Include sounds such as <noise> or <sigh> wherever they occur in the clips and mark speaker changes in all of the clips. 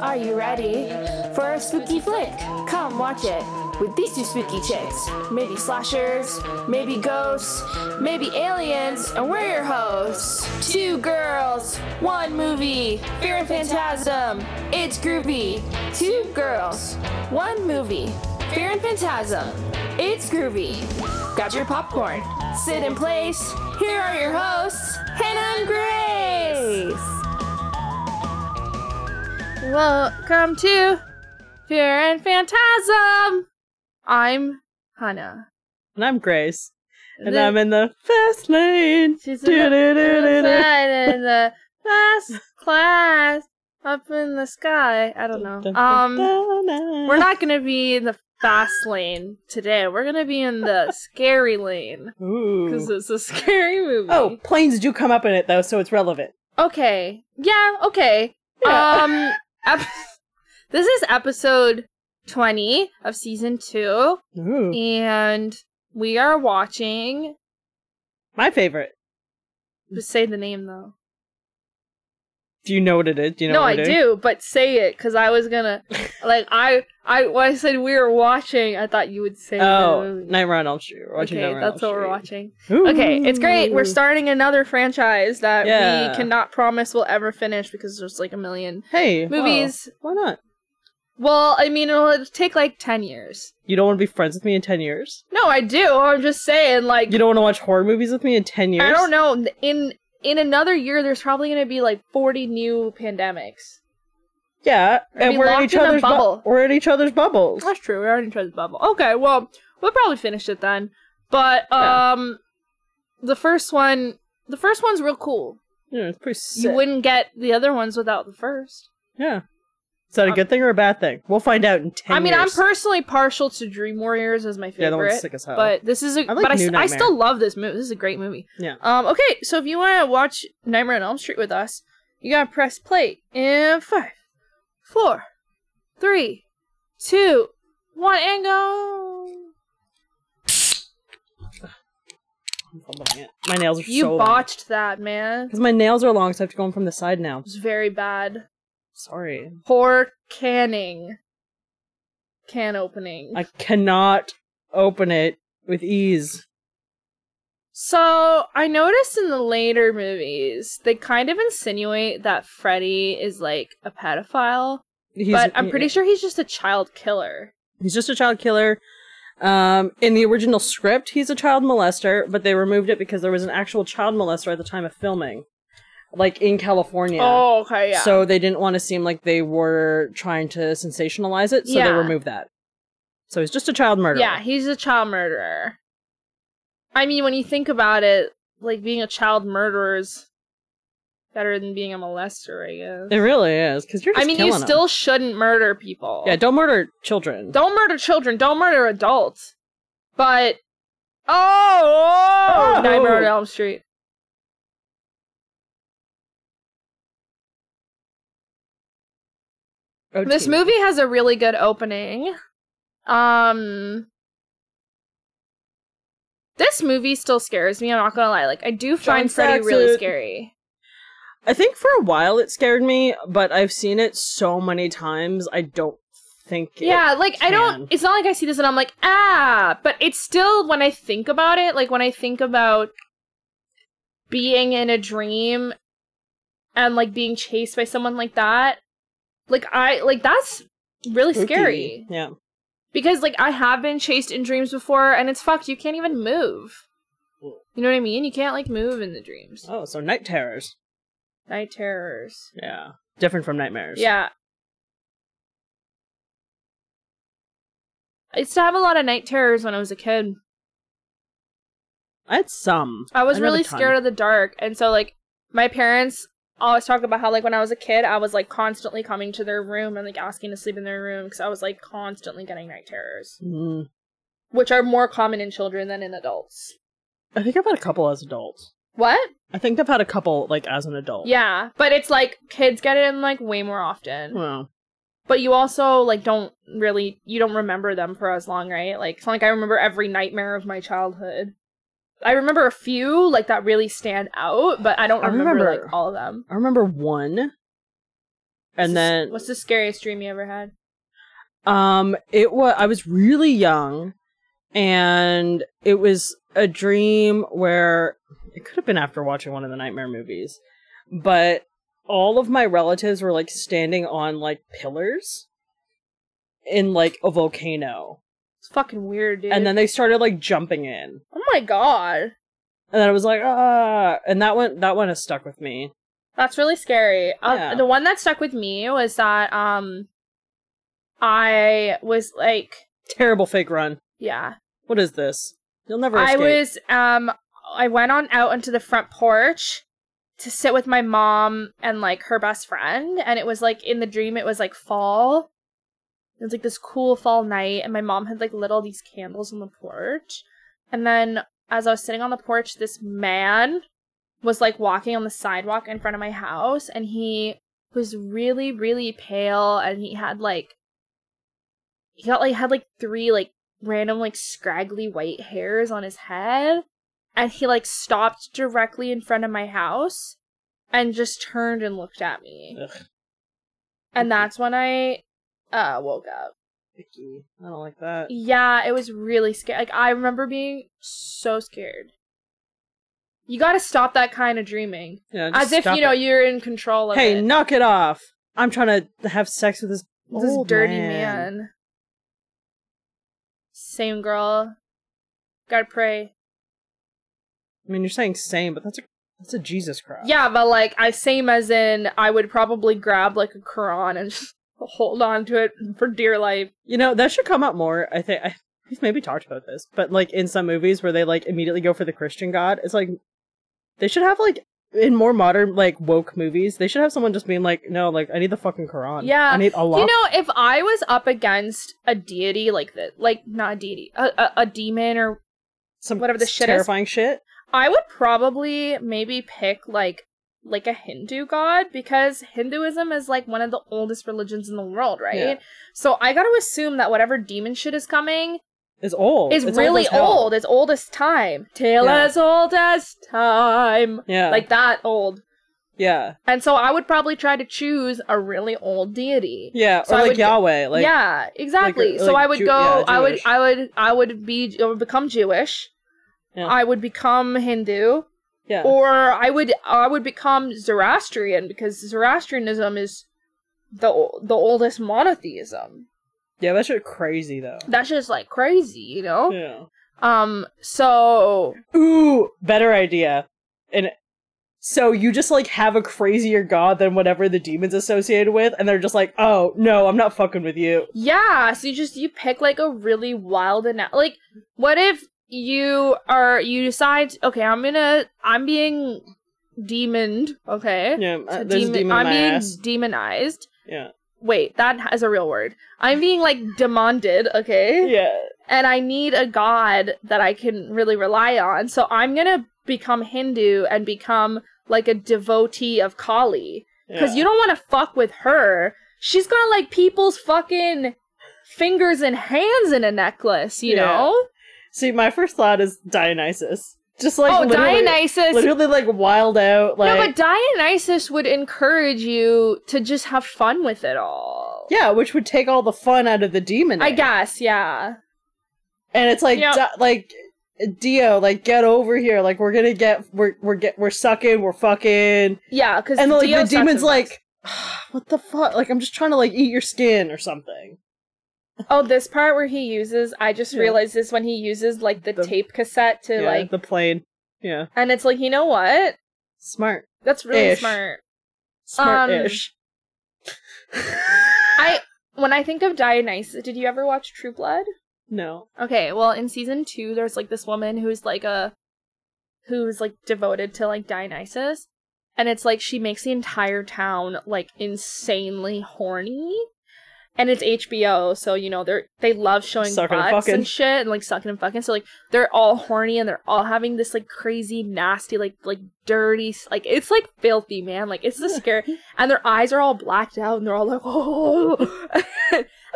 Speaker 1: Are you ready for a spooky flick? Come watch it with these two spooky chicks. Maybe slashers, maybe ghosts, maybe aliens, and we're your hosts. Two girls, one movie. Fear and Phantasm. It's groovy. Two girls, one movie. Fear and Phantasm. It's groovy. Grab your popcorn. Sit in place. Here are your hosts, Hannah and Grace.
Speaker 2: Welcome to Fear and Phantasm. I'm Hannah.
Speaker 3: And I'm Grace. And I'm in the fast lane.
Speaker 2: She's in the,
Speaker 3: Do-do-do-do-do.
Speaker 2: inside in the fast class up in the sky. I don't know. Um, we're not gonna be in the fast lane today. We're gonna be in the scary lane because
Speaker 3: Ooh.
Speaker 2: it's a scary movie.
Speaker 3: Oh, planes do come up in it though, so it's relevant.
Speaker 2: okay. Yeah. Okay.
Speaker 3: Yeah.
Speaker 2: Um, ep- <laughs> this is episode twenty of season two. E
Speaker 3: Ooh.
Speaker 2: and we are watching.
Speaker 3: My favorite.
Speaker 2: Just say the name though.
Speaker 3: Do you know what it is? Do you
Speaker 2: no,
Speaker 3: know what
Speaker 2: I
Speaker 3: it is?
Speaker 2: do, but say it because I was
Speaker 3: <laughs>
Speaker 2: gonna like I I when I said we were watching, I thought you would say. the
Speaker 3: Oh,
Speaker 2: movie.
Speaker 3: Nightmare on Elm Street. We're watching
Speaker 2: okay,
Speaker 3: Nightmare on
Speaker 2: that's what
Speaker 3: Elm
Speaker 2: we're
Speaker 3: Street.
Speaker 2: watching.
Speaker 3: Ooh.
Speaker 2: Okay, it's great. We're starting another franchise that
Speaker 3: Yeah.
Speaker 2: we cannot promise we'll ever finish because there's like a million
Speaker 3: Hey, wow.
Speaker 2: movies.
Speaker 3: Why not?
Speaker 2: Well, I mean, it'll take like ten years.
Speaker 3: You don't want to be friends with me in 10 years?
Speaker 2: No, I do. I'm just saying, like,
Speaker 3: You don't want to watch horror movies with me in 10 years?
Speaker 2: I don't know. In in another year, there's probably gonna be like 40 new pandemics.
Speaker 3: Yeah, and
Speaker 2: be
Speaker 3: we're in
Speaker 2: locked
Speaker 3: each
Speaker 2: in a
Speaker 3: other's bu-
Speaker 2: bubble.
Speaker 3: We're in each other's bubbles.
Speaker 2: That's true. We already tried the bubble. Okay, well, we'll probably finish it then. But
Speaker 3: Yeah.
Speaker 2: um, the first one, the first one's real cool.
Speaker 3: Yeah, it's pretty sick.
Speaker 2: You wouldn't get the other ones without the first.
Speaker 3: Yeah. Is that a
Speaker 2: Um,
Speaker 3: good thing or a bad thing? We'll find out in ten.
Speaker 2: I mean, I'm
Speaker 3: years.
Speaker 2: personally partial to Dream Warriors as my favorite.
Speaker 3: yeah, that one's sick as hell.
Speaker 2: But this is a
Speaker 3: I like
Speaker 2: but I,
Speaker 3: New
Speaker 2: s- I
Speaker 3: Nightmare.
Speaker 2: still love this movie. This is a great movie.
Speaker 3: Yeah.
Speaker 2: Um. Okay. So if you want to watch Nightmare on Elm Street with us, you gotta press play in five, four, three, two, one, and go.
Speaker 3: I'm fumbling it. my nails are
Speaker 2: You
Speaker 3: so
Speaker 2: botched that, man.
Speaker 3: because my nails are long, so I have to go in from the side now.
Speaker 2: It was very bad.
Speaker 3: Sorry,
Speaker 2: Poor canning. Can opening.
Speaker 3: I cannot open it with ease.
Speaker 2: So I noticed in the later movies, they kind of insinuate that Freddy is like a pedophile,
Speaker 3: He's,
Speaker 2: but I'm pretty sure he's just a child killer.
Speaker 3: he's just a child killer. Um, in the original script, he's a child molester, but they removed it because there was an actual child molester at the time of filming, like in California.
Speaker 2: Oh, okay, yeah.
Speaker 3: So they didn't want to seem like they were trying to sensationalize it, so they
Speaker 2: Yeah.
Speaker 3: removed that. So he's just a child murderer.
Speaker 2: yeah, he's a child murderer. I mean, when you think about it, like being a child murderer is better than being a molester, I guess.
Speaker 3: It really is because you're. Just
Speaker 2: I mean, you
Speaker 3: killing 'em.
Speaker 2: still shouldn't murder people.
Speaker 3: Yeah, don't murder children.
Speaker 2: Don't murder children. Don't murder adults. But oh,
Speaker 3: Oh!
Speaker 2: Nightmare on Elm Street.
Speaker 3: Oh,
Speaker 2: This
Speaker 3: gee.
Speaker 2: movie has a really good opening. Um, this movie still scares me. I'm not gonna lie. Like, I do
Speaker 3: John
Speaker 2: find Freddy really
Speaker 3: Saxon.
Speaker 2: scary.
Speaker 3: I think for a while it scared me, but I've seen it so many times. I don't think. it-
Speaker 2: yeah, like I
Speaker 3: can.
Speaker 2: don't. It's not like I see this and I'm like ah, but it's still when I think about it, like when I think about being in a dream and like being chased by someone like that, like I like that's really
Speaker 3: Spooky.
Speaker 2: scary.
Speaker 3: Yeah.
Speaker 2: Because like I have been chased in dreams before and it's fucked, you can't even move. You know what I mean? You can't like move in the dreams.
Speaker 3: Oh, so night terrors.
Speaker 2: Night terrors.
Speaker 3: Yeah. Different from nightmares.
Speaker 2: Yeah. I used to have a lot of night terrors when I was a kid.
Speaker 3: I had some.
Speaker 2: I was
Speaker 3: I never
Speaker 2: really
Speaker 3: done.
Speaker 2: scared of the dark. And so like my parents always talk about how like when I was a kid, I was like constantly coming to their room and like asking to sleep in their room because I was like constantly getting night terrors,
Speaker 3: Mm.
Speaker 2: which are more common in children than in adults.
Speaker 3: I think I've had a couple as adults.
Speaker 2: What?
Speaker 3: I think I've had a couple like as an adult.
Speaker 2: Yeah, but it's like kids get it in like way more often.
Speaker 3: Well,
Speaker 2: But you also like don't really you don't remember them for as long, right? Like it's not like I remember every nightmare of my childhood. I remember a few like that really stand out, but I don't
Speaker 3: I
Speaker 2: remember,
Speaker 3: remember-
Speaker 2: like all of them.
Speaker 3: I remember one.
Speaker 2: What's
Speaker 3: and
Speaker 2: the s-
Speaker 3: then
Speaker 2: what's the scariest dream you ever had?
Speaker 3: Um, it was I was really young, and it was a dream where it could have been after watching one of the nightmare movies, but all of my relatives were like standing on like pillars in like a volcano,
Speaker 2: It's fucking weird, dude.
Speaker 3: and then they started like jumping in,
Speaker 2: oh my god,
Speaker 3: and I was like ah, and that one that one has stuck with me.
Speaker 2: that's really scary. Uh,
Speaker 3: Yeah.
Speaker 2: The one that stuck with me was that um, I was like,
Speaker 3: Terrible fake run.
Speaker 2: yeah,
Speaker 3: What is this? You'll never.
Speaker 2: I
Speaker 3: Escape.
Speaker 2: was um, I went on out onto the front porch to sit with my mom and like her best friend, and it was like in the dream, it was like fall. It was like this cool fall night, and my mom had like lit all these candles on the porch, and then as I was sitting on the porch, this man was like walking on the sidewalk in front of my house, and he was really, really pale, and he had like he got like had like three like random like scraggly white hairs on his head, and he like stopped directly in front of my house, and just turned and looked at me,
Speaker 3: Ugh,
Speaker 2: and that's when I uh woke up.
Speaker 3: icky. I don't like that.
Speaker 2: Yeah, it was really scary. Like I remember being so scared. You got to stop that kind of dreaming,
Speaker 3: Yeah, just
Speaker 2: as if
Speaker 3: stop
Speaker 2: you know
Speaker 3: it.
Speaker 2: you're in control of
Speaker 3: hey,
Speaker 2: it.
Speaker 3: knock it off. I'm trying to have sex with this
Speaker 2: this
Speaker 3: old
Speaker 2: dirty man. Same girl. Gotta pray.
Speaker 3: I mean, you're saying same, but that's a that's a Jesus cry.
Speaker 2: Yeah, but like I same as in I would probably grab like a Quran and <laughs> just hold on to it for dear life.
Speaker 3: you know that should come up more. I think I, we've maybe talked about this, but like in some movies where they like immediately go for the Christian God, it's like they should have like in more modern like woke movies, they should have someone just being like, no, like I need the fucking Quran.
Speaker 2: Yeah.
Speaker 3: I need Allah.
Speaker 2: You know, if I was up against a deity like that, like not a deity, a, a, a demon or
Speaker 3: some
Speaker 2: whatever the shit is.
Speaker 3: terrifying shit.
Speaker 2: I would probably maybe pick like like a Hindu god because Hinduism is like one of the oldest religions in the world, right?
Speaker 3: Yeah.
Speaker 2: So I got to assume that whatever demon shit is coming
Speaker 3: is old.
Speaker 2: is
Speaker 3: Oh, It's
Speaker 2: really
Speaker 3: as hell.
Speaker 2: old. It's old as time. Tale
Speaker 3: Yeah.
Speaker 2: as old as time.
Speaker 3: Yeah, like
Speaker 2: Like that old.
Speaker 3: yeah,
Speaker 2: And so I would probably try to choose a really old deity.
Speaker 3: yeah,
Speaker 2: So
Speaker 3: or
Speaker 2: I
Speaker 3: like
Speaker 2: would-
Speaker 3: Yahweh. Like
Speaker 2: yeah, exactly.
Speaker 3: like,
Speaker 2: so I would
Speaker 3: Ju-
Speaker 2: go.
Speaker 3: yeah,
Speaker 2: I would.
Speaker 3: Jewish.
Speaker 2: I would. I would be. I would become Jewish.
Speaker 3: Yeah.
Speaker 2: I would become Hindu,
Speaker 3: yeah,
Speaker 2: or I would. I would become Zoroastrian because Zoroastrianism is the o- the oldest monotheism.
Speaker 3: yeah. That shit crazy though.
Speaker 2: That's just like crazy, you know.
Speaker 3: Yeah.
Speaker 2: Um. So
Speaker 3: Ooh, better idea. And so you just like have a crazier god than whatever the demon's associated with, and they're just like, oh no, I'm not fucking with you.
Speaker 2: Yeah, so you just you pick like a really wild and like what if you are you decide okay I'm gonna I'm being demoned okay
Speaker 3: Yeah,
Speaker 2: So
Speaker 3: uh, there's a demon in
Speaker 2: I'm
Speaker 3: my
Speaker 2: being
Speaker 3: ass.
Speaker 2: demonized
Speaker 3: Yeah,
Speaker 2: wait that is a real word I'm being like demanded okay
Speaker 3: yeah,
Speaker 2: and I need a god that I can really rely on so I'm gonna become Hindu and become like a devotee of Kali because you don't want to fuck with her. She's got like people's fucking fingers and hands in a necklace, you
Speaker 3: Yeah.
Speaker 2: know?
Speaker 3: see, my first thought is Dionysus, just like
Speaker 2: oh,
Speaker 3: literally,
Speaker 2: Dionysus.
Speaker 3: literally like wild out,
Speaker 2: no,
Speaker 3: like
Speaker 2: but Dionysus would encourage you to just have fun with it all.
Speaker 3: yeah, which would take all the fun out of the demon.
Speaker 2: I
Speaker 3: egg.
Speaker 2: guess, yeah.
Speaker 3: and it's like
Speaker 2: Yeah.
Speaker 3: Di- like. Dio, like get over here! Like we're gonna get, we're we're get, we're sucking, we're fucking.
Speaker 2: Yeah, because
Speaker 3: and like the demon's like "Ah, what the fuck like i'm just trying to like eat your skin or something
Speaker 2: oh, this part where he uses, I just
Speaker 3: Yeah.
Speaker 2: realized this when he uses like the,
Speaker 3: The-
Speaker 2: tape cassette to
Speaker 3: yeah,
Speaker 2: like,
Speaker 3: the plane yeah
Speaker 2: and it's like, you know what?
Speaker 3: smart
Speaker 2: That's really
Speaker 3: Ish.
Speaker 2: smart.
Speaker 3: smart-ish
Speaker 2: Um, I when I think of Dionysus, did you ever watch True Blood?
Speaker 3: <laughs> no
Speaker 2: Okay, well, in season two, there's like this woman who's like a who's like devoted to like Dionysus, and it's like she makes the entire town like insanely horny, and it's HBO, so you know they're they love showing
Speaker 3: Sucking and
Speaker 2: butts
Speaker 3: fucking.
Speaker 2: and shit and like sucking and fucking. So like they're all horny and they're all having this like crazy nasty like like dirty s- like it's like filthy man like it's the
Speaker 3: <laughs>
Speaker 2: scary and their eyes are all blacked out and they're all like <laughs> oh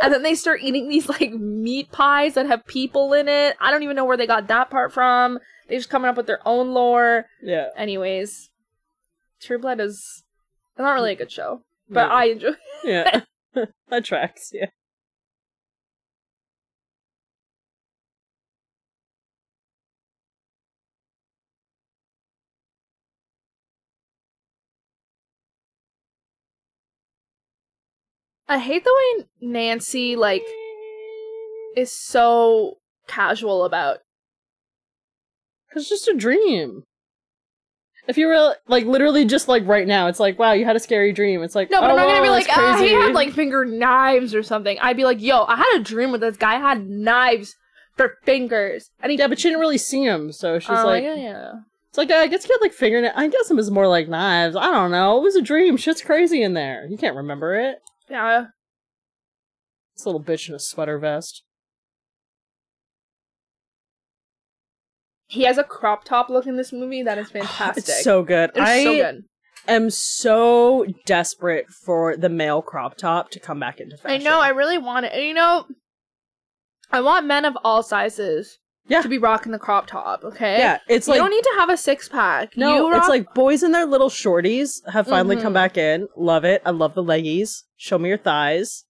Speaker 2: and then they start eating these like meat pies that have people in it i don't even know where they got that part from they just coming up with their own lore
Speaker 3: yeah
Speaker 2: anyways true blood is it's not really a good show but I enjoy.
Speaker 3: yeah,
Speaker 2: <laughs>
Speaker 3: <laughs> that tracks. Yeah.
Speaker 2: I hate the way Nancy like is so casual about.
Speaker 3: It's just a dream. If you were like literally just like right now, it's like wow, you had a scary dream. It's like
Speaker 2: No, but
Speaker 3: oh,
Speaker 2: I'm not gonna be
Speaker 3: wow,
Speaker 2: like,
Speaker 3: that's
Speaker 2: ah, he
Speaker 3: crazy."
Speaker 2: had like finger knives or something. I'd be like, yo, I had a dream where this guy had knives for fingers, and he.
Speaker 3: yeah, but she didn't really see him, so she's
Speaker 2: I'm
Speaker 3: like,
Speaker 2: yeah, yeah.
Speaker 3: it's like I guess he had like fingernail. I guess it was more like knives. I don't know. It was a dream. Shit's crazy in there. You can't remember it.
Speaker 2: Yeah.
Speaker 3: This little bitch in a sweater vest.
Speaker 2: He has a crop top look in this movie that is <sighs> fantastic.
Speaker 3: It's so good.
Speaker 2: It's
Speaker 3: I
Speaker 2: so good.
Speaker 3: am so desperate for the male crop top to come back into
Speaker 2: I
Speaker 3: fashion.
Speaker 2: know. I really want it. And you know, I want men of all sizes
Speaker 3: Yeah.
Speaker 2: to be rocking the crop top. Okay.
Speaker 3: yeah, it's
Speaker 2: you
Speaker 3: like
Speaker 2: don't need to have a six pack.
Speaker 3: No,
Speaker 2: you rock-
Speaker 3: it's like boys in their little shorties have finally come
Speaker 2: Mhm.
Speaker 3: back in. Love it. I love the leggies. Show me your thighs.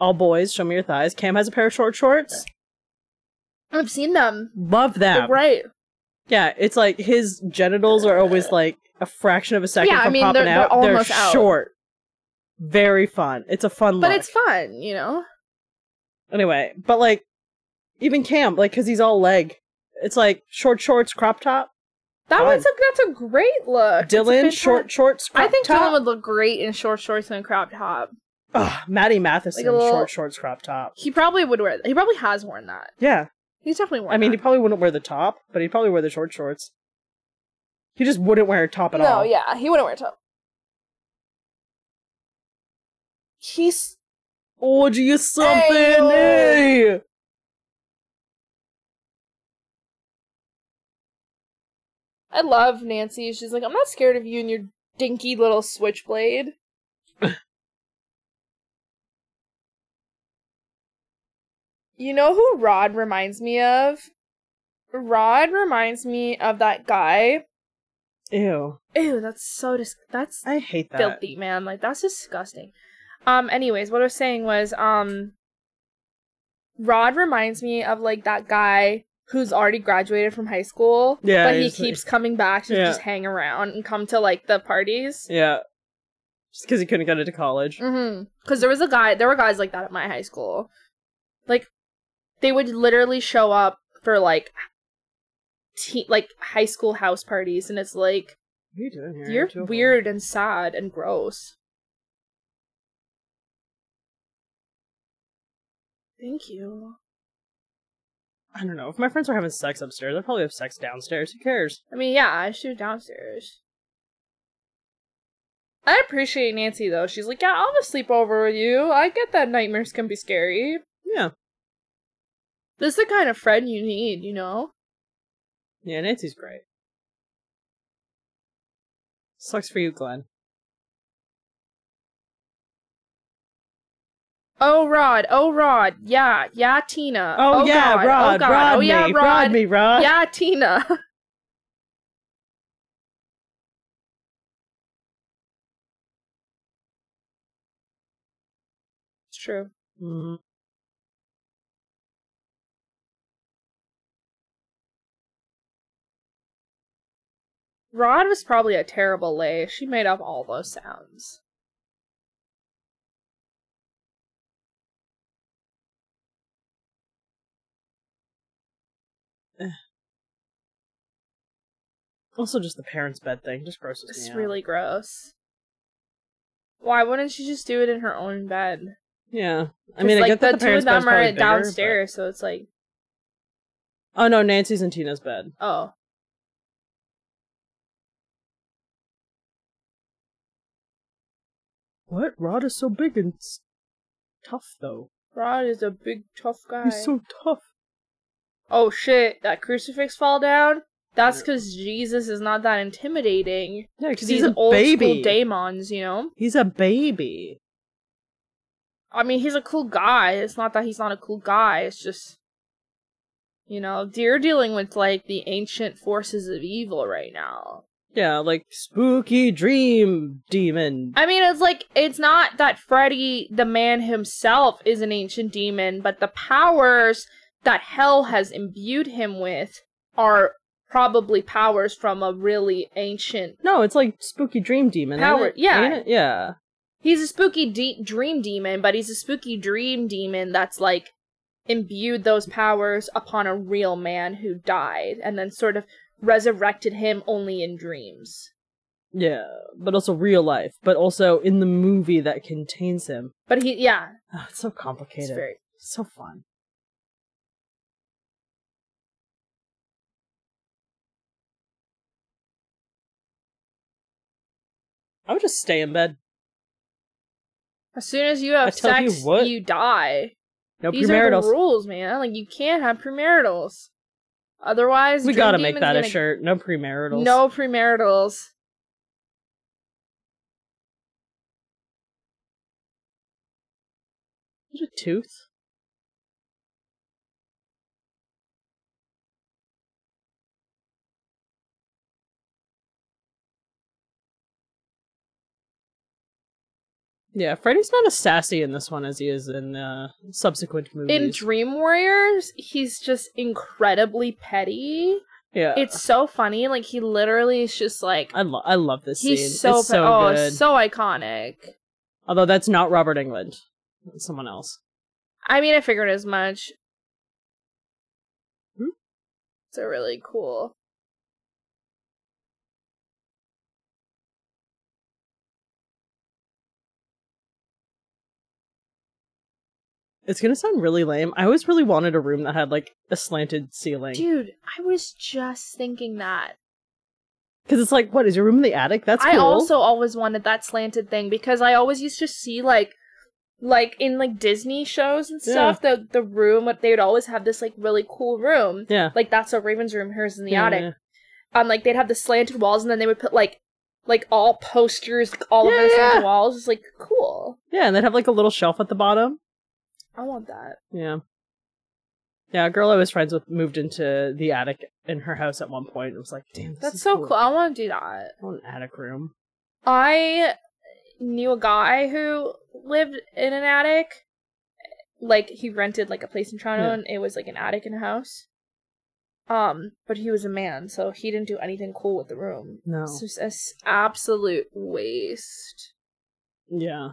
Speaker 3: All boys, show me your thighs. Cam has a pair of short shorts.
Speaker 2: I've seen them.
Speaker 3: Love
Speaker 2: They're
Speaker 3: that.
Speaker 2: great.
Speaker 3: Yeah, it's like his genitals are always like a fraction of a second
Speaker 2: Yeah, I
Speaker 3: from
Speaker 2: mean,
Speaker 3: popping
Speaker 2: they're-
Speaker 3: out.
Speaker 2: they're almost out.
Speaker 3: short. Very fun. It's a fun
Speaker 2: But
Speaker 3: look.
Speaker 2: it's fun, you know?
Speaker 3: anyway, but like even Cam, like cuz he's all leg. It's like short shorts, crop top.
Speaker 2: That
Speaker 3: Fun.
Speaker 2: was a that's a great look. It's a
Speaker 3: Dylan
Speaker 2: fantastic-
Speaker 3: short shorts, crop
Speaker 2: I think
Speaker 3: top.
Speaker 2: Dylan would look great in short shorts and a crop top.
Speaker 3: Ugh, Maddie Matheson
Speaker 2: Like a little-
Speaker 3: short shorts, crop top.
Speaker 2: He probably would wear that. He probably has worn that.
Speaker 3: Yeah.
Speaker 2: He's definitely worn
Speaker 3: I mean, he
Speaker 2: that.
Speaker 3: probably wouldn't wear the top, but he'd probably wear the short shorts. He just wouldn't wear a top at
Speaker 2: no,
Speaker 3: all.
Speaker 2: yeah, he wouldn't wear a top. He's
Speaker 3: Oh, do you something?
Speaker 2: Ayo.
Speaker 3: Hey!
Speaker 2: I love Nancy. She's like, I'm not scared of you and your dinky little switchblade. <laughs> you know who Rod reminds me of? Rod reminds me of that guy.
Speaker 3: Ew.
Speaker 2: Ew, that's so dis- that's
Speaker 3: I hate that.
Speaker 2: filthy, man. Like that's disgusting. Um anyways, what I was saying was um Rod reminds me of like that guy who's already graduated from high school,
Speaker 3: Yeah,
Speaker 2: but he
Speaker 3: he's like-
Speaker 2: keeps coming back to
Speaker 3: Yeah.
Speaker 2: just hang around and come to like the parties.
Speaker 3: Yeah. Just because he couldn't get into college.
Speaker 2: Mhm. Cuz there was a guy, there were guys like that at my high school. Like they would literally show up for like te- like high school house parties and it's like
Speaker 3: What are you doing here?
Speaker 2: You're
Speaker 3: Two of them.
Speaker 2: weird and sad and gross. Thank you.
Speaker 3: I don't know. If my friends are having sex upstairs, they probably have sex downstairs. Who cares?
Speaker 2: I mean, yeah, I shoot downstairs. I appreciate Nancy though. She's like, yeah, I'll just sleep over with you. I get that nightmares can be scary.
Speaker 3: Yeah.
Speaker 2: This is the kind of friend you need, you know?
Speaker 3: Yeah, Nancy's great. Sucks for you, Glenn.
Speaker 2: Oh Rod, oh Rod, yeah, yeah Tina.
Speaker 3: Oh, yeah,
Speaker 2: God,
Speaker 3: Rod.
Speaker 2: oh God,
Speaker 3: Rod
Speaker 2: oh
Speaker 3: me.
Speaker 2: yeah,
Speaker 3: Rod. me, Rod.
Speaker 2: Yeah Tina. <laughs> it's true.
Speaker 3: Mhm.
Speaker 2: Rod was probably a terrible lay. She made up all those sounds.
Speaker 3: Also, just the parents' bed thing just grosses
Speaker 2: It's
Speaker 3: me out.
Speaker 2: really gross. Why wouldn't she just do it in her own bed?
Speaker 3: Yeah, I
Speaker 2: 'Cause,
Speaker 3: mean, I
Speaker 2: like,
Speaker 3: get that
Speaker 2: two
Speaker 3: the,
Speaker 2: of
Speaker 3: parents' bed's
Speaker 2: them are
Speaker 3: probably bigger, but-
Speaker 2: downstairs, so it's like,
Speaker 3: Oh no, Nancy's in Tina's bed.
Speaker 2: oh,
Speaker 3: What? Rod is so big and s- tough, though.
Speaker 2: Rod is a big tough guy.
Speaker 3: He's so tough.
Speaker 2: oh shit, that crucifix fall down? That's
Speaker 3: Yeah.
Speaker 2: because Jesus is not that intimidating.
Speaker 3: Yeah, because
Speaker 2: Because
Speaker 3: he's
Speaker 2: these
Speaker 3: a
Speaker 2: old
Speaker 3: baby.
Speaker 2: school daemons, you know?
Speaker 3: he's a baby.
Speaker 2: I mean, he's a cool guy. It's not that he's not a cool guy. It's just, you know, you're dealing with, like, the ancient forces of evil right now.
Speaker 3: Yeah, like spooky dream demon.
Speaker 2: I mean, it's like it's not that Freddy, the man himself, is an ancient demon, but the powers that hell has imbued him with are probably powers from a really ancient.
Speaker 3: No, it's like spooky dream demon. ain't
Speaker 2: Power-
Speaker 3: it?
Speaker 2: yeah.
Speaker 3: Ain't it? yeah.
Speaker 2: He's a spooky de- dream demon, but he's a spooky dream demon that's like imbued those powers upon a real man who died and then sort of resurrected him only in dreams.
Speaker 3: Yeah, but also real life, but also in the movie that contains him.
Speaker 2: But he, yeah,
Speaker 3: Oh, it's so
Speaker 2: it's
Speaker 3: complicated.
Speaker 2: very
Speaker 3: so fun. I would just stay in bed.
Speaker 2: As soon as you have
Speaker 3: I tell you
Speaker 2: sex, you,
Speaker 3: what.
Speaker 2: die.
Speaker 3: No
Speaker 2: These are the
Speaker 3: premarital.
Speaker 2: rules, man. Like you can't have premaritals. Otherwise,
Speaker 3: We
Speaker 2: Dream
Speaker 3: gotta make
Speaker 2: Demon's
Speaker 3: that a
Speaker 2: gonna-
Speaker 3: shirt. No premaritals.
Speaker 2: No premaritals.
Speaker 3: Is it a tooth. Yeah, Freddy's not as sassy in this one as he is in uh, subsequent movies.
Speaker 2: In Dream Warriors, he's just incredibly petty.
Speaker 3: yeah,
Speaker 2: It's so funny. Like he literally is just like
Speaker 3: I, lo- I love this
Speaker 2: he's
Speaker 3: scene.
Speaker 2: so
Speaker 3: it's
Speaker 2: pe-
Speaker 3: so
Speaker 2: oh
Speaker 3: good.
Speaker 2: so iconic.
Speaker 3: Although that's not Robert England, That's someone else.
Speaker 2: I mean, I figured as much.
Speaker 3: Hmm?
Speaker 2: So really cool.
Speaker 3: It's gonna sound really lame. I always really wanted a room that had like a slanted ceiling
Speaker 2: Dude, I was just thinking that.
Speaker 3: because it's like, what is your room in the attic? That's cool.
Speaker 2: I also always wanted that slanted thing because I always used to see like like in like Disney shows and stuff, the the room what they would always have this like really cool room.
Speaker 3: yeah,
Speaker 2: Like that's a Raven's room, hers in the
Speaker 3: yeah,
Speaker 2: attic.
Speaker 3: yeah.
Speaker 2: Um like they'd have the slanted walls and then they would put like like all posters like, all over the
Speaker 3: Yeah.
Speaker 2: slanted walls. It's like cool.
Speaker 3: Yeah, and they'd have like a little shelf at the bottom.
Speaker 2: I want that.
Speaker 3: Yeah. Yeah, a girl I was friends with moved into the attic in her house at one point and was like, damn, this
Speaker 2: That's
Speaker 3: is
Speaker 2: so
Speaker 3: cool.
Speaker 2: cool. I wanna do that.
Speaker 3: I want an attic room.
Speaker 2: I knew a guy who lived in an attic. Like he rented like a place in Toronto
Speaker 3: Yeah.
Speaker 2: and it was like an attic in a house. Um, but he was a man, so he didn't do anything cool with the room.
Speaker 3: No.
Speaker 2: It's just an absolute waste.
Speaker 3: Yeah.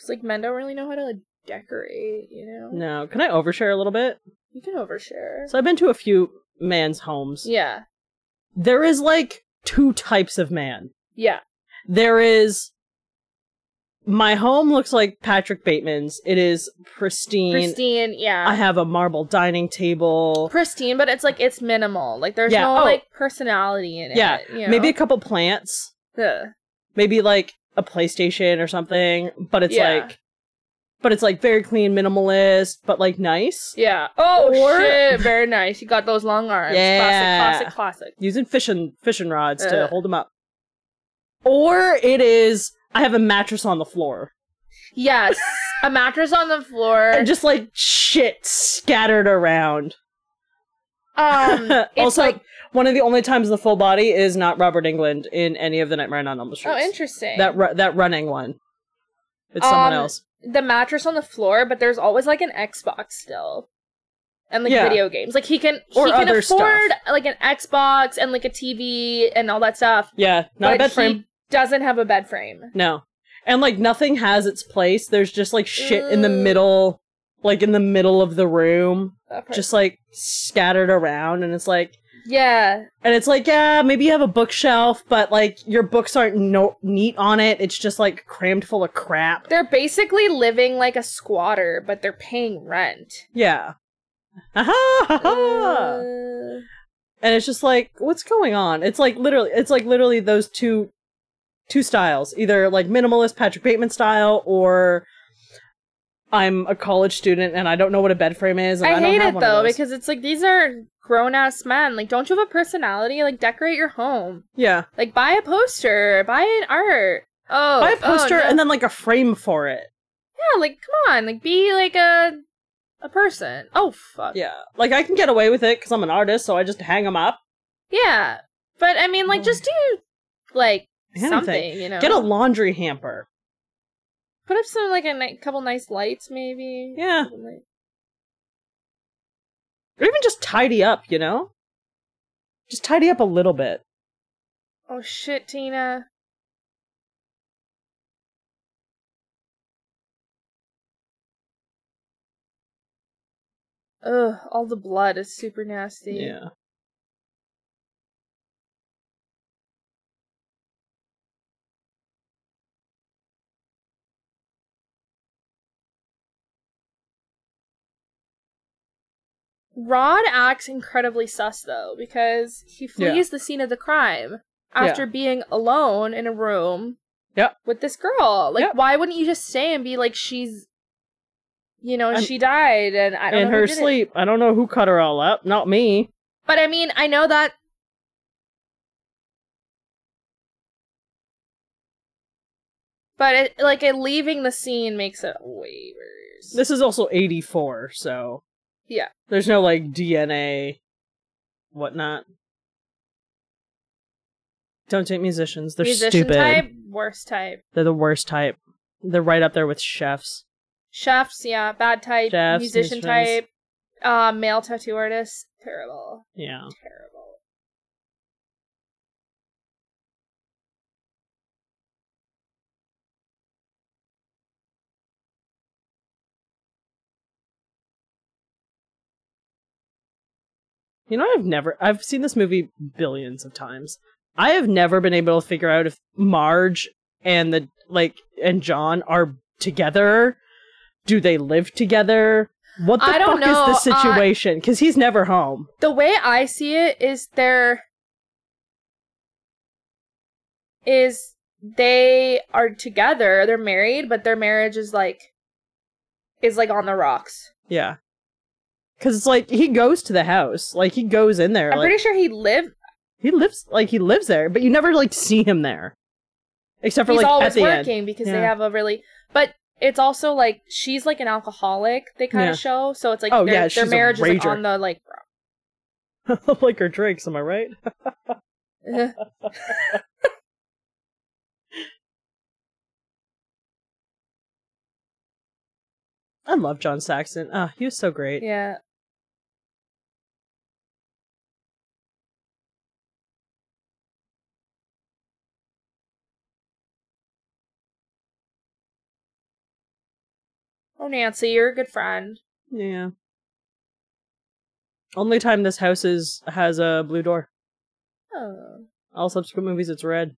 Speaker 2: Cause like men don't really know how to like, decorate, you know.
Speaker 3: No. Can I overshare a little bit?
Speaker 2: You can overshare.
Speaker 3: So I've been to a few man's homes.
Speaker 2: yeah,
Speaker 3: There is like two types of man.
Speaker 2: yeah,
Speaker 3: There is my home looks like Patrick Bateman's. It is pristine.
Speaker 2: pristine.
Speaker 3: I
Speaker 2: Yeah,
Speaker 3: have a marble dining table.
Speaker 2: pristine, but it's like it's minimal. Like there's
Speaker 3: Yeah,
Speaker 2: no
Speaker 3: oh.
Speaker 2: like personality in
Speaker 3: Yeah,
Speaker 2: it. you
Speaker 3: Maybe a
Speaker 2: know?
Speaker 3: couple plants.
Speaker 2: Ugh.
Speaker 3: maybe like a PlayStation or something, but it's
Speaker 2: Yeah.
Speaker 3: like but it's like very clean, minimalist, but like nice.
Speaker 2: Yeah. Oh
Speaker 3: Or-
Speaker 2: shit! Very nice. You got those long arms.
Speaker 3: Yeah.
Speaker 2: Classic. Classic. Classic.
Speaker 3: Using fishing fishing rods to
Speaker 2: Ugh.
Speaker 3: hold them up. Or it is I have a mattress on the floor.
Speaker 2: Yes. a mattress on the floor.
Speaker 3: And just like shit scattered around. <laughs>
Speaker 2: um. It's
Speaker 3: also
Speaker 2: like
Speaker 3: one of the only times the full body is not Robert England in any of the Nightmare on Elm Street.
Speaker 2: oh, interesting.
Speaker 3: That ru- that running one. It's someone
Speaker 2: Um,
Speaker 3: else.
Speaker 2: the mattress on the floor, but there's always like an Xbox still, and like
Speaker 3: Yeah.
Speaker 2: video games. Like he can
Speaker 3: Or
Speaker 2: he can
Speaker 3: other stuff.
Speaker 2: afford like an Xbox and like a TV and all that stuff.
Speaker 3: Yeah, not
Speaker 2: but
Speaker 3: a bed
Speaker 2: he
Speaker 3: frame.
Speaker 2: Doesn't have a bed frame.
Speaker 3: No. And like nothing has its place. There's just like shit in the
Speaker 2: Ooh.
Speaker 3: middle, like in the middle of the room,
Speaker 2: That part-
Speaker 3: just like scattered around and it's like
Speaker 2: yeah.
Speaker 3: and it's like, yeah, maybe you have a bookshelf, but like your books aren't no- neat on it. It's just like crammed full of crap.
Speaker 2: They're basically living like a squatter, but they're paying rent.
Speaker 3: Yeah. Aha! ha, ha.
Speaker 2: Uh,
Speaker 3: And it's just like, what's going on? It's like literally it's like literally those two two styles, either like minimalist Patrick Bateman style or I'm a college student and I don't know what a bed frame is. And I,
Speaker 2: I, hate
Speaker 3: don't have
Speaker 2: it
Speaker 3: one of
Speaker 2: though
Speaker 3: those.
Speaker 2: because it's like these are grown ass men. Like, don't you have a personality? Like, decorate your home.
Speaker 3: yeah,
Speaker 2: Like, buy a poster, buy an art. Oh,
Speaker 3: buy a poster
Speaker 2: oh, no.
Speaker 3: and then like a frame for it.
Speaker 2: yeah, like come on, like be like a a person. Oh fuck, yeah,
Speaker 3: Yeah, like I can get away with it because I'm an artist, so I just hang them up.
Speaker 2: But I mean, like, just do like
Speaker 3: Anything.
Speaker 2: something, you know.
Speaker 3: Get a laundry hamper.
Speaker 2: Put up some like a ni- couple nice lights, maybe.
Speaker 3: Yeah.
Speaker 2: Couple light-
Speaker 3: Or even just tidy up, you know? Just tidy up a little bit.
Speaker 2: Oh shit, Tina. Ugh, all the blood is super nasty.
Speaker 3: Yeah.
Speaker 2: Rod acts incredibly sus though, because he
Speaker 3: Yeah.
Speaker 2: flees the scene of the crime
Speaker 3: Yeah.
Speaker 2: after being alone in a room
Speaker 3: Yep.
Speaker 2: with this girl. Like,
Speaker 3: Yep.
Speaker 2: why wouldn't you just stay and be like, she's, you know,
Speaker 3: I'm-
Speaker 2: she died and I don't
Speaker 3: In
Speaker 2: know. who
Speaker 3: her
Speaker 2: did it."
Speaker 3: sleep. I don't know who cut her all up. Not me.
Speaker 2: But I mean, I know that. But it, like it leaving the scene makes it way worse.
Speaker 3: This is also 84, so.
Speaker 2: Yeah.
Speaker 3: There's no, like, DNA, whatnot. Don't date musicians. They're
Speaker 2: musician
Speaker 3: stupid.
Speaker 2: type, worst type.
Speaker 3: They're the worst type. They're right up there with chefs.
Speaker 2: Chefs, yeah, bad type.
Speaker 3: Chefs,
Speaker 2: musician
Speaker 3: musicians.
Speaker 2: type. Uh, male tattoo artist, terrible,
Speaker 3: Yeah.
Speaker 2: terrible.
Speaker 3: You know, I've never I've seen this movie billions of times. I have never been able to figure out if Marge and the like and John are together. Do they live together? What the
Speaker 2: I don't
Speaker 3: fuck is the
Speaker 2: know, uh,
Speaker 3: situation? Because he's never home.
Speaker 2: The way I see it is they're is they are together, they're married, but their marriage is like is like on the rocks.
Speaker 3: Yeah, because it's like he goes to the house, like he goes in there,
Speaker 2: I'm
Speaker 3: like
Speaker 2: pretty sure he lived
Speaker 3: he lives, like he lives there, but you never like see him there, except for
Speaker 2: he's
Speaker 3: like at
Speaker 2: always
Speaker 3: the end.
Speaker 2: working because they
Speaker 3: Yeah.
Speaker 2: have a really but it's also like she's like an alcoholic they kind
Speaker 3: Yeah.
Speaker 2: of show so it's like
Speaker 3: Oh,
Speaker 2: their,
Speaker 3: yeah,
Speaker 2: their
Speaker 3: she's a
Speaker 2: marriage is like
Speaker 3: rager.
Speaker 2: on the like
Speaker 3: like her drinks, am I right?
Speaker 2: <laughs>
Speaker 3: I love John Saxon. Ah, he was so great.
Speaker 2: yeah Oh Nancy, you're a good friend.
Speaker 3: Yeah. Only time this house is has a blue door.
Speaker 2: Oh.
Speaker 3: All subsequent movies, it's red.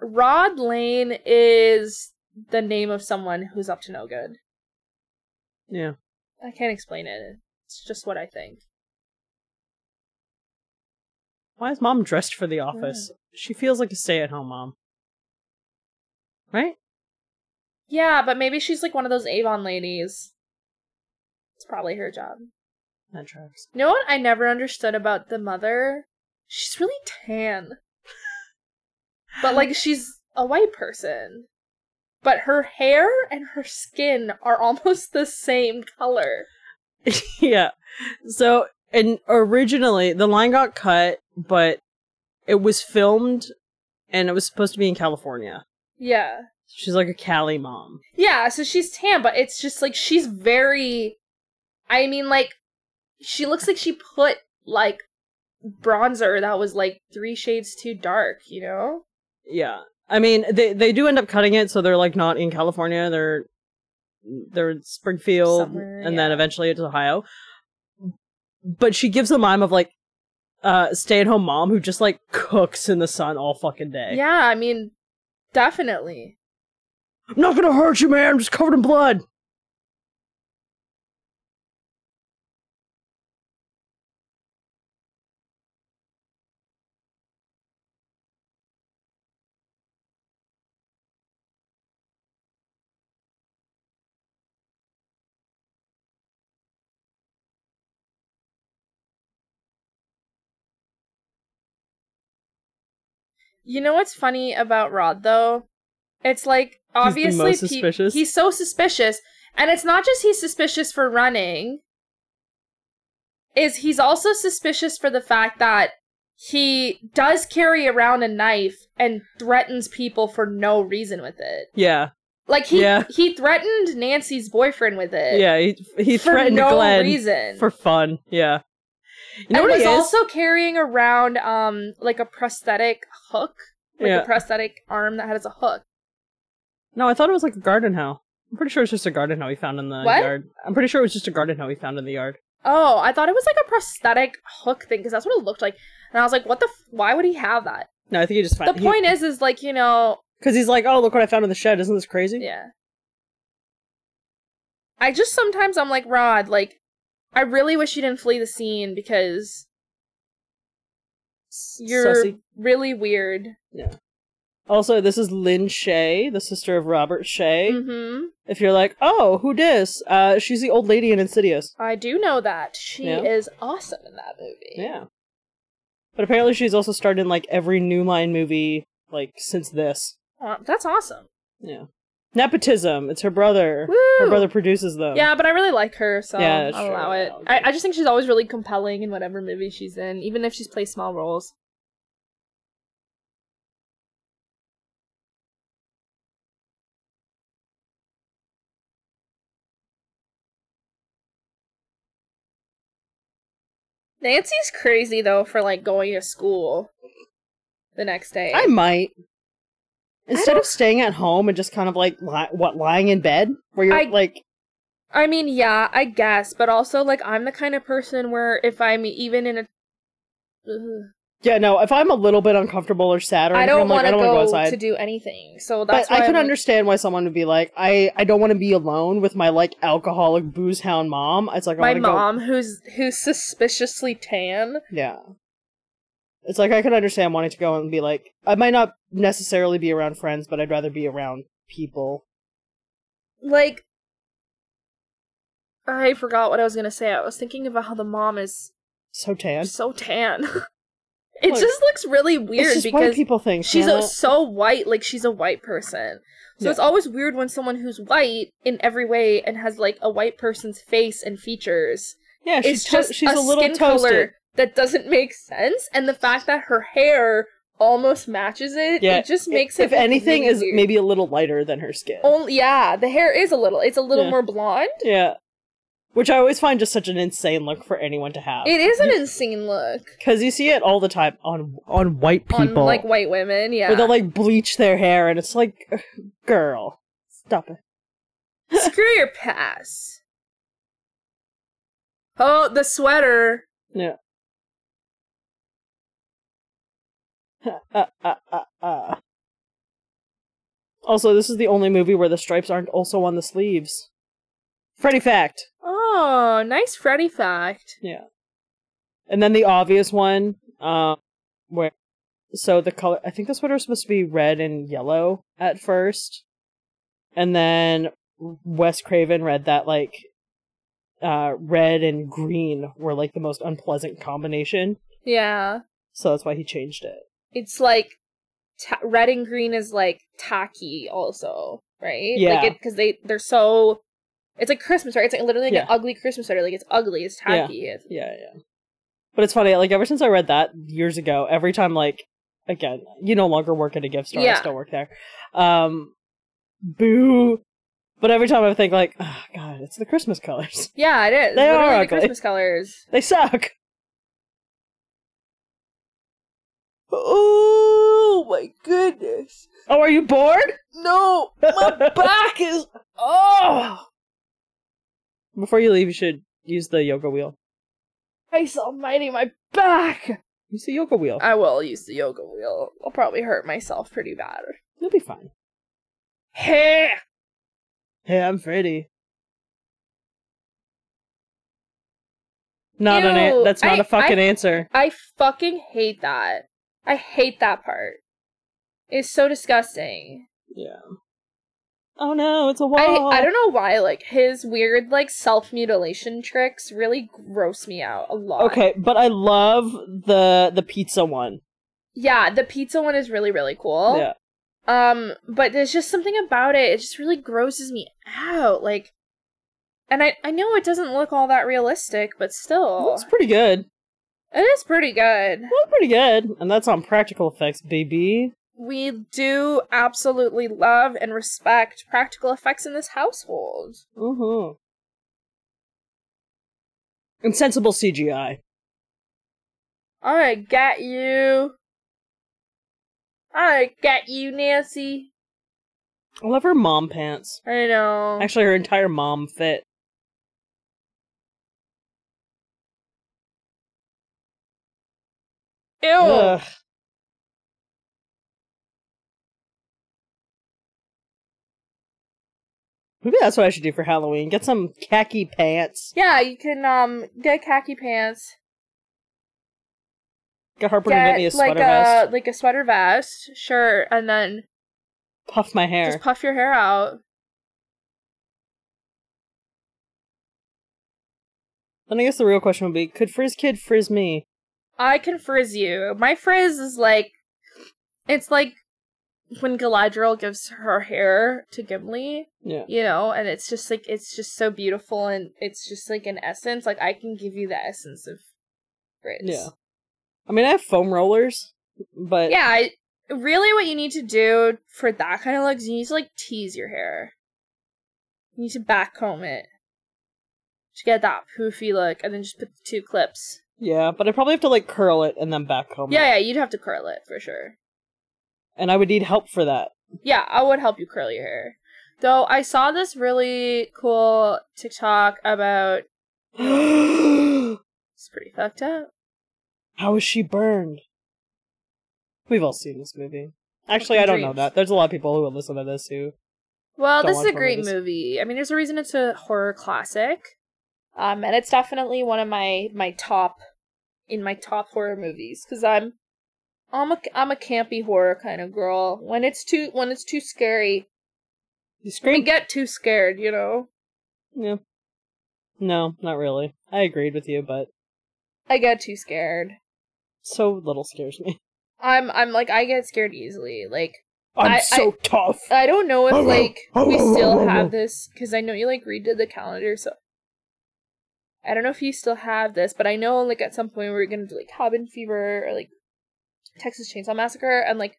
Speaker 2: Rod Lane is the name of someone who's up to no good.
Speaker 3: Yeah.
Speaker 2: I can't explain it. It's just what I think.
Speaker 3: Why is mom dressed for the office? She feels like a stay-at-home mom. Right?
Speaker 2: Yeah, but maybe she's like one of those Avon ladies. It's probably her job.
Speaker 3: That tracks.
Speaker 2: You know what I never understood about the mother? She's really tan. <laughs> but like she's a white person. But her hair and her skin are <laughs> almost the same color.
Speaker 3: <laughs> yeah. So, and originally the line got cut, but it was filmed, and it was supposed to be in California.
Speaker 2: Yeah.
Speaker 3: She's like a Cali mom.
Speaker 2: Yeah, so she's tan, but it's just like she's very I mean like she looks like she put like bronzer that was like 3 shades too dark, you know?
Speaker 3: Yeah. I mean, they they do end up cutting it, so they're like not in California. They're they're in Springfield,
Speaker 2: Somewhere,
Speaker 3: and then
Speaker 2: yeah.
Speaker 3: eventually it's Ohio. But she gives the mime of like uh stay at home mom who just like cooks in the sun all fucking day.
Speaker 2: Yeah, I mean definitely.
Speaker 3: I'm not gonna hurt you, man. I'm just covered in blood.
Speaker 2: You know what's funny about Rod though? It's like obviously
Speaker 3: most
Speaker 2: pe-
Speaker 3: suspicious.
Speaker 2: he's so suspicious, and it's not just he's suspicious for running. is he's also suspicious for the fact that he does carry around a knife and threatens people for no reason with it.
Speaker 3: Yeah.
Speaker 2: Like he
Speaker 3: Yeah.
Speaker 2: he threatened Nancy's boyfriend with it.
Speaker 3: Yeah. He, he
Speaker 2: Uh, for
Speaker 3: threatened
Speaker 2: no
Speaker 3: Glenn
Speaker 2: reason.
Speaker 3: for fun. Yeah. You know
Speaker 2: and
Speaker 3: what
Speaker 2: was
Speaker 3: he is?
Speaker 2: also carrying around um like a prosthetic hook, like
Speaker 3: yeah.
Speaker 2: a prosthetic arm that has a hook.
Speaker 3: No, I thought it was like a garden hoe. I'm pretty sure it's just a garden hoe he found in the
Speaker 2: What?
Speaker 3: yard. I'm pretty sure it was just a garden hoe he found in the yard.
Speaker 2: Oh, I thought it was like a prosthetic hook thing because that's what it looked like. And I was like, what the? F- why would he have that?
Speaker 3: No, I think he just found
Speaker 2: The point is, is like you know,
Speaker 3: because he's like, oh, look what I found in the shed. Isn't this crazy?
Speaker 2: yeah. I just sometimes I'm like Rod, like I really wish you didn't flee the scene because
Speaker 3: S-
Speaker 2: you're
Speaker 3: sussy.
Speaker 2: really weird.
Speaker 3: Also, this is Lynn Shay, the sister of Robert Shay.
Speaker 2: Mm-hmm.
Speaker 3: If you're like, oh, who dis? Uh, she's the old lady in Insidious.
Speaker 2: I do know that she
Speaker 3: Yeah.
Speaker 2: is awesome in that movie.
Speaker 3: Yeah. But apparently, she's also starred in like every New Line movie like since this.
Speaker 2: Aw, that's awesome.
Speaker 3: Yeah. Nepotism. It's her brother. Her
Speaker 2: Woo!
Speaker 3: brother produces them.
Speaker 2: Yeah, but I really like her, so
Speaker 3: Yeah,
Speaker 2: I'll
Speaker 3: sure,
Speaker 2: allow it.
Speaker 3: I'll
Speaker 2: I,
Speaker 3: give
Speaker 2: I just think she's always really compelling in whatever movie she's in, even if she's plays small roles. Nancy's crazy though for like going to school the next day.
Speaker 3: I might. Instead
Speaker 2: don't-
Speaker 3: of staying at home and just kind of like li- what lying in bed where you're
Speaker 2: I-
Speaker 3: like
Speaker 2: I mean, yeah, I guess, but also like I'm the kind of person where if I'm even in a Ugh.
Speaker 3: yeah no if I'm a little bit uncomfortable or sad or
Speaker 2: I
Speaker 3: anything,
Speaker 2: don't
Speaker 3: I'm like
Speaker 2: want
Speaker 3: I
Speaker 2: to
Speaker 3: don't want to go
Speaker 2: go
Speaker 3: outside
Speaker 2: to do anything. So that's
Speaker 3: but I
Speaker 2: why
Speaker 3: can
Speaker 2: I'm-
Speaker 3: understand why someone would be like I I don't want to be alone with my like alcoholic booze hound mom it's like
Speaker 2: my
Speaker 3: I want
Speaker 2: mom who's who's suspiciously tan.
Speaker 3: go yeah it's like I can understand wanting to go and be like I might not necessarily be around friends but I'd rather be around people
Speaker 2: Like I forgot what I was gonna say. I was thinking about how the mom is
Speaker 3: so tan
Speaker 2: so tan. <laughs> it
Speaker 3: Look,
Speaker 2: just looks really
Speaker 3: it's
Speaker 2: weird
Speaker 3: just white
Speaker 2: because
Speaker 3: people things
Speaker 2: she's
Speaker 3: Hannah.
Speaker 2: a, so white, like she's a white person. So
Speaker 3: Yeah.
Speaker 2: it's always weird when someone who's white in every way and has like a white person's face and features
Speaker 3: yeah she's
Speaker 2: it's
Speaker 3: to-
Speaker 2: just
Speaker 3: she's
Speaker 2: a,
Speaker 3: a, little
Speaker 2: skin
Speaker 3: toasted
Speaker 2: color that doesn't make sense, and the fact that her hair almost matches it,
Speaker 3: Yeah,
Speaker 2: it just makes it.
Speaker 3: if
Speaker 2: look
Speaker 3: anything
Speaker 2: really
Speaker 3: is
Speaker 2: weird.
Speaker 3: maybe a little lighter than her skin.
Speaker 2: only yeah, the hair is a little. It's a little
Speaker 3: Yeah.
Speaker 2: more blonde.
Speaker 3: Yeah. Which I always find just such an insane look for anyone to have.
Speaker 2: It is an insane look
Speaker 3: Cuz you see it all the time on on white people.
Speaker 2: on like white women. Yeah, <laughs>
Speaker 3: Where they'll like bleach their hair and it's like girl, stop it. <laughs>
Speaker 2: screw your pass. Oh, the sweater.
Speaker 3: Yeah. Uh, uh, uh, uh. Also, this is the only movie where the stripes aren't also on the sleeves. Freddy fact.
Speaker 2: Oh, nice Freddy fact.
Speaker 3: Yeah. And then the obvious one, um, where so the color I think the sweater is supposed to be red and yellow at first. And then Wes Craven read that like uh red and green were like the most unpleasant combination.
Speaker 2: Yeah,
Speaker 3: So that's why he changed it.
Speaker 2: it's like ta- red and green is like tacky also right
Speaker 3: Yeah.
Speaker 2: like because they they're so it's like christmas right it's like literally like an
Speaker 3: Yeah.
Speaker 2: ugly christmas sweater like it's ugly it's
Speaker 3: Yeah.
Speaker 2: tacky It's-
Speaker 3: Yeah, yeah. But it's funny, like ever since I read that years ago, every time like again, you no longer work at a gift store, I
Speaker 2: Yeah.
Speaker 3: still work there. Um boo. But every time I think like, oh god, it's the Christmas colors. <laughs>
Speaker 2: yeah, it is
Speaker 3: They are
Speaker 2: literally the
Speaker 3: ugly.
Speaker 2: christmas colors
Speaker 3: They suck. Oh my goodness. Oh, are you bored? No, <laughs> my back is oh. Before you leave, you should use the yoga wheel.
Speaker 2: Christ almighty my back
Speaker 3: Use the yoga wheel.
Speaker 2: i will use the yoga wheel i'll probably hurt myself pretty bad
Speaker 3: You'll be fine.
Speaker 2: hey
Speaker 3: Hey, I'm Freddy. Not an.
Speaker 2: Ew,
Speaker 3: An- that's not
Speaker 2: I-
Speaker 3: a fucking
Speaker 2: I-
Speaker 3: answer.
Speaker 2: i fucking hate that i hate that part it's so disgusting
Speaker 3: Yeah. Oh no, it's a wall.
Speaker 2: I, I don't know why like his weird like self mutilation tricks really gross me out a lot.
Speaker 3: Okay, but I love the the pizza one.
Speaker 2: Yeah, the pizza one is really really cool.
Speaker 3: Yeah.
Speaker 2: Um, but there's just something about it. It just really grosses me out. Like, And I, I know it doesn't look all that realistic, but still,
Speaker 3: Looks pretty good.
Speaker 2: it is pretty good.
Speaker 3: Looks pretty good. And that's on practical effects, baby.
Speaker 2: We do absolutely love and respect practical effects in this household.
Speaker 3: Mm-hmm. And sensible CGI.
Speaker 2: I'm gonna get you. I'm gonna get you, Nancy.
Speaker 3: I love her mom pants.
Speaker 2: I know.
Speaker 3: Actually, her entire mom fit.
Speaker 2: Ew.
Speaker 3: Ugh. Maybe that's what I should do for Halloween. Get some khaki pants.
Speaker 2: Yeah, you can um get khaki pants.
Speaker 3: Get Harper to
Speaker 2: Get
Speaker 3: knit me a
Speaker 2: like
Speaker 3: sweater
Speaker 2: a
Speaker 3: vest.
Speaker 2: like a sweater vest, sure, and then
Speaker 3: Puff my hair.
Speaker 2: just puff your hair out.
Speaker 3: Then I guess the real question would be, could Frizz Kid frizz me?
Speaker 2: I can frizz you. My frizz is like it's like when Galadriel gives her hair to Gimli,
Speaker 3: Yeah.
Speaker 2: you know, and it's just like it's just so beautiful and it's just like an essence. Like I can give you the essence of frizz.
Speaker 3: Yeah. I mean, I have foam rollers, but
Speaker 2: Yeah, I, really what you need to do for that kind of look is you need to like tease your hair. You need to backcomb it to get that poofy look and then just put the two clips.
Speaker 3: yeah, but I probably have to like curl it and then back home.
Speaker 2: Yeah, yeah, you'd have to curl it for sure.
Speaker 3: And I would need help for that. <gasps>
Speaker 2: Yeah, I would help you curl your hair. Though I saw this really cool TikTok about it's pretty fucked up.
Speaker 3: How is she burned? We've all seen this movie. Actually, I don't know
Speaker 2: Dreams.
Speaker 3: that. There's a lot of people who will listen to this who.
Speaker 2: Well,
Speaker 3: Don't
Speaker 2: this is a
Speaker 3: watch
Speaker 2: great
Speaker 3: movies.
Speaker 2: movie. I mean, there's a reason it's a horror classic. Um, and it's definitely one of my my top in my top horror movies because I'm I'm a I'm a campy horror kind of girl. When it's too when it's too scary,
Speaker 3: You
Speaker 2: I
Speaker 3: scream.
Speaker 2: get too scared. You know,
Speaker 3: Yeah. No, not really. I agreed with you, but
Speaker 2: I get too scared.
Speaker 3: so little scares me. <laughs>
Speaker 2: I'm I'm like I get scared easily. Like
Speaker 3: I'm
Speaker 2: I-
Speaker 3: so tough.
Speaker 2: I don't know if
Speaker 3: Oh, wow.
Speaker 2: like
Speaker 3: Oh,
Speaker 2: we
Speaker 3: wow, wow,
Speaker 2: still
Speaker 3: wow, wow.
Speaker 2: have this because I know you like redid the calendar, so I don't know if you still have this, but I know like at some point we were gonna do like Cabin Fever or like Texas Chainsaw Massacre, and like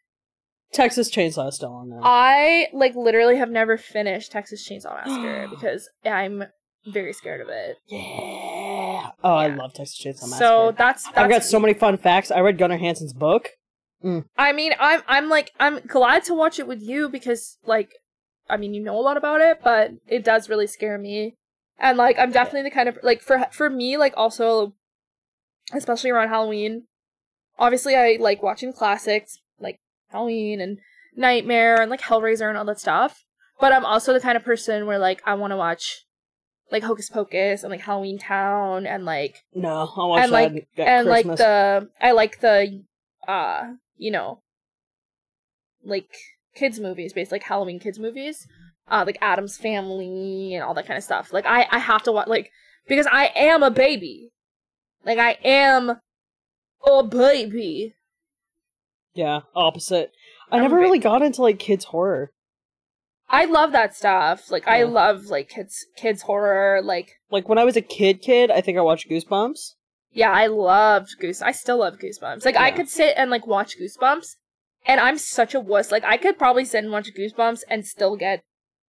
Speaker 3: Texas Chainsaw is still on there.
Speaker 2: Uh, I like literally have never finished Texas Chainsaw Massacre because I'm very scared of it.
Speaker 3: yeah. Oh, I
Speaker 2: Yeah.
Speaker 3: love Texas Chainsaw Massacre.
Speaker 2: So that's that's
Speaker 3: I've got so many fun facts. I read Gunnar Hansen's book.
Speaker 2: I mean, I'm I'm like I'm glad to watch it with you because like I mean, you know a lot about it, but it does really scare me. And like I'm definitely the kind of like for for me like also especially around Halloween. Obviously, I like watching classics like Halloween and Nightmare and like Hellraiser and all that stuff. But I'm also the kind of person where like I want to watch like Hocus Pocus and like Halloween Town and like
Speaker 3: No, I'll watch
Speaker 2: And,
Speaker 3: that
Speaker 2: like-
Speaker 3: at
Speaker 2: and like
Speaker 3: Christmas.
Speaker 2: the I like the uh you know like kids movies based like Halloween kids movies uh like Adam's family and all that kind of stuff like I I have to watch like because I am a baby like I am a baby
Speaker 3: Yeah, opposite. I
Speaker 2: I'm
Speaker 3: never
Speaker 2: a
Speaker 3: really got into like kids horror.
Speaker 2: I love that stuff like I
Speaker 3: Yeah.
Speaker 2: love like kids kids horror like
Speaker 3: Like when I was a kid, kid, I think I watched Goosebumps.
Speaker 2: Yeah, I loved Goose. I still love Goosebumps. Like I
Speaker 3: Yeah.
Speaker 2: could sit and like watch Goosebumps, and I'm such a wuss. Like I could probably sit and watch Goosebumps and still get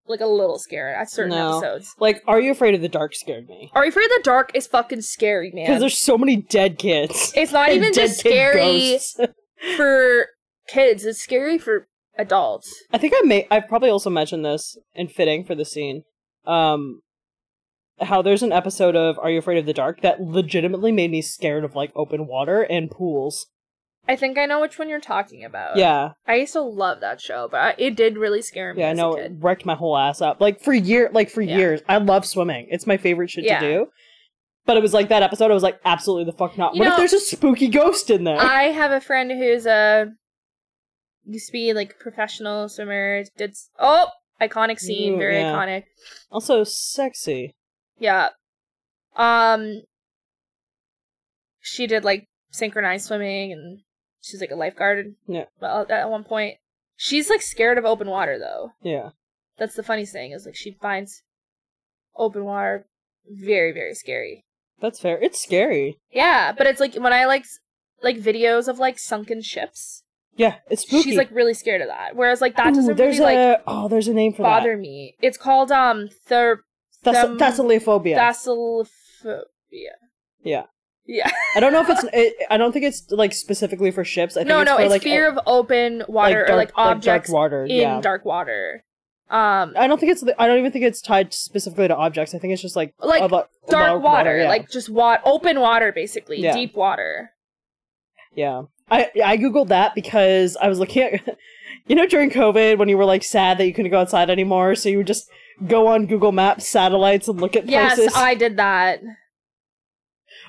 Speaker 2: like a little scared at certain
Speaker 3: No.
Speaker 2: episodes.
Speaker 3: Like, Are You Afraid of the Dark scared me
Speaker 2: Are you afraid of the dark? Is fucking scary,
Speaker 3: because
Speaker 2: man.
Speaker 3: there's so many dead kids.
Speaker 2: It's not
Speaker 3: And
Speaker 2: even
Speaker 3: dead
Speaker 2: just
Speaker 3: kid
Speaker 2: scary
Speaker 3: ghosts.
Speaker 2: <laughs>
Speaker 3: <laughs>
Speaker 2: for kids. It's scary for adults.
Speaker 3: I think I may. I've probably also mentioned this in fitting for the scene. Um, how there's an episode of Are You Afraid of the Dark that legitimately made me scared of like open water and pools.
Speaker 2: I think I know which one you're talking about.
Speaker 3: Yeah,
Speaker 2: I used to love that show, but I, it did really scare me.
Speaker 3: yeah, I
Speaker 2: as a
Speaker 3: know.
Speaker 2: kid.
Speaker 3: It wrecked my whole ass up. Like for year, like for
Speaker 2: Yeah.
Speaker 3: years, I love swimming. It's my favorite shit
Speaker 2: Yeah.
Speaker 3: to do. But it was like that episode. I was like, absolutely the fuck not.
Speaker 2: You
Speaker 3: what
Speaker 2: know-
Speaker 3: if there's a spooky ghost in <laughs> there?
Speaker 2: I have a friend who's a used to be like professional swimmer. Did s- oh iconic scene,
Speaker 3: Ooh,
Speaker 2: very
Speaker 3: yeah.
Speaker 2: iconic.
Speaker 3: also, sexy.
Speaker 2: Yeah. Um. She did like synchronized swimming, and she's like a lifeguard.
Speaker 3: Yeah.
Speaker 2: Well, at- at one point, she's like scared of open water though.
Speaker 3: Yeah,
Speaker 2: That's the funny thing is like she finds open water very very scary.
Speaker 3: That's fair. It's scary.
Speaker 2: Yeah, but it's like when I like s- like videos of like sunken ships.
Speaker 3: Yeah, it's spooky.
Speaker 2: She's like really scared of that. Whereas like that
Speaker 3: Ooh,
Speaker 2: doesn't
Speaker 3: there's
Speaker 2: really like
Speaker 3: a oh, there's a name for
Speaker 2: bother me. It's called um ther-
Speaker 3: that. Thess-
Speaker 2: them-
Speaker 3: Thessalophobia.
Speaker 2: thassalophobia.
Speaker 3: Yeah.
Speaker 2: Yeah.
Speaker 3: I don't know if it's. It, I don't think it's like specifically for ships. I think
Speaker 2: no,
Speaker 3: it's
Speaker 2: no,
Speaker 3: for,
Speaker 2: it's
Speaker 3: like,
Speaker 2: fear
Speaker 3: a-
Speaker 2: of open water
Speaker 3: like,
Speaker 2: or like
Speaker 3: dark-
Speaker 2: objects
Speaker 3: dark water.
Speaker 2: in
Speaker 3: yeah. Oh,
Speaker 2: dark water. Um
Speaker 3: I don't think it's. the- I don't even think it's tied specifically to objects. I think it's just like
Speaker 2: Like,
Speaker 3: about-
Speaker 2: dark
Speaker 3: about
Speaker 2: water,
Speaker 3: yeah.
Speaker 2: like just wa- open water basically,
Speaker 3: Yeah.
Speaker 2: deep water.
Speaker 3: yeah. I I googled that because I was looking at, <laughs> you know, during COVID when you were like sad that you couldn't go outside anymore, so you would just go on Google Maps satellites and look at
Speaker 2: Yes,
Speaker 3: places.
Speaker 2: I did that.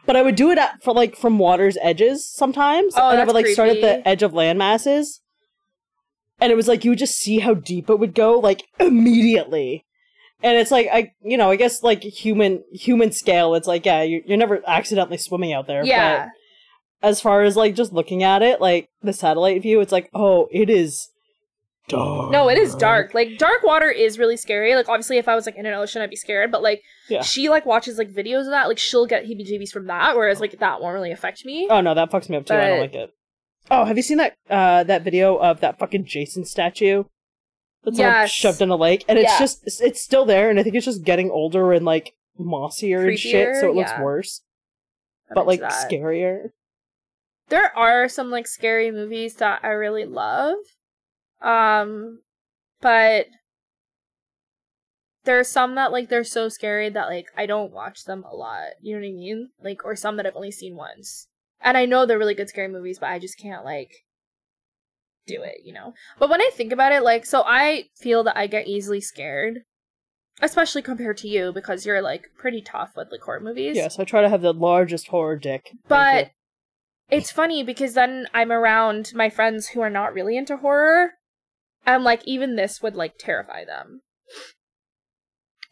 Speaker 3: but I would do it at, for like from water's edges sometimes,
Speaker 2: Oh,
Speaker 3: and I
Speaker 2: that's
Speaker 3: would like start at the
Speaker 2: creepy.
Speaker 3: edge of land masses, and it was like you would just see how deep it would go, like immediately. And it's like I, you know, I guess like human human scale, it's like yeah, you're, you're never accidentally swimming out there.
Speaker 2: Yeah.
Speaker 3: But as far as like just looking at it, like the satellite view, it's like oh, it is dark.
Speaker 2: No, it is dark. Like dark water is really scary. Like obviously if I was like in an ocean I'd be scared, but like
Speaker 3: Yeah.
Speaker 2: she like watches like videos of that, like she'll get heebie jeebies from that, whereas like that won't really affect me.
Speaker 3: Oh no, that fucks me up too. I don't
Speaker 2: But-
Speaker 3: like it. Oh, have you seen that uh that video of that fucking Jason statue? That's all
Speaker 2: Yes.
Speaker 3: shoved in a lake, and it's
Speaker 2: Yeah.
Speaker 3: just it's- it's still there, and I think it's just getting older and like mossier and shit, so
Speaker 2: Creepier,
Speaker 3: it looks
Speaker 2: yeah.
Speaker 3: worse,
Speaker 2: I'm
Speaker 3: but
Speaker 2: into
Speaker 3: like
Speaker 2: that.
Speaker 3: scarier.
Speaker 2: there are some like scary movies that I really love. Um but there are some that like they're so scary that like I don't watch them a lot. You know what I mean? Like or some that I've only seen once. And I know they're really good scary movies, but I just can't like do it, you know. But when I think about it, like so I feel that I get easily scared. Especially compared to you because you're like pretty tough with like horror movies.
Speaker 3: Yes, I try to have the largest horror dick. Thank
Speaker 2: But
Speaker 3: you.
Speaker 2: it's funny because then I'm around my friends who are not really into horror, and like even this would like terrify them.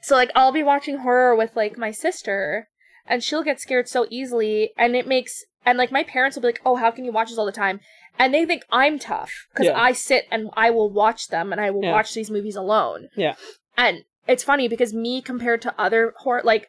Speaker 2: So like I'll be watching horror with like my sister, and she'll get scared so easily, and it makes and like my parents will be like, "Oh, how can you watch this all the time?" And they think I'm tough because
Speaker 3: Yeah.
Speaker 2: I sit and I will watch them and I will
Speaker 3: Yeah.
Speaker 2: watch these movies alone.
Speaker 3: Yeah.
Speaker 2: and it's funny because me compared to other horror like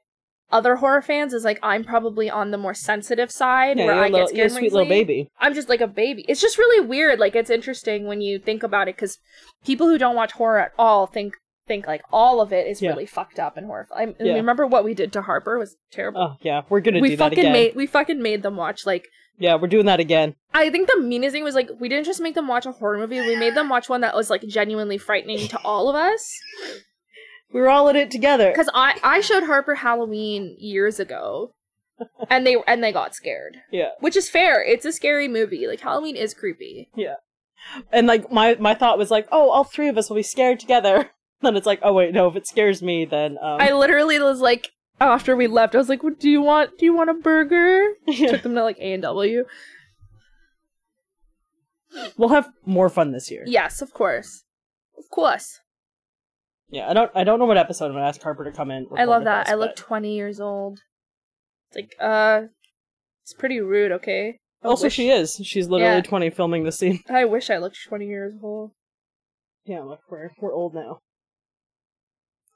Speaker 2: other horror fans is like I'm probably on the more sensitive side
Speaker 3: yeah,
Speaker 2: where
Speaker 3: you're,
Speaker 2: I
Speaker 3: a little,
Speaker 2: get
Speaker 3: you're a
Speaker 2: scared.
Speaker 3: sweet little
Speaker 2: easily.
Speaker 3: baby.
Speaker 2: I'm just like a baby. It's just really weird. Like it's interesting when you think about it because people who don't watch horror at all think think like all of it is
Speaker 3: Yeah.
Speaker 2: really fucked up and horrifying. I mean,
Speaker 3: Yeah.
Speaker 2: remember what we did to Harper was terrible.
Speaker 3: Oh yeah, we're gonna
Speaker 2: we
Speaker 3: do that
Speaker 2: fucking
Speaker 3: again.
Speaker 2: made we fucking made them watch like
Speaker 3: yeah, we're doing that again.
Speaker 2: I think the meanest thing was like we didn't just make them watch a horror movie. We made them watch one that was like genuinely frightening to all of us.
Speaker 3: We were all in
Speaker 2: <laughs>
Speaker 3: it together.
Speaker 2: Because I I showed Harper Halloween years ago, and they and they got scared.
Speaker 3: Yeah.
Speaker 2: which is fair. It's a scary movie. Like Halloween is creepy.
Speaker 3: and like my my thought was like, oh, all three of us will be scared together. <laughs> Then it's like, oh wait, no, if it scares me, then um, <laughs>
Speaker 2: I literally was like, after we left, I was like, well, "Do you want? Do you want a burger?"
Speaker 3: <laughs>
Speaker 2: Took them to like A and W.
Speaker 3: we'll have more fun this year.
Speaker 2: Yes, of course, of course.
Speaker 3: Yeah, I don't I don't know what episode I'm gonna ask Harper to come in.
Speaker 2: I love
Speaker 3: record with
Speaker 2: that.
Speaker 3: us,
Speaker 2: I look
Speaker 3: but-
Speaker 2: twenty years old. It's like, uh, it's pretty rude. Okay. I
Speaker 3: also,
Speaker 2: wish-
Speaker 3: she is. She's literally
Speaker 2: Yeah.
Speaker 3: 20 filming the scene.
Speaker 2: I wish I looked twenty years old.
Speaker 3: Yeah, look, we're we're old now.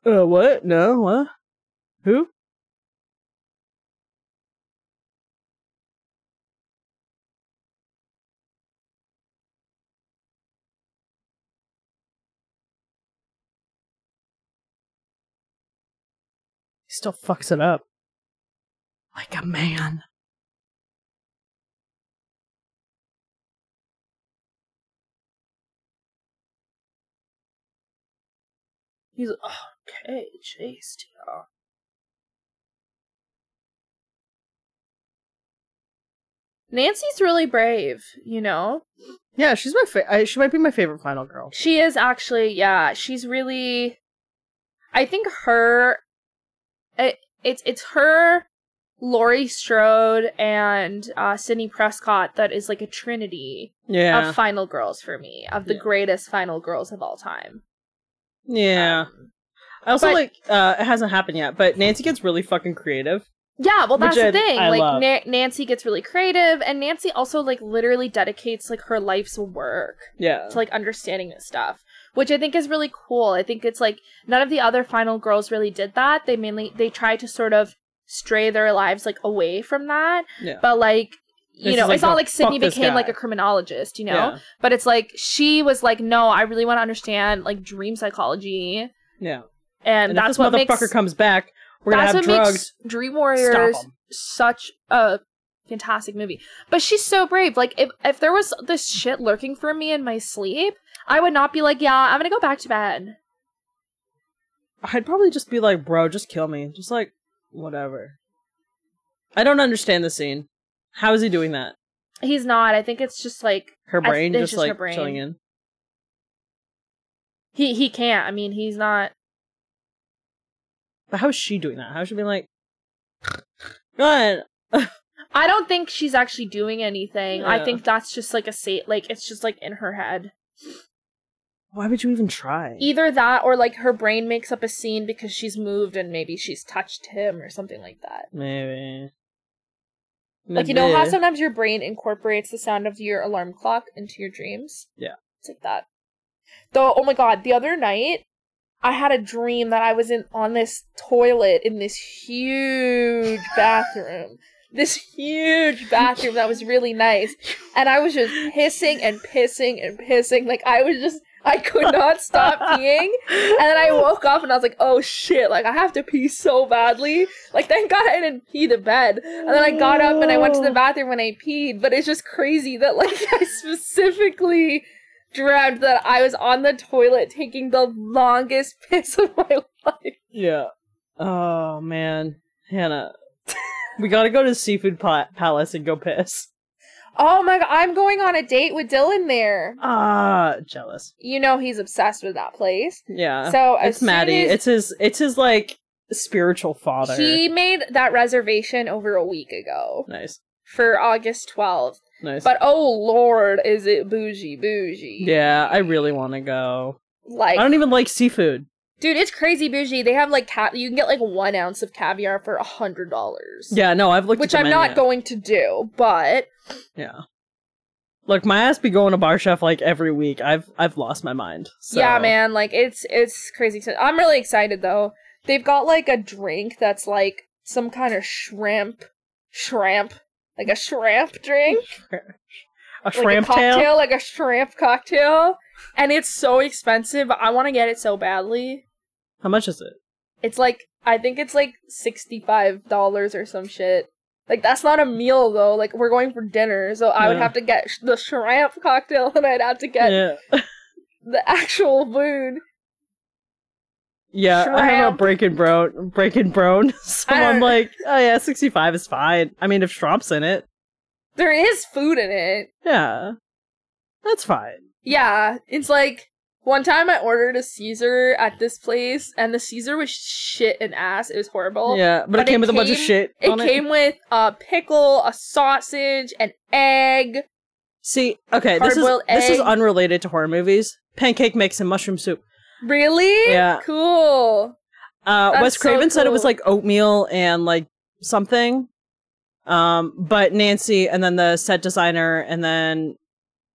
Speaker 3: Uh, what? No, what? Who? He still fucks it up. Like a man.
Speaker 2: He's like, "Oh, okay, jeez, dear." Nancy's really brave, you know.
Speaker 3: Yeah, she's my fa- I, she might be my favorite final girl.
Speaker 2: She is actually, yeah, she's really. I think her, it, it's it's her, Laurie Strode and uh, Sydney Prescott that is like a trinity
Speaker 3: Yeah.
Speaker 2: of final girls for me, of the
Speaker 3: Yeah.
Speaker 2: greatest final girls of all time.
Speaker 3: yeah.
Speaker 2: Um,
Speaker 3: I also
Speaker 2: But-
Speaker 3: like uh it hasn't happened yet, but Nancy gets really fucking creative.
Speaker 2: Yeah, well, that's
Speaker 3: Which I-
Speaker 2: the thing.
Speaker 3: I
Speaker 2: like,
Speaker 3: love.
Speaker 2: Na- Nancy gets really creative, and Nancy also like literally dedicates like her life's work
Speaker 3: Yeah.
Speaker 2: to like understanding this stuff. which I think is really cool. I think it's like none of the other final girls really did that. They mainly they try to sort of stray their lives like away from that.
Speaker 3: Yeah.
Speaker 2: But like you
Speaker 3: This
Speaker 2: know,
Speaker 3: is like,
Speaker 2: it's not
Speaker 3: no,
Speaker 2: like Sydney
Speaker 3: fuck this
Speaker 2: became
Speaker 3: guy.
Speaker 2: like a criminologist, you know?
Speaker 3: Yeah.
Speaker 2: But it's like she was like, No, I really want to understand like dream psychology and,
Speaker 3: Yeah. if
Speaker 2: that's
Speaker 3: this
Speaker 2: what
Speaker 3: motherfucker
Speaker 2: makes
Speaker 3: comes back, we're gonna
Speaker 2: that's
Speaker 3: have
Speaker 2: what
Speaker 3: drugs.
Speaker 2: makes Dream
Speaker 3: Stop
Speaker 2: Warriors
Speaker 3: 'em.
Speaker 2: such a fantastic movie. But she's so brave. Like if if there was this shit lurking for me in my sleep, I would not be like, yeah, I'm gonna go back to bed.
Speaker 3: I'd probably just be like, bro, just kill me. Just like whatever. I don't understand the scene. How is he doing that?
Speaker 2: He's not. I think it's just like
Speaker 3: Her
Speaker 2: I-
Speaker 3: brain
Speaker 2: it's
Speaker 3: just,
Speaker 2: just her
Speaker 3: like
Speaker 2: brain.
Speaker 3: chilling in.
Speaker 2: he he can't. I mean, he's not.
Speaker 3: But how is she doing that? How is she being like God
Speaker 2: I don't think she's actually doing anything. I
Speaker 3: Yeah.
Speaker 2: think that's just like a state. Like it's just like in her head.
Speaker 3: why would you even try?
Speaker 2: Either that or like her brain makes up a scene because she's moved and maybe she's touched him or something like that.
Speaker 3: Maybe.
Speaker 2: Like you know how
Speaker 3: Maybe.
Speaker 2: sometimes your brain incorporates the sound of your alarm clock into your dreams?
Speaker 3: Yeah.
Speaker 2: It's like that. Though oh my god, the other night I had a dream that I was in on this toilet in this huge bathroom. This huge bathroom that was really nice. And I was just pissing and pissing and pissing. Like I was just I could not stop peeing. And then I woke up and I was like, oh shit, like I have to pee so badly. Like thank God I didn't pee the bed. And then I got up and I went to
Speaker 3: Oh.
Speaker 2: the bathroom and I peed. But it's just crazy that like <laughs> I specifically dreamt that I was on the toilet taking the longest <laughs> piss of my life.
Speaker 3: Yeah. Oh man, Hannah, we gotta go to the seafood pa- palace and go piss.
Speaker 2: Oh my god, I'm going on a date with Dylan there.
Speaker 3: Ah, jealous.
Speaker 2: You know he's obsessed with that place.
Speaker 3: Yeah.
Speaker 2: So as
Speaker 3: Uh, it's Maddie.
Speaker 2: Soon as
Speaker 3: It's his. It's his like spiritual father.
Speaker 2: he made that reservation over a week ago
Speaker 3: Nice.
Speaker 2: for August 12th.
Speaker 3: Nice.
Speaker 2: But oh lord, is it bougie bougie.
Speaker 3: yeah, I really want to go. I
Speaker 2: Like
Speaker 3: don't even like seafood.
Speaker 2: Dude, it's crazy bougie. They have like cat. You can get like one ounce of caviar for a hundred dollars.
Speaker 3: Yeah, no, I've looked.
Speaker 2: which
Speaker 3: at the
Speaker 2: I'm not
Speaker 3: menu.
Speaker 2: going to do. But
Speaker 3: Yeah. Look, my ass be going to Bar Chef like every week. I've I've lost my mind. So.
Speaker 2: yeah, man, like it's it's crazy. expen- I'm really excited though. They've got like a drink that's like some kind of shrimp, shrimp, like a shrimp drink,
Speaker 3: A
Speaker 2: like a
Speaker 3: shrimp
Speaker 2: cocktail,
Speaker 3: tail.
Speaker 2: like a shrimp cocktail, and it's so expensive. I want to get it so badly.
Speaker 3: How much is it?
Speaker 2: It's like I think it's like sixty five dollars or some shit. Like that's not a meal though. Like we're going for dinner, so I would
Speaker 3: Yeah.
Speaker 2: have to get sh- the shrimp <laughs> cocktail, and I'd have to get
Speaker 3: yeah.
Speaker 2: the actual food.
Speaker 3: Yeah, I have a
Speaker 2: Shrimp.
Speaker 3: break and brown, break and brown. <laughs> So
Speaker 2: I don't-
Speaker 3: I'm like, oh yeah, 65 is fine. I mean, if Shromp's in it,
Speaker 2: There is food in it.
Speaker 3: yeah, that's fine.
Speaker 2: Yeah, it's like one time I ordered a Caesar at this place, and the Caesar was shit and ass. It was horrible.
Speaker 3: yeah, but, it
Speaker 2: but it
Speaker 3: came with a bunch of
Speaker 2: came-
Speaker 3: shit.
Speaker 2: It
Speaker 3: on
Speaker 2: came with a pickle, a sausage, an egg.
Speaker 3: See, okay, this is
Speaker 2: hard-boiled
Speaker 3: this is
Speaker 2: egg.
Speaker 3: unrelated to horror movies. Pancake mix and mushroom soup.
Speaker 2: Really?
Speaker 3: Yeah.
Speaker 2: Cool.
Speaker 3: Uh,
Speaker 2: That's
Speaker 3: Wes
Speaker 2: so
Speaker 3: Craven said it was
Speaker 2: cool.
Speaker 3: like oatmeal and like something. Um, but Nancy and then the set designer and then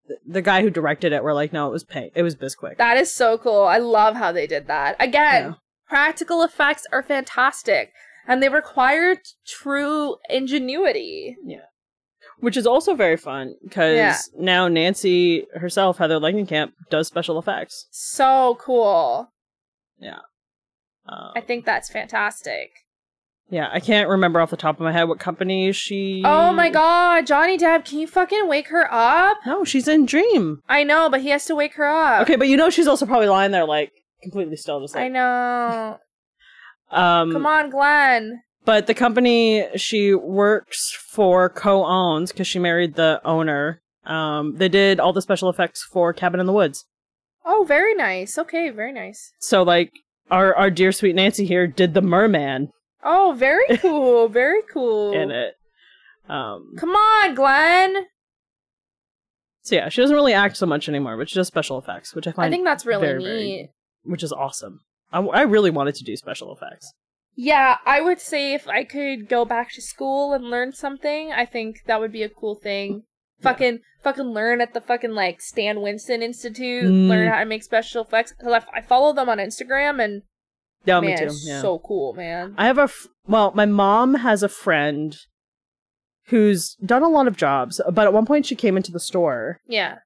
Speaker 3: th- the guy who directed it were like, no, it was pay- it was Bisquick.
Speaker 2: That is so cool. I love how they did that. Again,
Speaker 3: Yeah.
Speaker 2: practical effects are fantastic and they require t- true ingenuity.
Speaker 3: which is also very fun because
Speaker 2: Yeah.
Speaker 3: now Nancy herself, Heather Langenkamp, does special effects.
Speaker 2: So cool.
Speaker 3: Um,
Speaker 2: I think that's fantastic.
Speaker 3: yeah, I can't remember off the top of my head what company she.
Speaker 2: Oh my god, Johnny Depp, can you fucking wake her up?
Speaker 3: No, she's in Dream.
Speaker 2: I know, but he has to wake her up.
Speaker 3: Okay, but you know she's also probably lying there like completely still, just
Speaker 2: Oh. I
Speaker 3: like. <laughs>
Speaker 2: know.
Speaker 3: Um,
Speaker 2: Come on, Glenn.
Speaker 3: But the company she works for co-owns because she married the owner. Um, they did all the special effects for Cabin in the Woods.
Speaker 2: Oh, very nice. Okay, very nice.
Speaker 3: So like our our dear sweet Nancy here did the merman
Speaker 2: Oh,
Speaker 3: <laughs>
Speaker 2: very cool. Very cool.
Speaker 3: in it. Um,
Speaker 2: Come on, Glenn.
Speaker 3: So yeah, she doesn't really act so much anymore, but she does special effects, which I
Speaker 2: I
Speaker 3: find
Speaker 2: think that's really
Speaker 3: very,
Speaker 2: neat.
Speaker 3: very which is awesome. I, I really wanted to do special effects.
Speaker 2: Yeah, I would say if I could go back to school and learn something, I think that would be a cool thing. Fucking fucking learn at the fucking like Stan Winston Institute.
Speaker 3: Mm.
Speaker 2: Learn how to make special effects. 'Cause I, f- I follow them on Instagram and
Speaker 3: Yeah,
Speaker 2: man,
Speaker 3: Oh, me too.
Speaker 2: it's
Speaker 3: Yeah.
Speaker 2: so cool, man.
Speaker 3: I have a f- well, my mom has a friend who's done a lot of jobs, but at one point she came into the store
Speaker 2: yeah,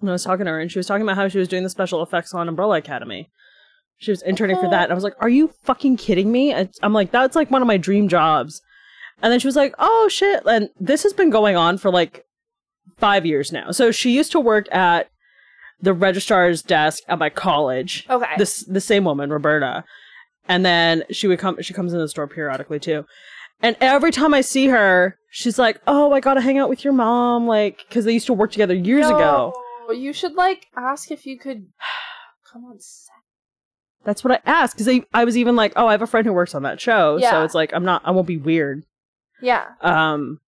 Speaker 3: and I was talking to her and she was talking about how she was doing the special effects on Umbrella Academy. She was interning for that and I was like, "Are you fucking kidding me?" I- I'm like, "That's like one of my dream jobs." And then she was like, "Oh shit." And this has been going on for like 5 years now. So she used to work at the registrar's desk at my college
Speaker 2: okay,
Speaker 3: this the same woman roberta and then she would come she comes in the store periodically too and every time i see her she's like oh i gotta hang out with your mom like because they used to work together years ago
Speaker 2: No, You should like ask if you could <sighs> come on set.
Speaker 3: that's what i asked because i was even like oh i have a friend who works on that show so
Speaker 2: Yeah.
Speaker 3: it's like i'm not i won't be weird
Speaker 2: Yeah,
Speaker 3: um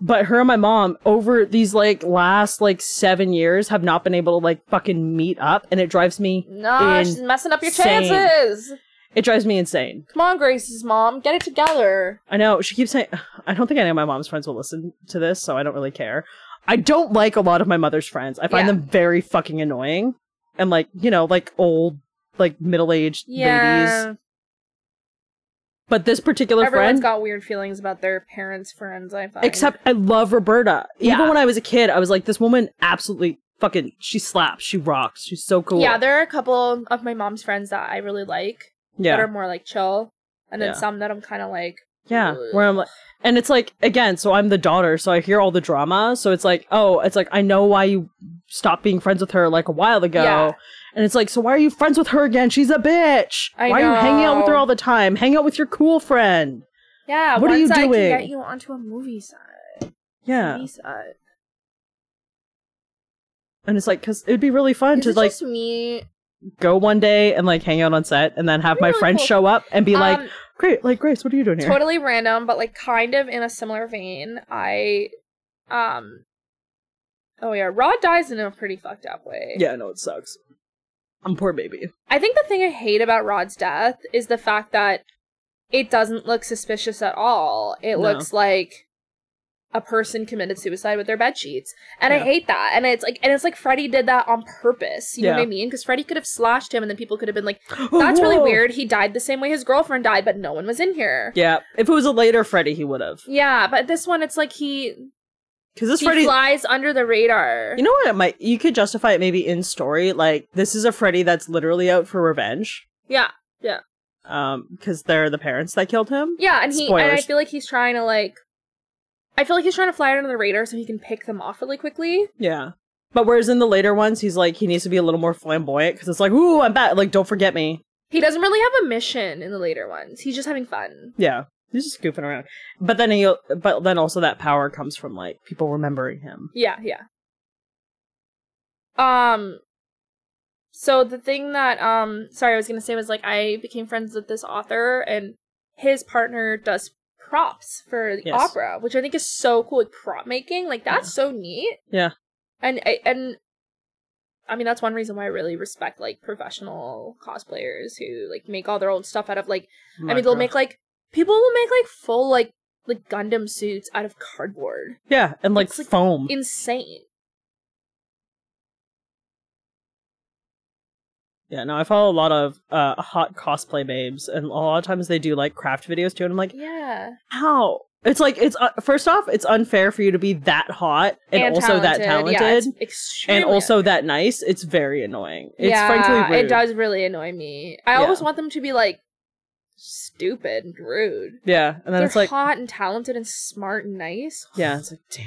Speaker 3: but her and my mom over these like last like seven years have not been able to like fucking meet up and it drives me
Speaker 2: no, she's messing up your
Speaker 3: Insane.
Speaker 2: chances.
Speaker 3: it drives me insane
Speaker 2: Come on, Grace's mom, get it together.
Speaker 3: I know she keeps saying. <sighs> I don't think any of my mom's friends will listen to this, so I don't really care. I don't like a lot of my mother's friends. I find
Speaker 2: Yeah.
Speaker 3: them very fucking annoying, and like you know, like old, like middle aged
Speaker 2: Yeah,
Speaker 3: ladies. But this particular
Speaker 2: everyone's
Speaker 3: friend,
Speaker 2: got weird feelings about their parents' friends. I find
Speaker 3: except I love Roberta. Even
Speaker 2: Yeah.
Speaker 3: when I was a kid, I was like, this woman absolutely fucking. She slaps. She rocks. She's so cool.
Speaker 2: Yeah, there are a couple of my mom's friends that I really like that
Speaker 3: yeah,
Speaker 2: are more like chill, and then
Speaker 3: Yeah.
Speaker 2: some that I'm kind of like,
Speaker 3: yeah. Where I'm like. And it's like again, so I'm the daughter, so I hear all the drama. So it's like, oh, it's like I know why you stopped being friends with her like a while ago.
Speaker 2: Yeah.
Speaker 3: And it's like, so why are you friends with her again? She's a bitch.
Speaker 2: I
Speaker 3: why are you hanging out with her
Speaker 2: know.
Speaker 3: all the time? Hang out with your cool friend.
Speaker 2: yeah,
Speaker 3: What are you
Speaker 2: once I
Speaker 3: doing?
Speaker 2: can get you onto a movie set,
Speaker 3: Yeah.
Speaker 2: movie set.
Speaker 3: And it's like, cause it'd be really fun
Speaker 2: Is
Speaker 3: to
Speaker 2: it
Speaker 3: like
Speaker 2: just me?
Speaker 3: go one day and like hang out on set and then have
Speaker 2: It'd be
Speaker 3: my
Speaker 2: really
Speaker 3: friend
Speaker 2: cool.
Speaker 3: show up and be like, <laughs>
Speaker 2: Um,
Speaker 3: great, like Grace, what are you
Speaker 2: <laughs>
Speaker 3: doing here?
Speaker 2: totally random, but like kind of in a similar vein. I, um, oh yeah, Rod dies in a pretty fucked up way.
Speaker 3: Yeah, I know it sucks. I'm Um, poor baby. <gasps>
Speaker 2: I think the thing I hate about Rod's death is the fact that it doesn't look suspicious at all. It
Speaker 3: No.
Speaker 2: looks like a person committed suicide with their bed sheets, and I
Speaker 3: Yeah.
Speaker 2: hate that. And it's like, and it's like Freddy did that on purpose. You know
Speaker 3: Yeah.
Speaker 2: what I mean? Because Freddy could have slashed him, and then people could have been like, "That's really
Speaker 3: Whoa.
Speaker 2: weird. He died the same way his girlfriend died, but no one was in here."
Speaker 3: Yeah. If it was a later Freddy, he would have.
Speaker 2: Yeah, but this one, it's like he
Speaker 3: Cause this
Speaker 2: he
Speaker 3: Freddy,
Speaker 2: flies under the radar.
Speaker 3: You know what? It might you could justify it maybe in story, like this is a Freddy that's literally out for revenge,
Speaker 2: yeah,
Speaker 3: um, because they're the parents that killed him.
Speaker 2: yeah, and he and I
Speaker 3: Spoilers.
Speaker 2: feel like he's trying to like, I feel like he's trying to fly under the radar so he can pick them off really quickly.
Speaker 3: Yeah. But whereas in the later ones, he's like he needs to be a little more flamboyant because it's like, ooh, I'm back. Like, don't forget me.
Speaker 2: He doesn't really have a mission in the later ones. He's just having fun.
Speaker 3: Yeah, he's just goofing around. But then he, but then also that power comes from like people remembering him.
Speaker 2: Yeah, yeah. Um so the thing that um sorry, I was going to say was like I became friends with this author and his partner does props for the
Speaker 3: Yes.
Speaker 2: opera, which I think is so cool like prop making. Like that's so neat.
Speaker 3: Yeah.
Speaker 2: And I and I mean that's one reason why I really respect like professional cosplayers who like make all their own stuff out of like I mean, they'll
Speaker 3: Minecraft.
Speaker 2: make like people will make like full like like Gundam suits out of cardboard.
Speaker 3: yeah, and like,
Speaker 2: It's, like,
Speaker 3: foam.
Speaker 2: Insane.
Speaker 3: yeah, no, I follow a lot of uh hot cosplay babes, and a lot of times they do like craft videos too, and I'm like,
Speaker 2: Yeah.
Speaker 3: how? It's like it's uh, first off, it's unfair for you to be that hot and, also that talented
Speaker 2: Yeah, it's extremely
Speaker 3: and also that nice. It's very annoying. It's
Speaker 2: yeah,
Speaker 3: frankly rude.
Speaker 2: it does really annoy me. I
Speaker 3: Yeah.
Speaker 2: always want them to be like stupid and rude.
Speaker 3: Yeah, and then
Speaker 2: They're
Speaker 3: it's like
Speaker 2: hot and talented and smart and nice.
Speaker 3: yeah, it's like damn.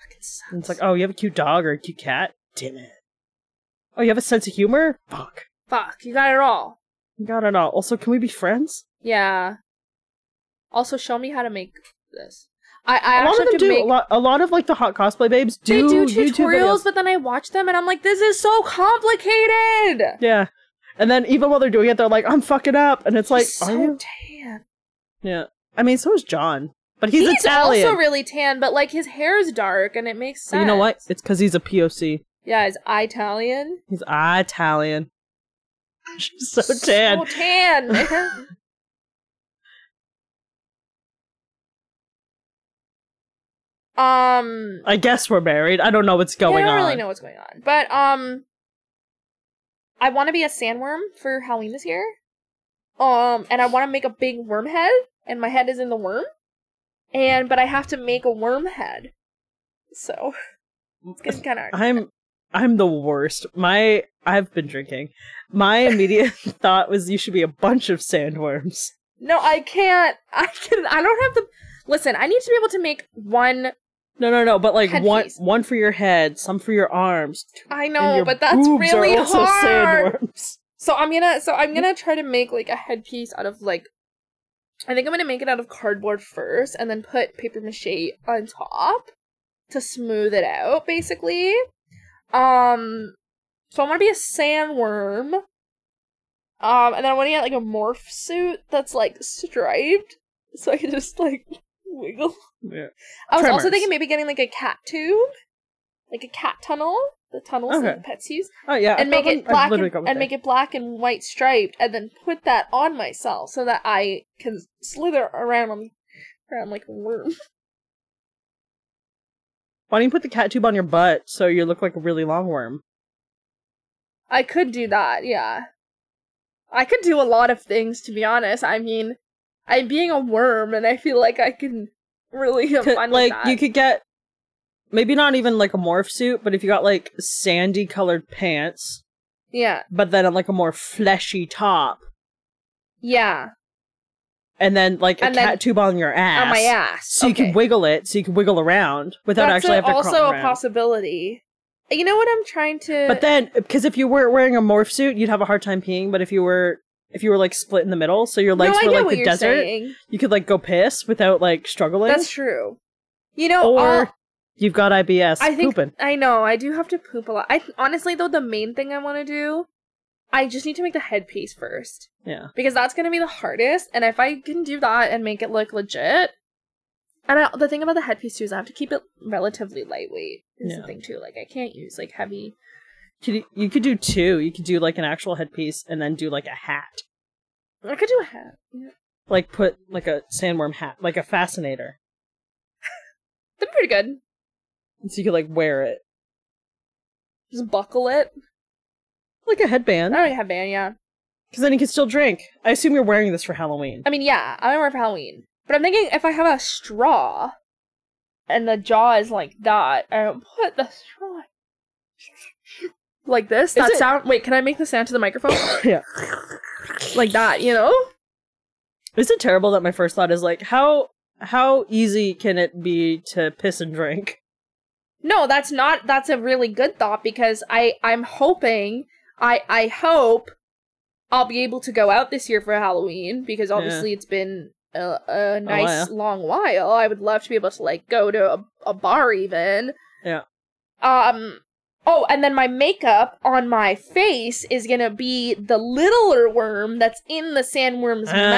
Speaker 2: Fucking sucks.
Speaker 3: And it's like oh, you have a cute dog or a cute cat. Damn it. Oh, you have a sense of humor. Fuck.
Speaker 2: fuck, you got it all.
Speaker 3: You Got it all. Also, can we be friends?
Speaker 2: Yeah. Also, show me how to make this. I I
Speaker 3: A lot
Speaker 2: actually
Speaker 3: of them
Speaker 2: have to
Speaker 3: do.
Speaker 2: make
Speaker 3: A lot. A lot of like the hot cosplay babes
Speaker 2: they do
Speaker 3: do, YouTube
Speaker 2: tutorials,
Speaker 3: videos.
Speaker 2: but then I watch them and I'm like, this is so complicated.
Speaker 3: Yeah. And then even while they're doing it, they're like, "I'm fucking up," and it's like,
Speaker 2: He's
Speaker 3: "Are
Speaker 2: so
Speaker 3: you?"
Speaker 2: tan.
Speaker 3: Yeah. I mean, so is John, but he's,
Speaker 2: He's
Speaker 3: Italian.
Speaker 2: also really tan, but like his hair is dark and it makes
Speaker 3: So
Speaker 2: sense.
Speaker 3: you know what? It's because he's a POC.
Speaker 2: yeah, he's Italian.
Speaker 3: He's Italian. <laughs> She's <laughs> so tan.
Speaker 2: So tan. <laughs> man.
Speaker 3: <laughs>
Speaker 2: Um,
Speaker 3: I guess we're married. I don't know what's
Speaker 2: yeah,
Speaker 3: going
Speaker 2: I don't
Speaker 3: on.
Speaker 2: really know what's going on, but um, I want to be a sandworm for Halloween this year. Um, and I want to make a big worm head, and my head is in the worm, and but I have to make a worm head, so <laughs> it's getting kind of hard.
Speaker 3: I'm I'm the worst. My I've been drinking. My immediate <laughs> thought was you should be a bunch of sandworms.
Speaker 2: No, I can't. <laughs> I can. I don't have the. Listen, I need to be able to make one.
Speaker 3: No, no, no. But like one
Speaker 2: Headpiece.
Speaker 3: one for your head, some for your arms. two-
Speaker 2: I
Speaker 3: and
Speaker 2: know,
Speaker 3: your
Speaker 2: but that's
Speaker 3: boobs are
Speaker 2: really
Speaker 3: also
Speaker 2: hard.
Speaker 3: sandworms. <laughs>
Speaker 2: So I'm gonna. So
Speaker 3: Mm-hmm.
Speaker 2: I'm gonna try to make like a headpiece out of like. I think I'm gonna make it out of cardboard first, and then put paper mache on top to smooth it out, basically. Um, so I want to be a sandworm. Um, and then I want to get like a morph suit that's like striped, so I can just like <laughs> wiggle.
Speaker 3: Yeah.
Speaker 2: I was also
Speaker 3: Tremors.
Speaker 2: thinking maybe getting like a cat tube, like a cat tunnel, the tunnels
Speaker 3: Okay.
Speaker 2: that the pets use,
Speaker 3: Oh yeah.
Speaker 2: and make it black and, and make
Speaker 3: it.
Speaker 2: it black and white striped, and then put that on myself so that I can slither around on around like a worm. <laughs>
Speaker 3: Why don't you put the cat tube on your butt so you look like a really long worm?
Speaker 2: I could do that, yeah. I could do a lot of things, to be honest. I mean, I'm being a worm, and I feel like I can really
Speaker 3: <laughs>
Speaker 2: have
Speaker 3: Could-
Speaker 2: fun
Speaker 3: like
Speaker 2: with that.
Speaker 3: you could get maybe not even like a morph suit, but if you got like sandy colored pants,
Speaker 2: yeah,
Speaker 3: but then like a more fleshy top,
Speaker 2: yeah,
Speaker 3: and then like a
Speaker 2: And then-
Speaker 3: cat tube on your ass,
Speaker 2: on my ass.
Speaker 3: so you
Speaker 2: Okay.
Speaker 3: can wiggle it, so you can wiggle around without
Speaker 2: That's
Speaker 3: actually
Speaker 2: a-
Speaker 3: having to
Speaker 2: also
Speaker 3: crawl
Speaker 2: a
Speaker 3: around.
Speaker 2: possibility. You know what I'm trying to.
Speaker 3: But then, because if you were wearing a morph suit, you'd have a hard time peeing. But if you were if you were like split in the middle, so your legs
Speaker 2: no, I
Speaker 3: were
Speaker 2: get
Speaker 3: like
Speaker 2: what
Speaker 3: the
Speaker 2: you're
Speaker 3: desert,
Speaker 2: saying.
Speaker 3: you could like go piss without like struggling.
Speaker 2: That's true. You know,
Speaker 3: or
Speaker 2: I'll-
Speaker 3: you've got IBS.
Speaker 2: I think
Speaker 3: pooping.
Speaker 2: I know I do have to poop a lot. I honestly though the main thing I want to do, I just need to make the headpiece first.
Speaker 3: Yeah.
Speaker 2: because that's gonna be the hardest. And if I can do that and make it look legit, and I, the thing about the headpiece too is I have to keep it relatively lightweight. Is the
Speaker 3: Yeah.
Speaker 2: thing too. Like I can't use like heavy.
Speaker 3: Could you, you could do two. You could do like an actual headpiece and then do like a hat.
Speaker 2: I could do a hat. Yeah.
Speaker 3: Like put like a sandworm hat, like a fascinator.
Speaker 2: That'd be pretty good.
Speaker 3: So you could like wear it.
Speaker 2: Just buckle it.
Speaker 3: Like a
Speaker 2: I
Speaker 3: headband.
Speaker 2: don't have a headband. Yeah.
Speaker 3: Because then you can still drink. I assume you're wearing this for Halloween.
Speaker 2: I mean, yeah, I'm gonna wear it for Halloween. But I'm thinking if I have a straw, and the jaw is like that, I don't put the straw like this.
Speaker 3: Is
Speaker 2: that
Speaker 3: it-
Speaker 2: sound. Wait, can I make the sound to the <coughs> microphone?
Speaker 3: Yeah.
Speaker 2: like that, you know?
Speaker 3: Is it terrible that my first thought is like how how easy can it be to piss and drink?
Speaker 2: No, that's not that's a really good thought because I I'm hoping I I hope I'll be able to go out this year for Halloween because obviously it's been a, a nice
Speaker 3: while.
Speaker 2: long while. I would love to be able to like go to a, a bar even.
Speaker 3: Yeah.
Speaker 2: Um oh, and then my makeup on my face is going to be the littler worm that's in the sandworm's mouth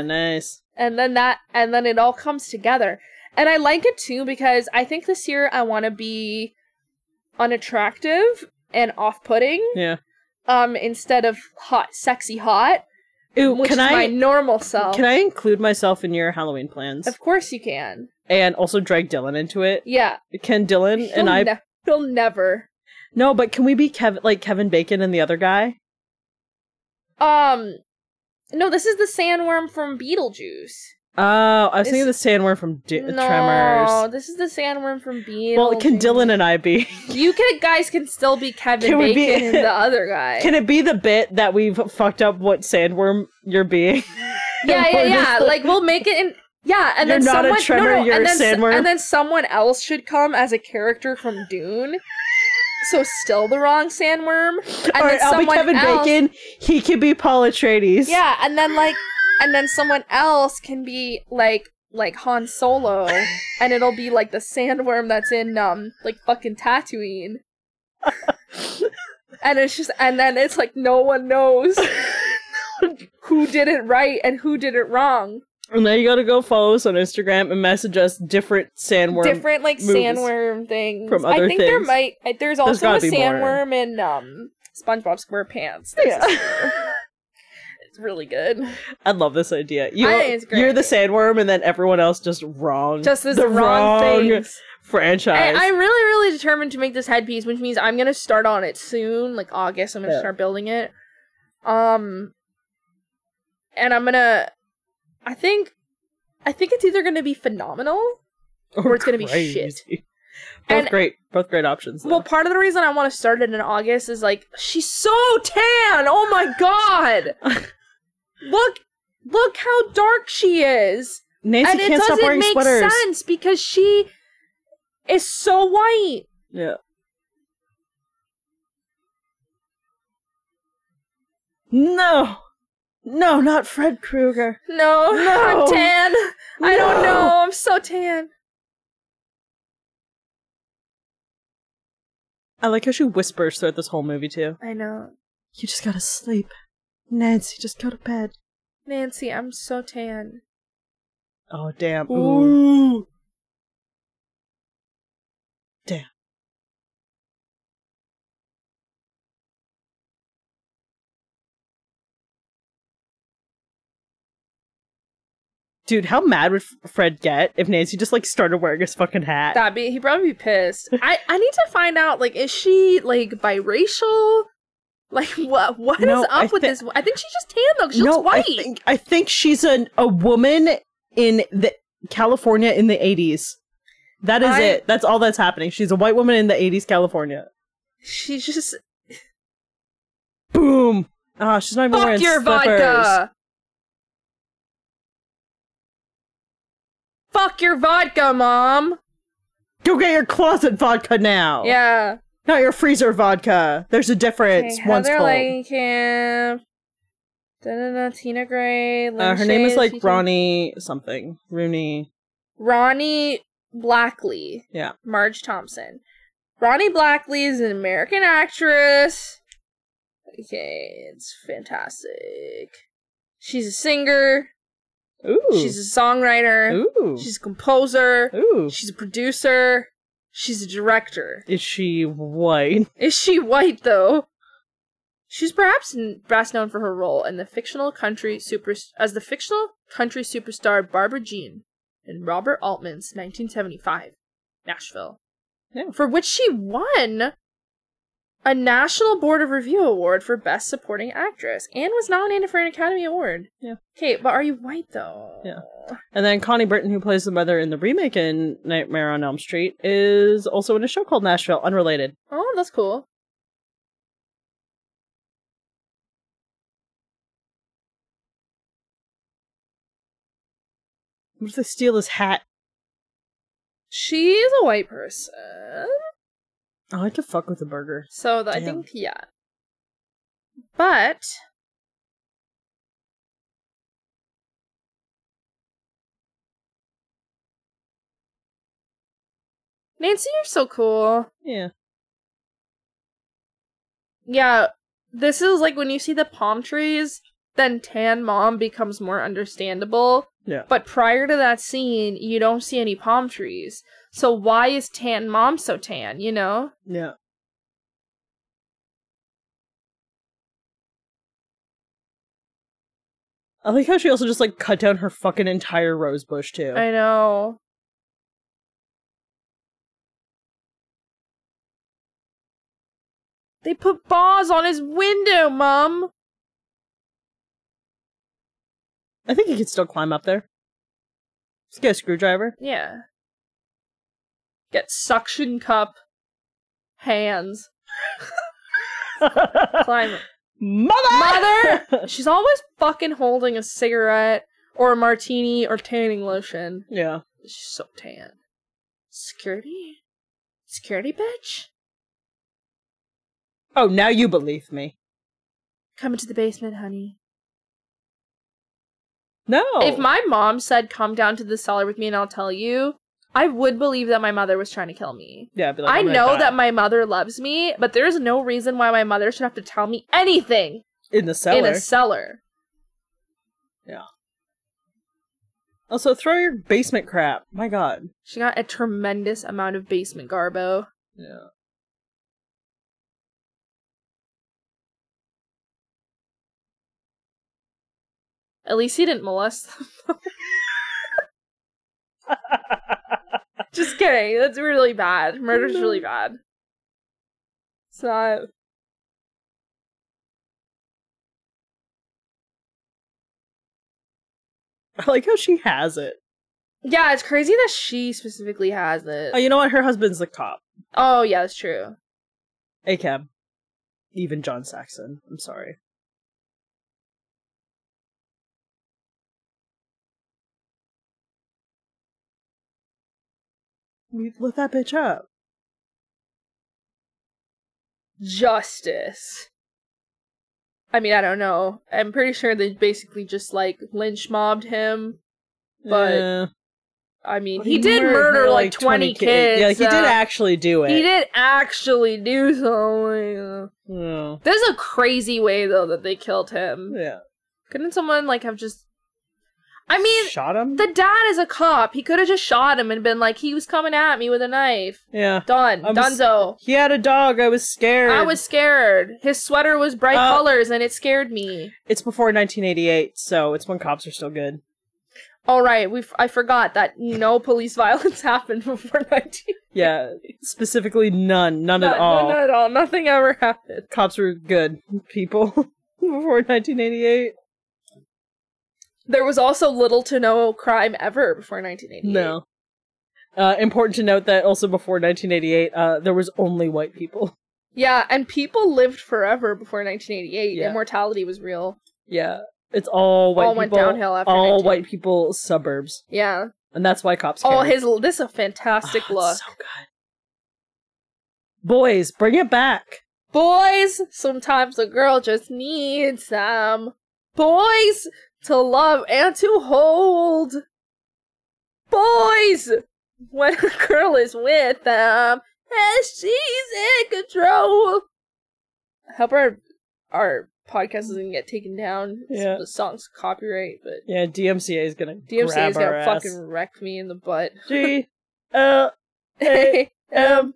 Speaker 3: Ah, nice.
Speaker 2: and then that and then it all comes together and i like it too because i think this year i want to be unattractive and off-putting
Speaker 3: Yeah.
Speaker 2: um instead of hot sexy hot
Speaker 3: Ooh,
Speaker 2: which
Speaker 3: can
Speaker 2: is
Speaker 3: I
Speaker 2: my normal self
Speaker 3: can I include myself in your Halloween plans
Speaker 2: of course you can
Speaker 3: and also drag Dylan into it?
Speaker 2: yeah
Speaker 3: Can Dylan
Speaker 2: he'll,
Speaker 3: and I
Speaker 2: ne- he'll never
Speaker 3: No, but can we be Kevin like Kevin Bacon and the other guy?
Speaker 2: um no this is the sandworm from beetlejuice
Speaker 3: Oh, I was
Speaker 2: Is-
Speaker 3: thinking the sandworm from D-
Speaker 2: no
Speaker 3: Tremors.
Speaker 2: this is the sandworm from beetlejuice
Speaker 3: Well, can Dylan and I be?
Speaker 2: you can guys can still be kevin
Speaker 3: Can we
Speaker 2: bacon
Speaker 3: be-
Speaker 2: and
Speaker 3: <laughs>
Speaker 2: the other guy
Speaker 3: Can it be the bit that we've fucked up what sandworm you're being?
Speaker 2: yeah, yeah,
Speaker 3: We're
Speaker 2: yeah.
Speaker 3: just
Speaker 2: Like, we'll make it in. Yeah, and
Speaker 3: You're
Speaker 2: then
Speaker 3: not a
Speaker 2: someone
Speaker 3: tremor,
Speaker 2: no, no,
Speaker 3: you're a
Speaker 2: and then, s-
Speaker 3: sandworm.
Speaker 2: and then someone else should come as a character from Dune. So still the wrong sandworm, and then
Speaker 3: All <laughs> right, I'll be
Speaker 2: someone
Speaker 3: Kevin
Speaker 2: else.
Speaker 3: Bacon. He can be Paul Atreides.
Speaker 2: Yeah, and then like, and then someone else can be like like Han Solo, and it'll be like the sandworm that's in um like fucking Tatooine. and it's just and then it's like no one
Speaker 3: <laughs>
Speaker 2: knows who did it right and who did it wrong.
Speaker 3: And now you gotta go follow us on Instagram and message us different sandworm.
Speaker 2: different like
Speaker 3: movies
Speaker 2: sandworm things.
Speaker 3: from
Speaker 2: I
Speaker 3: other
Speaker 2: think there
Speaker 3: things.
Speaker 2: might I- there's
Speaker 3: There's
Speaker 2: also a
Speaker 3: gotta be more.
Speaker 2: sandworm in um SpongeBob SquarePants. There's
Speaker 3: Yeah.
Speaker 2: a sandworm. <laughs> it's really good.
Speaker 3: <laughs> I love this idea. You,
Speaker 2: I think it's a great
Speaker 3: you're the
Speaker 2: idea.
Speaker 3: sandworm, and then everyone else just wrong.
Speaker 2: Just as
Speaker 3: the
Speaker 2: the wrong, things.
Speaker 3: franchise.
Speaker 2: I, am really, really determined to make this headpiece, which means I'm gonna start on it soon, like August. I'm gonna
Speaker 3: Yeah.
Speaker 2: start building it. Um, and I'm gonna, I think, I think it's either gonna be phenomenal
Speaker 3: <laughs>
Speaker 2: or it's gonna be shit.
Speaker 3: Both
Speaker 2: And-
Speaker 3: great. Both great options.
Speaker 2: Well,
Speaker 3: though.
Speaker 2: part of the reason I want to start it in August is like she's so tan. Oh my god!
Speaker 3: <laughs>
Speaker 2: look, look how dark she is,
Speaker 3: Nancy
Speaker 2: and it
Speaker 3: can't stop
Speaker 2: doesn't
Speaker 3: wearing
Speaker 2: make
Speaker 3: sweaters.
Speaker 2: sense because she is so white.
Speaker 3: Yeah. No, no, not Fred Krueger.
Speaker 2: No, <laughs>
Speaker 3: No.
Speaker 2: I'm tan. I don't
Speaker 3: No.
Speaker 2: know. I'm so tan.
Speaker 3: I like how she whispers throughout this whole movie too.
Speaker 2: I know,
Speaker 3: You just gotta sleep, Nancy. Just go to bed.
Speaker 2: Nancy. I'm so tan.
Speaker 3: Oh damn.
Speaker 2: Ooh.
Speaker 3: Damn. Dude, how mad would F- Fred get if Nancy just like started wearing his fucking hat?
Speaker 2: That'd be. He'd probably be
Speaker 3: <laughs>
Speaker 2: pissed. I I need to find out. Like, is she like biracial? Like, what What is
Speaker 3: No,
Speaker 2: up
Speaker 3: I
Speaker 2: with
Speaker 3: thi-
Speaker 2: this? I think she's just tan though. 'cause She looks
Speaker 3: I
Speaker 2: white.
Speaker 3: think, I think she's a a woman in the California in the eighties. That is
Speaker 2: I-
Speaker 3: it. That's all that's happening. She's a white woman in the eighties California.
Speaker 2: She's just
Speaker 3: Boom. Ah, she's not even
Speaker 2: <laughs> fuck
Speaker 3: wearing
Speaker 2: your
Speaker 3: slippers.
Speaker 2: vodka. Fuck your vodka, mom.
Speaker 3: Go get your closet vodka now.
Speaker 2: Yeah.
Speaker 3: Not your freezer vodka. There's a difference.
Speaker 2: Okay,
Speaker 3: One's
Speaker 2: Heather
Speaker 3: cold.
Speaker 2: Langenkamp. Da da da. Tina Gray.
Speaker 3: Uh,
Speaker 2: Lynn
Speaker 3: her name is
Speaker 2: Shays,
Speaker 3: like
Speaker 2: she's in-
Speaker 3: Ronnie something. Rooney.
Speaker 2: Ronnie Blackley.
Speaker 3: Yeah.
Speaker 2: Marge Thompson. Ronnie Blackley is an American actress. Okay, it's fantastic. She's a singer.
Speaker 3: Ooh.
Speaker 2: She's a songwriter.
Speaker 3: Ooh.
Speaker 2: She's a composer.
Speaker 3: Ooh.
Speaker 2: She's a producer. She's a director.
Speaker 3: Is she white?
Speaker 2: Is she white though? She's perhaps n- best known for her role in the fictional country super as the fictional country superstar Barbara Jean in Robert Altman's 1975 Nashville,
Speaker 3: Yeah.
Speaker 2: for which she won a National Board of Review Award for Best Supporting Actress and was nominated for an Academy Award.
Speaker 3: Yeah.
Speaker 2: Okay, but are you white though?
Speaker 3: Yeah. And then Connie Britton, who plays the mother in the remake in Nightmare on Elm Street, is also in a show called Nashville, unrelated.
Speaker 2: Oh, that's cool.
Speaker 3: What if they steal his hat?
Speaker 2: She is a white person.
Speaker 3: I like to fuck with a burger.
Speaker 2: So th- I
Speaker 3: Damn.
Speaker 2: think yeah. But Nancy, you're so cool.
Speaker 3: Yeah.
Speaker 2: Yeah, this is like when you see the palm trees, then tan mom becomes more understandable.
Speaker 3: Yeah.
Speaker 2: But prior to that scene, you don't see any palm trees. So why is tan mom so tan, you know?
Speaker 3: Yeah. I like how she also just like cut down her fucking entire rose bush too.
Speaker 2: I know. They put bars on his window, Mum.
Speaker 3: I think he could still climb up there. Let's get a screwdriver. <laughs>
Speaker 2: Yeah. Get suction cup hands. Climb.
Speaker 3: Mother! <laughs>
Speaker 2: Mother! She's always fucking holding a cigarette or a martini or tanning lotion.
Speaker 3: yeah.
Speaker 2: She's so tan. Security? Security bitch?
Speaker 3: Oh, now you believe me.
Speaker 2: Come into the basement, honey.
Speaker 3: No.
Speaker 2: If my mom said, "Come down to the cellar with me and I'll tell you," I would believe that my mother was trying to kill me.
Speaker 3: yeah, I'd be like, "Oh
Speaker 2: I
Speaker 3: I'm gonna
Speaker 2: know
Speaker 3: die.
Speaker 2: that my mother loves me, but there is no reason why my mother should have to tell me anything
Speaker 3: in the cellar.
Speaker 2: in a cellar.
Speaker 3: also, throw your basement crap. My God.
Speaker 2: She got a tremendous amount of basement garbo.
Speaker 3: Yeah.
Speaker 2: At
Speaker 3: <laughs>
Speaker 2: least he didn't molest them. Just kidding. That's really bad. Murder's
Speaker 3: No.
Speaker 2: really bad. It's not.
Speaker 3: <laughs> I like how she has it.
Speaker 2: Yeah, it's crazy that she specifically has it.
Speaker 3: Oh, you know what? Her husband's the cop.
Speaker 2: oh yeah, that's true.
Speaker 3: ACAB. Even John Saxon. I'm sorry. We lit that bitch up.
Speaker 2: Justice. I mean, I don't know. I'm pretty sure they basically just like lynch mobbed him. But-
Speaker 3: Yeah.
Speaker 2: I mean,
Speaker 3: But
Speaker 2: he, did
Speaker 3: murdered,
Speaker 2: murder like, 20 kids.
Speaker 3: Yeah, like, he did
Speaker 2: uh,
Speaker 3: actually do it.
Speaker 2: He did actually do something.
Speaker 3: Yeah.
Speaker 2: There's a crazy way though that they killed him.
Speaker 3: Yeah.
Speaker 2: Couldn't someone like have just? I mean,
Speaker 3: shot him.
Speaker 2: the dad is a cop. He could have just shot him and been like, he was coming at me with a knife.
Speaker 3: yeah,
Speaker 2: Done.
Speaker 3: I'm s-
Speaker 2: Dunzo.
Speaker 3: he had a dog. I was scared.
Speaker 2: I was scared. His sweater was bright
Speaker 3: Uh,
Speaker 2: colors and it scared me.
Speaker 3: It's before 1988, so it's when cops are still good.
Speaker 2: All right, we f- I forgot that no police <laughs> violence happened before <laughs> 19. <laughs>
Speaker 3: Yeah, specifically none, none
Speaker 2: None-
Speaker 3: at all.
Speaker 2: None at all. Nothing ever happened.
Speaker 3: Cops were good people <laughs> before 1988.
Speaker 2: There was also little to no crime ever before 1988.
Speaker 3: No. Uh, important to note that also before 1988, uh, there was only white people.
Speaker 2: Yeah, and people lived forever before 1988,
Speaker 3: Yeah.
Speaker 2: and mortality was real.
Speaker 3: Yeah, it's all white
Speaker 2: all went
Speaker 3: people.
Speaker 2: downhill after
Speaker 3: all
Speaker 2: 19.
Speaker 3: white people suburbs,
Speaker 2: Yeah.
Speaker 3: and that's why cops.
Speaker 2: Oh,
Speaker 3: carry.
Speaker 2: his this is a fantastic
Speaker 3: Oh,
Speaker 2: look.
Speaker 3: it's so good. Boys, bring it back.
Speaker 2: boys, sometimes a girl just needs some boys to love and to hold. Boys, when a girl is with them, and she's in control. I hope our our podcast doesn't get taken down. It's-
Speaker 3: Yeah.
Speaker 2: The song's copyright, but
Speaker 3: Yeah, DMCA is gonna
Speaker 2: DMCA
Speaker 3: grab
Speaker 2: is gonna
Speaker 3: our
Speaker 2: fucking wreck me in the butt.
Speaker 3: ass. G L A
Speaker 2: <laughs>
Speaker 3: M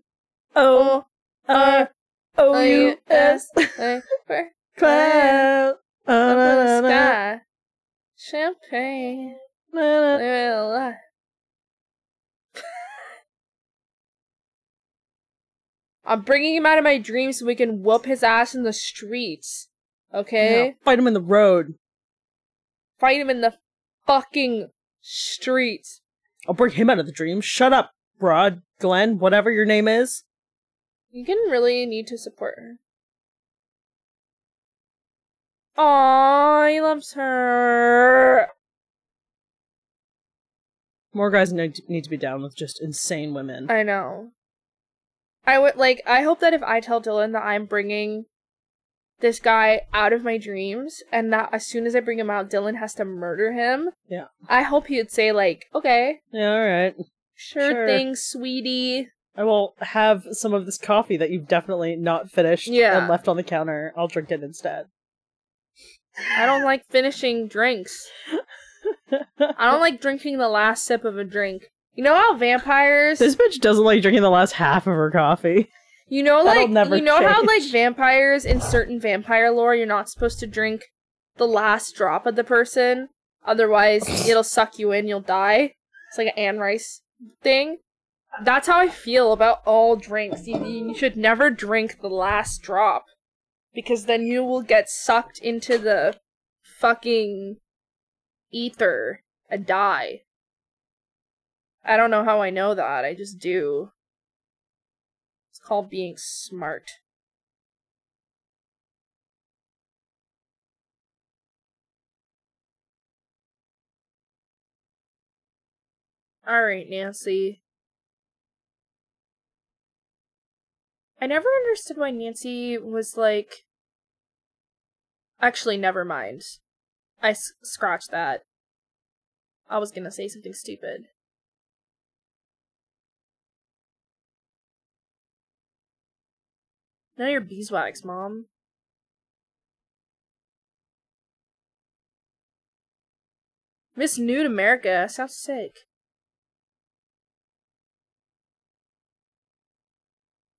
Speaker 3: O R O U
Speaker 2: <laughs>
Speaker 3: S
Speaker 2: Over
Speaker 3: cloud.
Speaker 2: the
Speaker 3: Na, na, na,
Speaker 2: sky, champagne.
Speaker 3: na, na.
Speaker 2: Leave it alone. I'm bringing him out of my dreams so we can whoop his ass in the streets. Okay?
Speaker 3: Yeah, Fight him in the road.
Speaker 2: Fight him in the fucking streets.
Speaker 3: I'll bring him out of the dream. Shut up, Rod, Glenn, whatever your name is.
Speaker 2: You can really need to support her. Aww, he loves her.
Speaker 3: More guys need need to be down with just insane women.
Speaker 2: I know. I would like. I hope that if I tell Dylan that I'm bringing this guy out of my dreams, and that as soon as I bring him out, Dylan has to murder him.
Speaker 3: Yeah.
Speaker 2: I hope he would say like, "Okay,
Speaker 3: Yeah, all right.
Speaker 2: sure,
Speaker 3: Sure.
Speaker 2: thing, sweetie."
Speaker 3: I will have some of this coffee that you've definitely not finished
Speaker 2: Yeah.
Speaker 3: and left on the counter. I'll drink it instead.
Speaker 2: I don't like finishing
Speaker 3: <laughs>
Speaker 2: drinks. I don't like drinking the last sip of a drink. You know how vampires.
Speaker 3: This bitch doesn't like drinking the last half of her coffee.
Speaker 2: You know,
Speaker 3: That'll
Speaker 2: like
Speaker 3: never
Speaker 2: you know how like
Speaker 3: change.
Speaker 2: vampires in certain vampire lore, you're not supposed to drink the last drop of the person, otherwise
Speaker 3: <laughs>
Speaker 2: it'll suck you in, you'll die. It's like an Anne Rice thing. That's how I feel about all drinks. You, you should never drink the last drop because then you will get sucked into the fucking ether and die. I don't know how I know that. I just do. It's called being smart. All right, Nancy. I never understood why Nancy was like. Actually, never mind. I s- scratched that. I was gonna say something stupid. None of your beeswax, Mom. Miss Nude America sounds sick.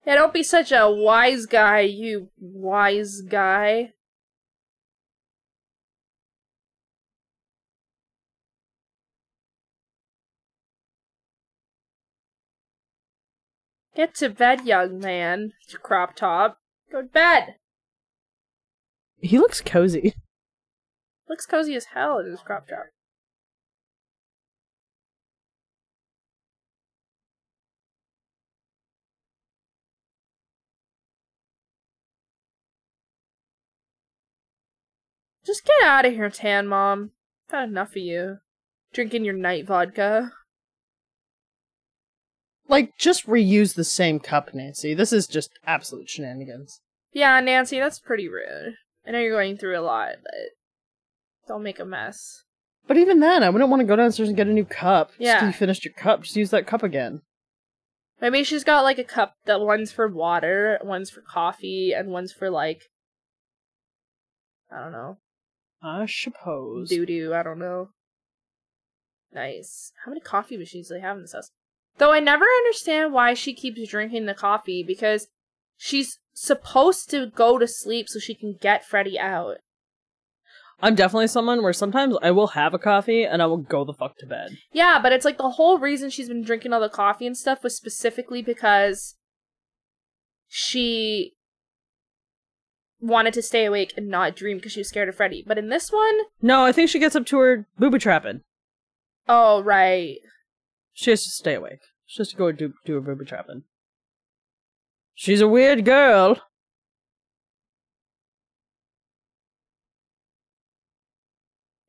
Speaker 2: Yeah, don't be such a wise guy, you wise guy. Get to bed, young man. It's your crop top. Go to bed.
Speaker 3: He looks cozy.
Speaker 2: Looks cozy as hell in his crop top. Just get out of here, Tan Mom. Had enough of you. Drinking your night vodka.
Speaker 3: Like, just reuse the same cup, Nancy. This is just absolute shenanigans.
Speaker 2: Yeah, Nancy, that's pretty rude. I know you're going through a lot, but don't make a mess.
Speaker 3: But even then, I wouldn't want to go downstairs and get a new cup. Just 'cause
Speaker 2: Yeah.
Speaker 3: you finished your cup. Just use that cup again.
Speaker 2: Maybe she's got like a cup that one's for water, one's for coffee, and one's for like I don't know.
Speaker 3: I suppose.
Speaker 2: Doo doo, I don't know. Nice. How many coffee machines do they have in this house? Though I never understand why she keeps drinking the coffee because she's supposed to go to sleep so she can get Freddy out.
Speaker 3: I'm definitely someone where sometimes I will have a coffee and I will go the fuck to bed.
Speaker 2: Yeah, but it's like the whole reason she's been drinking all the coffee and stuff was specifically because she wanted to stay awake and not dream because she was scared of Freddy. But in this one,
Speaker 3: No, I think she gets up to her booby trapping.
Speaker 2: oh right.
Speaker 3: She has to stay awake. She has to go do do her booby trapping. She's a weird girl.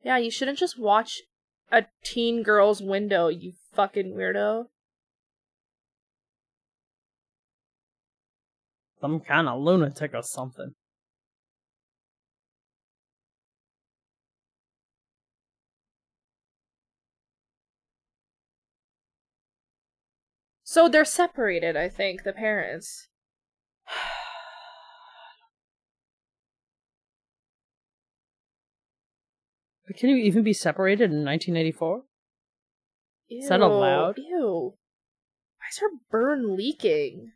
Speaker 2: Yeah, you shouldn't just watch a teen girl's window, you fucking weirdo.
Speaker 3: Some kind of lunatic or something.
Speaker 2: So they're separated, I think, the parents.
Speaker 3: But can you even be separated in 1984? Is that
Speaker 2: Ew,
Speaker 3: allowed?
Speaker 2: Ew. Why is her burn leaking?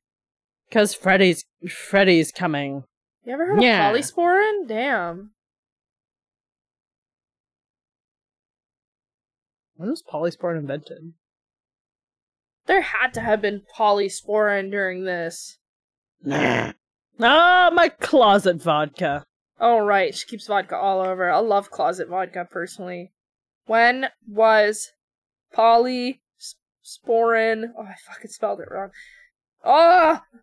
Speaker 3: Because Freddy's Freddy's coming.
Speaker 2: You ever heard
Speaker 3: Yeah.
Speaker 2: of polysporin? Damn.
Speaker 3: When was polysporin invented?
Speaker 2: There had to have been polysporin during this.
Speaker 3: Nah. Ah, my closet vodka.
Speaker 2: Oh, right. She keeps vodka all over. I love closet vodka personally. When was Polly S- Sporin? Oh, I fucking spelled it wrong. Ah, um,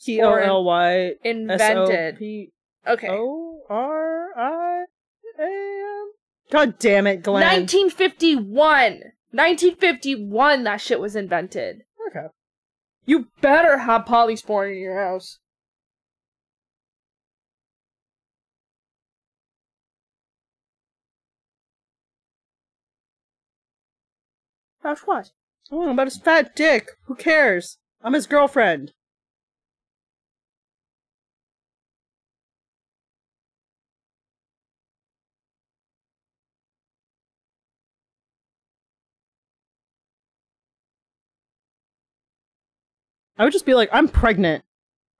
Speaker 3: T O L Y S O
Speaker 2: invented.
Speaker 3: P
Speaker 2: Okay,
Speaker 3: O R I A M. God damn it, Glenn.
Speaker 2: 1951. 1951. That shit was invented.
Speaker 3: Okay.
Speaker 2: You better have polysporin in your house. How's what? <gasps>
Speaker 3: Oh, about his fat dick. Who cares? I'm his girlfriend. I would just be like, I'm pregnant.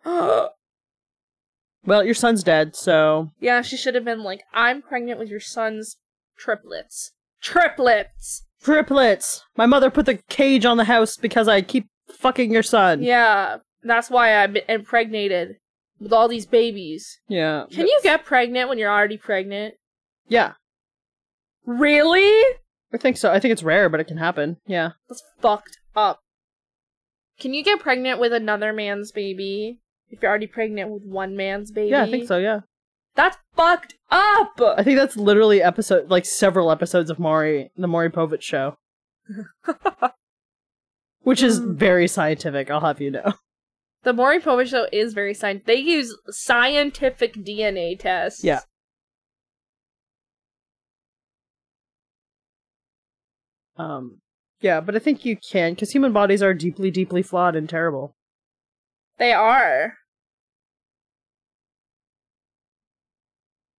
Speaker 3: Well, your son's dead, so
Speaker 2: yeah, she should have been like, I'm pregnant with your son's triplets. Triplets!
Speaker 3: triplets. My mother put the cage on the house because I keep fucking your son.
Speaker 2: Yeah, that's why I'm impregnated with all these babies.
Speaker 3: Yeah.
Speaker 2: Can you get pregnant when you're already pregnant?
Speaker 3: Yeah.
Speaker 2: Really?
Speaker 3: I think so. I think it's rare, but it can happen. Yeah.
Speaker 2: That's fucked up. Can you get pregnant with another man's baby if you're already pregnant with one man's baby?
Speaker 3: Yeah, I think so. Yeah.
Speaker 2: That's fucked up!
Speaker 3: I think that's literally episode, like several episodes of Maury, the Maury
Speaker 2: <laughs>
Speaker 3: Povich show, which is
Speaker 2: Mm.
Speaker 3: very scientific. I'll have you know.
Speaker 2: The Maury Povich show is very scientific. They use scientific DNA tests.
Speaker 3: Yeah. Um, yeah, but I think you can because human bodies are deeply, deeply flawed and terrible.
Speaker 2: They are.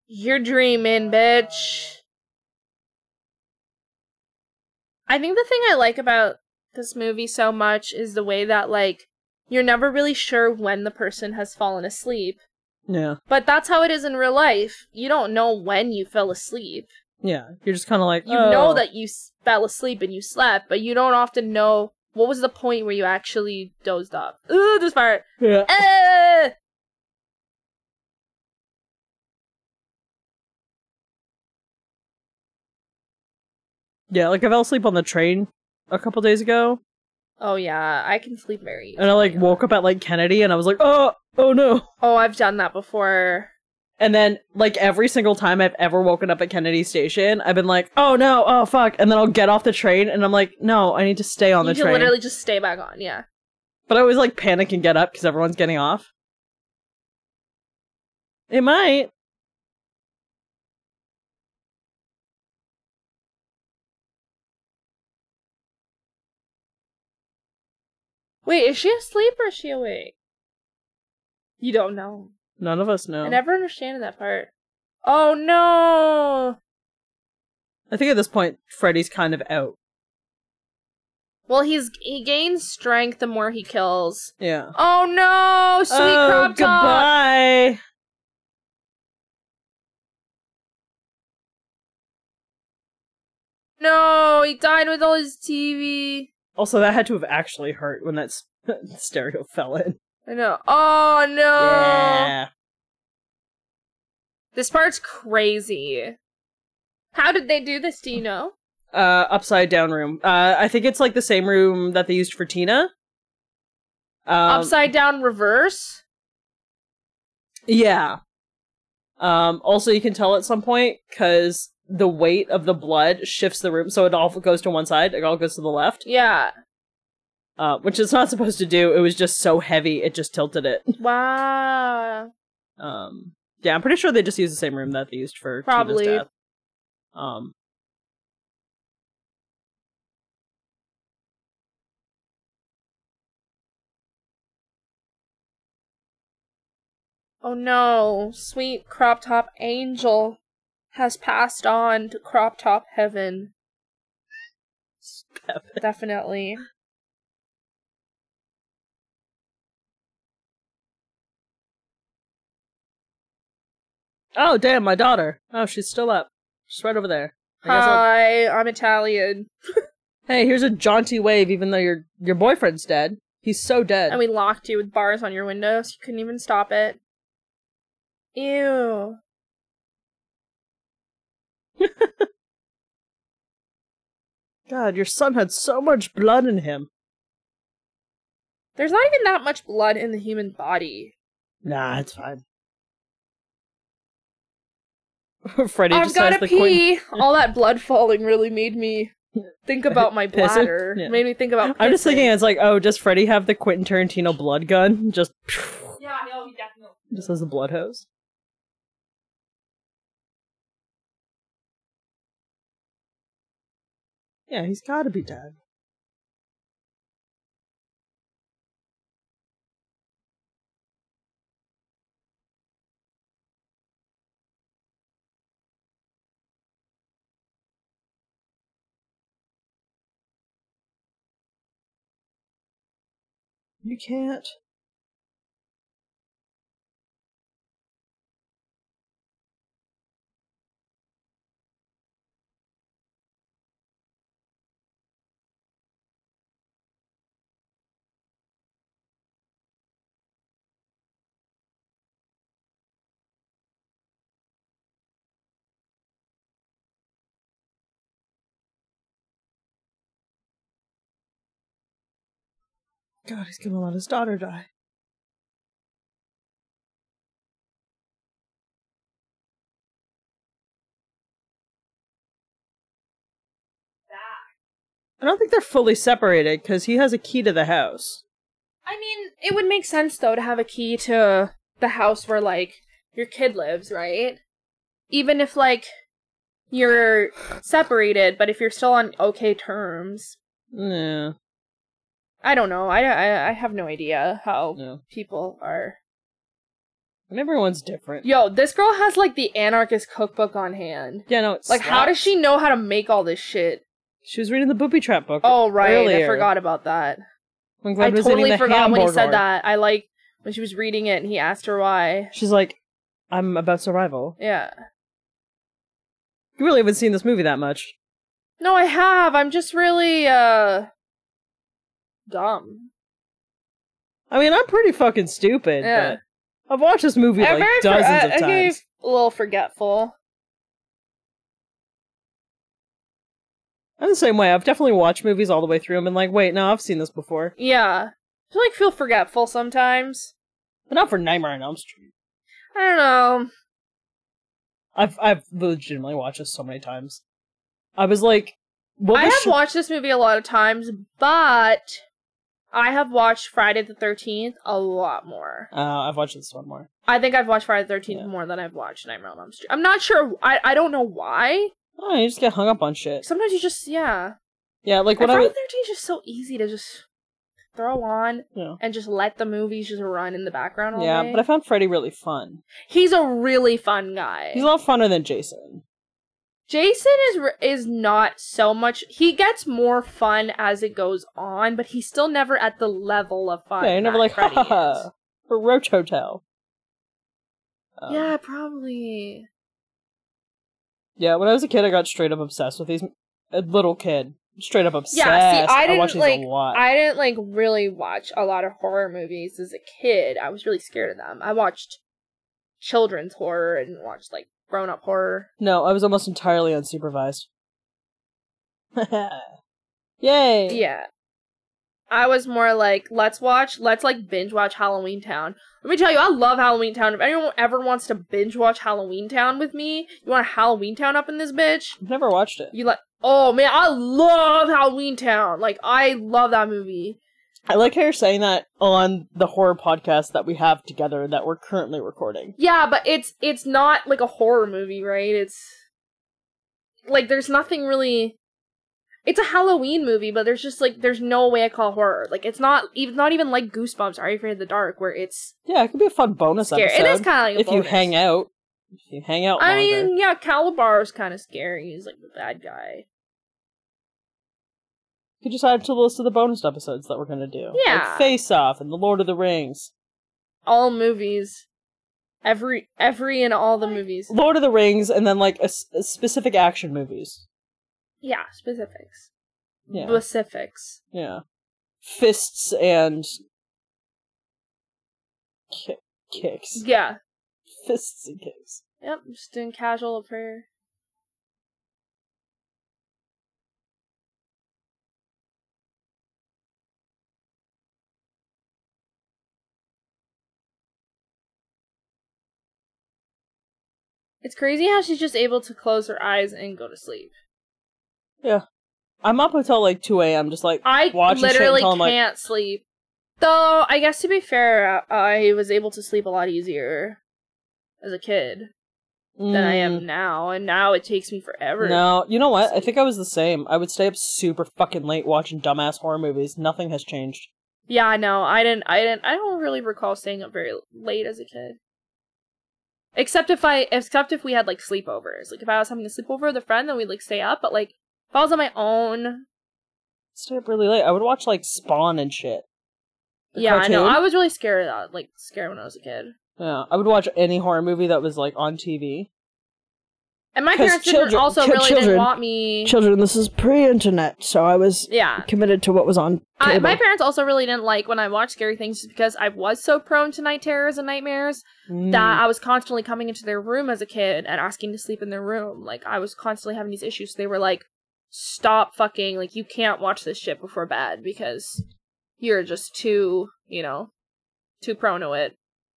Speaker 2: You're dreaming, bitch. I think the thing I like about this movie so much is the way that, like, you're never really sure when the person has fallen asleep.
Speaker 3: Yeah,
Speaker 2: But that's how it is in real life. You don't know when you fell asleep.
Speaker 3: yeah. You're just kind of like
Speaker 2: You
Speaker 3: "Oh."
Speaker 2: know that you s- fell asleep and you slept, but you don't often know what was the point where you actually dozed off? Ooh, this part.
Speaker 3: Yeah.
Speaker 2: Ah!
Speaker 3: Yeah, like I fell asleep on the train a couple days ago,
Speaker 2: Oh yeah, I can sleep very.
Speaker 3: and I like
Speaker 2: easily.
Speaker 3: woke up at like Kennedy, and I was like, oh, oh no.
Speaker 2: Oh, I've done that before.
Speaker 3: And then like every single time I've ever woken up at Kennedy Station, I've been like, oh no, oh fuck, and then I'll get off the train, and I'm like, no, I need to stay on
Speaker 2: you
Speaker 3: the
Speaker 2: can
Speaker 3: train.
Speaker 2: literally just stay back on. Yeah.
Speaker 3: But I always like panic and get up because everyone's getting off. It might.
Speaker 2: Wait, is she asleep or is she awake? You don't know.
Speaker 3: None of us know.
Speaker 2: I never understand that part. Oh no.
Speaker 3: I think at this point, Freddy's kind of out.
Speaker 2: Well, he's he gains strength the more he kills.
Speaker 3: Yeah.
Speaker 2: Oh no, sweet
Speaker 3: oh,
Speaker 2: crop top.
Speaker 3: goodbye.
Speaker 2: No, he died with all his TV.
Speaker 3: Also, that had to have actually hurt when that s- <laughs> stereo fell in.
Speaker 2: I know. Oh no.
Speaker 3: Yeah.
Speaker 2: This part's crazy. How did they do this? Do you know?
Speaker 3: Uh, upside down room. Uh, I think it's like the same room that they used for Tina. Um,
Speaker 2: Upside down reverse.
Speaker 3: Yeah. Um, also, you can tell at some point because the weight of the blood shifts the room, so it all goes to one side. It all goes to the left,
Speaker 2: Yeah.
Speaker 3: uh, which it's not supposed to do. It was just so heavy, it just tilted it.
Speaker 2: Wow.
Speaker 3: Um, yeah, I'm pretty sure they just used the same room that they used for Tina's
Speaker 2: Probably.
Speaker 3: death. Um,
Speaker 2: Oh no, sweet crop top angel has passed on to crop top heaven. Definitely.
Speaker 3: oh damn, my daughter. Oh, she's still up. She's right over there. I guess I'll-
Speaker 2: Hi, I'm Italian.
Speaker 3: hey, here's a jaunty wave. Even though your your boyfriend's dead, he's so dead.
Speaker 2: And we locked you with bars on your windows. You couldn't even stop it. Ew.
Speaker 3: God, your son had so much blood in him.
Speaker 2: There's not even that much blood in the human body.
Speaker 3: Nah, it's fine. <laughs> Freddy
Speaker 2: I've
Speaker 3: just
Speaker 2: got
Speaker 3: has
Speaker 2: to
Speaker 3: the queen. <laughs>
Speaker 2: pee. All that blood falling really made me think about my
Speaker 3: Pissing?
Speaker 2: bladder.
Speaker 3: Yeah.
Speaker 2: Made me think about.
Speaker 3: I'm just
Speaker 2: pissing.
Speaker 3: thinking it's like, oh, does Freddy have the Quentin Tarantino blood gun? <laughs> Just
Speaker 2: Yeah, he'll be definitely.
Speaker 3: <laughs> just as a blood hose. Yeah, he's got to be dead. You can't. God, he's gonna let his daughter die. I don't think they're fully separated because he has a key to the house.
Speaker 2: I mean, it would make sense though to have a key to the house where like your kid lives, right? Even if like you're separated, but if you're still on okay terms,
Speaker 3: Yeah,
Speaker 2: I don't know. I I, I have no idea how
Speaker 3: no.
Speaker 2: people are.
Speaker 3: And everyone's different.
Speaker 2: Yo, this girl has like the anarchist cookbook on hand.
Speaker 3: yeah, no. It
Speaker 2: Like, how does
Speaker 3: slaps.
Speaker 2: she know how to make all this shit?
Speaker 3: She was reading the booby trap book.
Speaker 2: Oh, right. I
Speaker 3: earlier.
Speaker 2: forgot about that.
Speaker 3: When Glenn
Speaker 2: I
Speaker 3: was
Speaker 2: totally
Speaker 3: eating the
Speaker 2: forgot when he
Speaker 3: hamburger.
Speaker 2: said that. I like when she was reading it and he asked her why.
Speaker 3: She's like, "I'm about survival."
Speaker 2: Yeah.
Speaker 3: You really haven't seen this movie that much.
Speaker 2: No, I have. I'm just really uh dumb.
Speaker 3: I mean, I'm pretty fucking stupid.
Speaker 2: Yeah.
Speaker 3: But I've watched this movie
Speaker 2: I'm
Speaker 3: like
Speaker 2: very for- uh,
Speaker 3: dozens
Speaker 2: I-
Speaker 3: of
Speaker 2: I gave
Speaker 3: times.
Speaker 2: a little forgetful.
Speaker 3: I'm the same way. I've definitely watched movies all the way through and been like, wait, no, I've seen this before.
Speaker 2: Yeah. I like feel forgetful sometimes.
Speaker 3: But not for Nightmare on Elm Street.
Speaker 2: I don't know.
Speaker 3: I've I've legitimately watched this so many times. I was like, what
Speaker 2: I
Speaker 3: was
Speaker 2: have
Speaker 3: Sh-
Speaker 2: watched this movie a lot of times, but I have watched Friday the 13th a lot more.
Speaker 3: Uh, I've watched this one more.
Speaker 2: I think I've watched Friday the 13th
Speaker 3: Yeah.
Speaker 2: more than I've watched Nightmare on Elm Street. I'm not sure. I, I don't know why.
Speaker 3: Oh, you just get hung up on shit.
Speaker 2: Sometimes you just, yeah.
Speaker 3: Yeah, like when
Speaker 2: And
Speaker 3: I
Speaker 2: Friday
Speaker 3: was,
Speaker 2: the 13th is just so easy to just throw on
Speaker 3: Yeah.
Speaker 2: and just let the movies just run in the background all
Speaker 3: yeah,
Speaker 2: day.
Speaker 3: but I found Freddy really fun.
Speaker 2: He's a really fun guy.
Speaker 3: He's a lot funner than Jason.
Speaker 2: Jason is re- is not so much. He gets more fun as it goes on, but he's still never at the level of fun.
Speaker 3: yeah, you're never
Speaker 2: that
Speaker 3: like, Oh. ha
Speaker 2: Freddy
Speaker 3: <laughs> ha ha,
Speaker 2: is.
Speaker 3: for Roach Hotel. Um,
Speaker 2: Yeah, probably.
Speaker 3: Yeah, when I was a kid, I got straight up obsessed with these. A little kid, straight up obsessed.
Speaker 2: I didn't,
Speaker 3: watched these
Speaker 2: like,
Speaker 3: a lot.
Speaker 2: I didn't like really watch a lot of horror movies as a kid. I was really scared of them. I watched children's horror and watched like grown up horror.
Speaker 3: No, I was almost entirely unsupervised. <laughs> Yay!
Speaker 2: Yeah. I was more like, let's watch, let's like binge watch Halloween Town. Let me tell you, I love Halloween Town. If anyone ever wants to binge watch Halloween Town with me, you want a Halloween Town up in this bitch?
Speaker 3: I've never watched it.
Speaker 2: You like, oh man, I love Halloween Town. Like, I love that movie.
Speaker 3: I like how you're saying that on the horror podcast that we have together that we're currently recording.
Speaker 2: Yeah, but it's it's not like a horror movie, right? It's like there's nothing really. It's a Halloween movie, but there's just like there's no way I call horror. Like it's not even not even like Goosebumps, Are You Afraid of the Dark, where it's
Speaker 3: Yeah, it could be a fun bonus
Speaker 2: scary.
Speaker 3: episode.
Speaker 2: It is kind of like a
Speaker 3: if you
Speaker 2: bonus.
Speaker 3: hang out. If you hang out
Speaker 2: I
Speaker 3: longer.
Speaker 2: mean, yeah, Calabar is kind of scary. He's like the bad guy.
Speaker 3: You could just add to the list of the bonus episodes that we're gonna do.
Speaker 2: Yeah.
Speaker 3: Like Face Off and The Lord of the Rings.
Speaker 2: All movies, every every and all the movies.
Speaker 3: Lord of the Rings and then like a, s- a specific action movies.
Speaker 2: Yeah, specifics,
Speaker 3: Yeah.
Speaker 2: specifics.
Speaker 3: yeah. Fists and ki- kicks.
Speaker 2: Yeah.
Speaker 3: Fists and kicks.
Speaker 2: Yep. Just doing casual prayer. It's crazy how she's just able to close her eyes and go to sleep.
Speaker 3: I'm up until like 2 a.m. just like
Speaker 2: I
Speaker 3: watching shit
Speaker 2: literally
Speaker 3: until I'm like-
Speaker 2: can't sleep. Though I guess to be fair, I was able to sleep a lot easier as a kid than I am now, and now it takes me forever.
Speaker 3: mm, No, you know what? I think I was the same. I would stay up super fucking late watching dumbass horror movies. Nothing has changed.
Speaker 2: Yeah, I know. I didn't. I didn't. I don't really recall staying up very late as a kid. Except if I, except if we had like sleepovers. Like if I was having a sleepover with a friend, then we'd like stay up. But like if I was on my own,
Speaker 3: Stay up really late. I would watch like Spawn and shit. The
Speaker 2: yeah, I know.
Speaker 3: cartoon?
Speaker 2: I was really scared of that. Like scared when I was a kid.
Speaker 3: Yeah, I would watch any horror movie that was like on TV.
Speaker 2: And my
Speaker 3: 'Cause
Speaker 2: parents
Speaker 3: children-
Speaker 2: didn't also
Speaker 3: ki-
Speaker 2: really
Speaker 3: children-
Speaker 2: didn't want me.
Speaker 3: Children, this is pre-internet, so I was
Speaker 2: yeah.
Speaker 3: committed to what was on
Speaker 2: I, my parents also really didn't like when I watched scary things just because I was so prone to night terrors and nightmares
Speaker 3: Mm.
Speaker 2: that I was constantly coming into their room as a kid and asking to sleep in their room. Like I was constantly having these issues. They were like, "Stop fucking! Like you can't watch this shit before bed because you're just too, you know, too prone to it."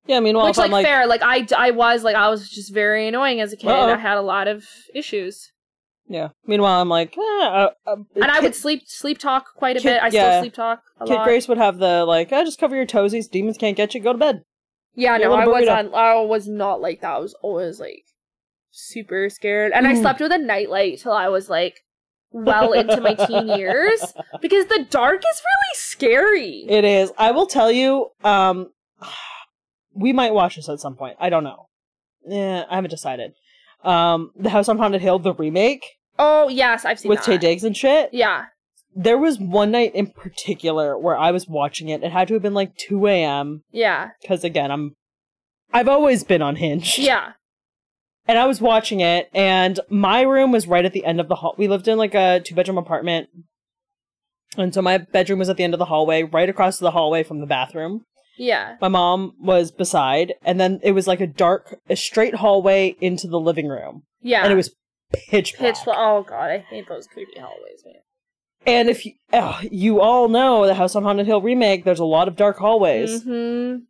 Speaker 3: yeah, meanwhile,
Speaker 2: Which,
Speaker 3: if I'm
Speaker 2: like,
Speaker 3: like,
Speaker 2: fair. Like I, I was like I was just very annoying as a kid.
Speaker 3: Uh-oh.
Speaker 2: I had a lot of issues,
Speaker 3: yeah, meanwhile, I'm like, eh, uh, uh,
Speaker 2: and I
Speaker 3: Kid-
Speaker 2: would sleep sleep talk quite a
Speaker 3: Kid-
Speaker 2: bit. I
Speaker 3: yeah.
Speaker 2: still sleep talk a
Speaker 3: Kid
Speaker 2: lot.
Speaker 3: Grace would have the like, I just cover your toesies, demons can't get you, go to bed.
Speaker 2: Yeah,
Speaker 3: Your
Speaker 2: no, I
Speaker 3: little
Speaker 2: was
Speaker 3: burrito.
Speaker 2: on. I was not like that. I was always like super scared, and I
Speaker 3: Mm.
Speaker 2: slept with a nightlight till I was like well into my teen
Speaker 3: <laughs>
Speaker 2: years because the dark is really scary.
Speaker 3: It is. I will tell you, um, <sighs> we might watch this at some point. I don't know. Yeah, I haven't decided. Um, the House on Haunted Hill, the remake
Speaker 2: oh yes, I've seen
Speaker 3: with
Speaker 2: that.
Speaker 3: Tay Diggs and shit.
Speaker 2: Yeah,
Speaker 3: There was one night in particular where I was watching it. It had to have been like 2 a.m.
Speaker 2: yeah,
Speaker 3: because again i'm i've always been on hinge
Speaker 2: yeah.
Speaker 3: and i was watching it and my room was right at the end of the hall we lived in like a two bedroom apartment And so my bedroom was at the end of the hallway, right across the hallway from the bathroom.
Speaker 2: Yeah.
Speaker 3: My mom was beside, and then it was like a dark, a straight hallway into the living room,
Speaker 2: Yeah.
Speaker 3: and it was pitch black.
Speaker 2: pitch. Oh god, I hate those creepy hallways, man.
Speaker 3: And if you, oh, you all know the House on Haunted Hill remake, there's a lot of dark hallways,
Speaker 2: Mm-hmm.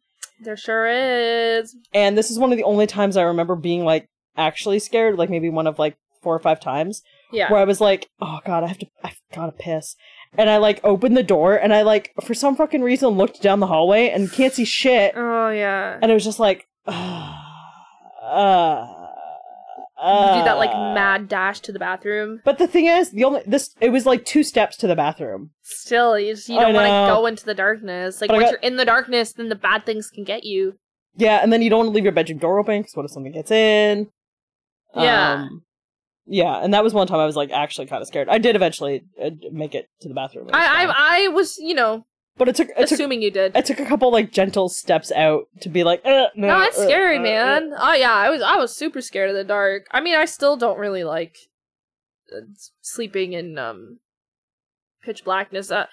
Speaker 2: There sure is.
Speaker 3: and this is one of the only times I remember being like actually scared, like maybe one of like four or five times
Speaker 2: Yeah.
Speaker 3: where I was like, oh god, I have to, I gotta piss, and I like opened the door, and I like for some fucking reason looked down the hallway and can't see shit,
Speaker 2: Oh yeah.
Speaker 3: and it was just like, <sighs> uh, uh,
Speaker 2: you do that like
Speaker 3: uh.
Speaker 2: mad dash to the bathroom.
Speaker 3: But the thing is, the only this it was like two steps to the bathroom.
Speaker 2: Still, you, just, you
Speaker 3: I
Speaker 2: don't want to
Speaker 3: know.
Speaker 2: go into the darkness. Like
Speaker 3: But I
Speaker 2: once
Speaker 3: got-
Speaker 2: you're in the darkness, then the bad things can get you.
Speaker 3: Yeah, and then you don't want to leave your bedroom door open because what if something gets in?
Speaker 2: Yeah.
Speaker 3: Um, yeah, and that was one time I was like actually kind of scared. I did eventually uh, make it to the bathroom. It was
Speaker 2: I
Speaker 3: fine.
Speaker 2: I, I was you know
Speaker 3: but it took it took
Speaker 2: assuming you did.
Speaker 3: I took a couple like gentle steps out to be like, uh, no,
Speaker 2: No, it's
Speaker 3: uh,
Speaker 2: scary,
Speaker 3: uh, uh."
Speaker 2: man. Oh yeah, I was I was super scared of the dark. I mean, I still don't really like uh, s- sleeping in um pitch blackness. Uh,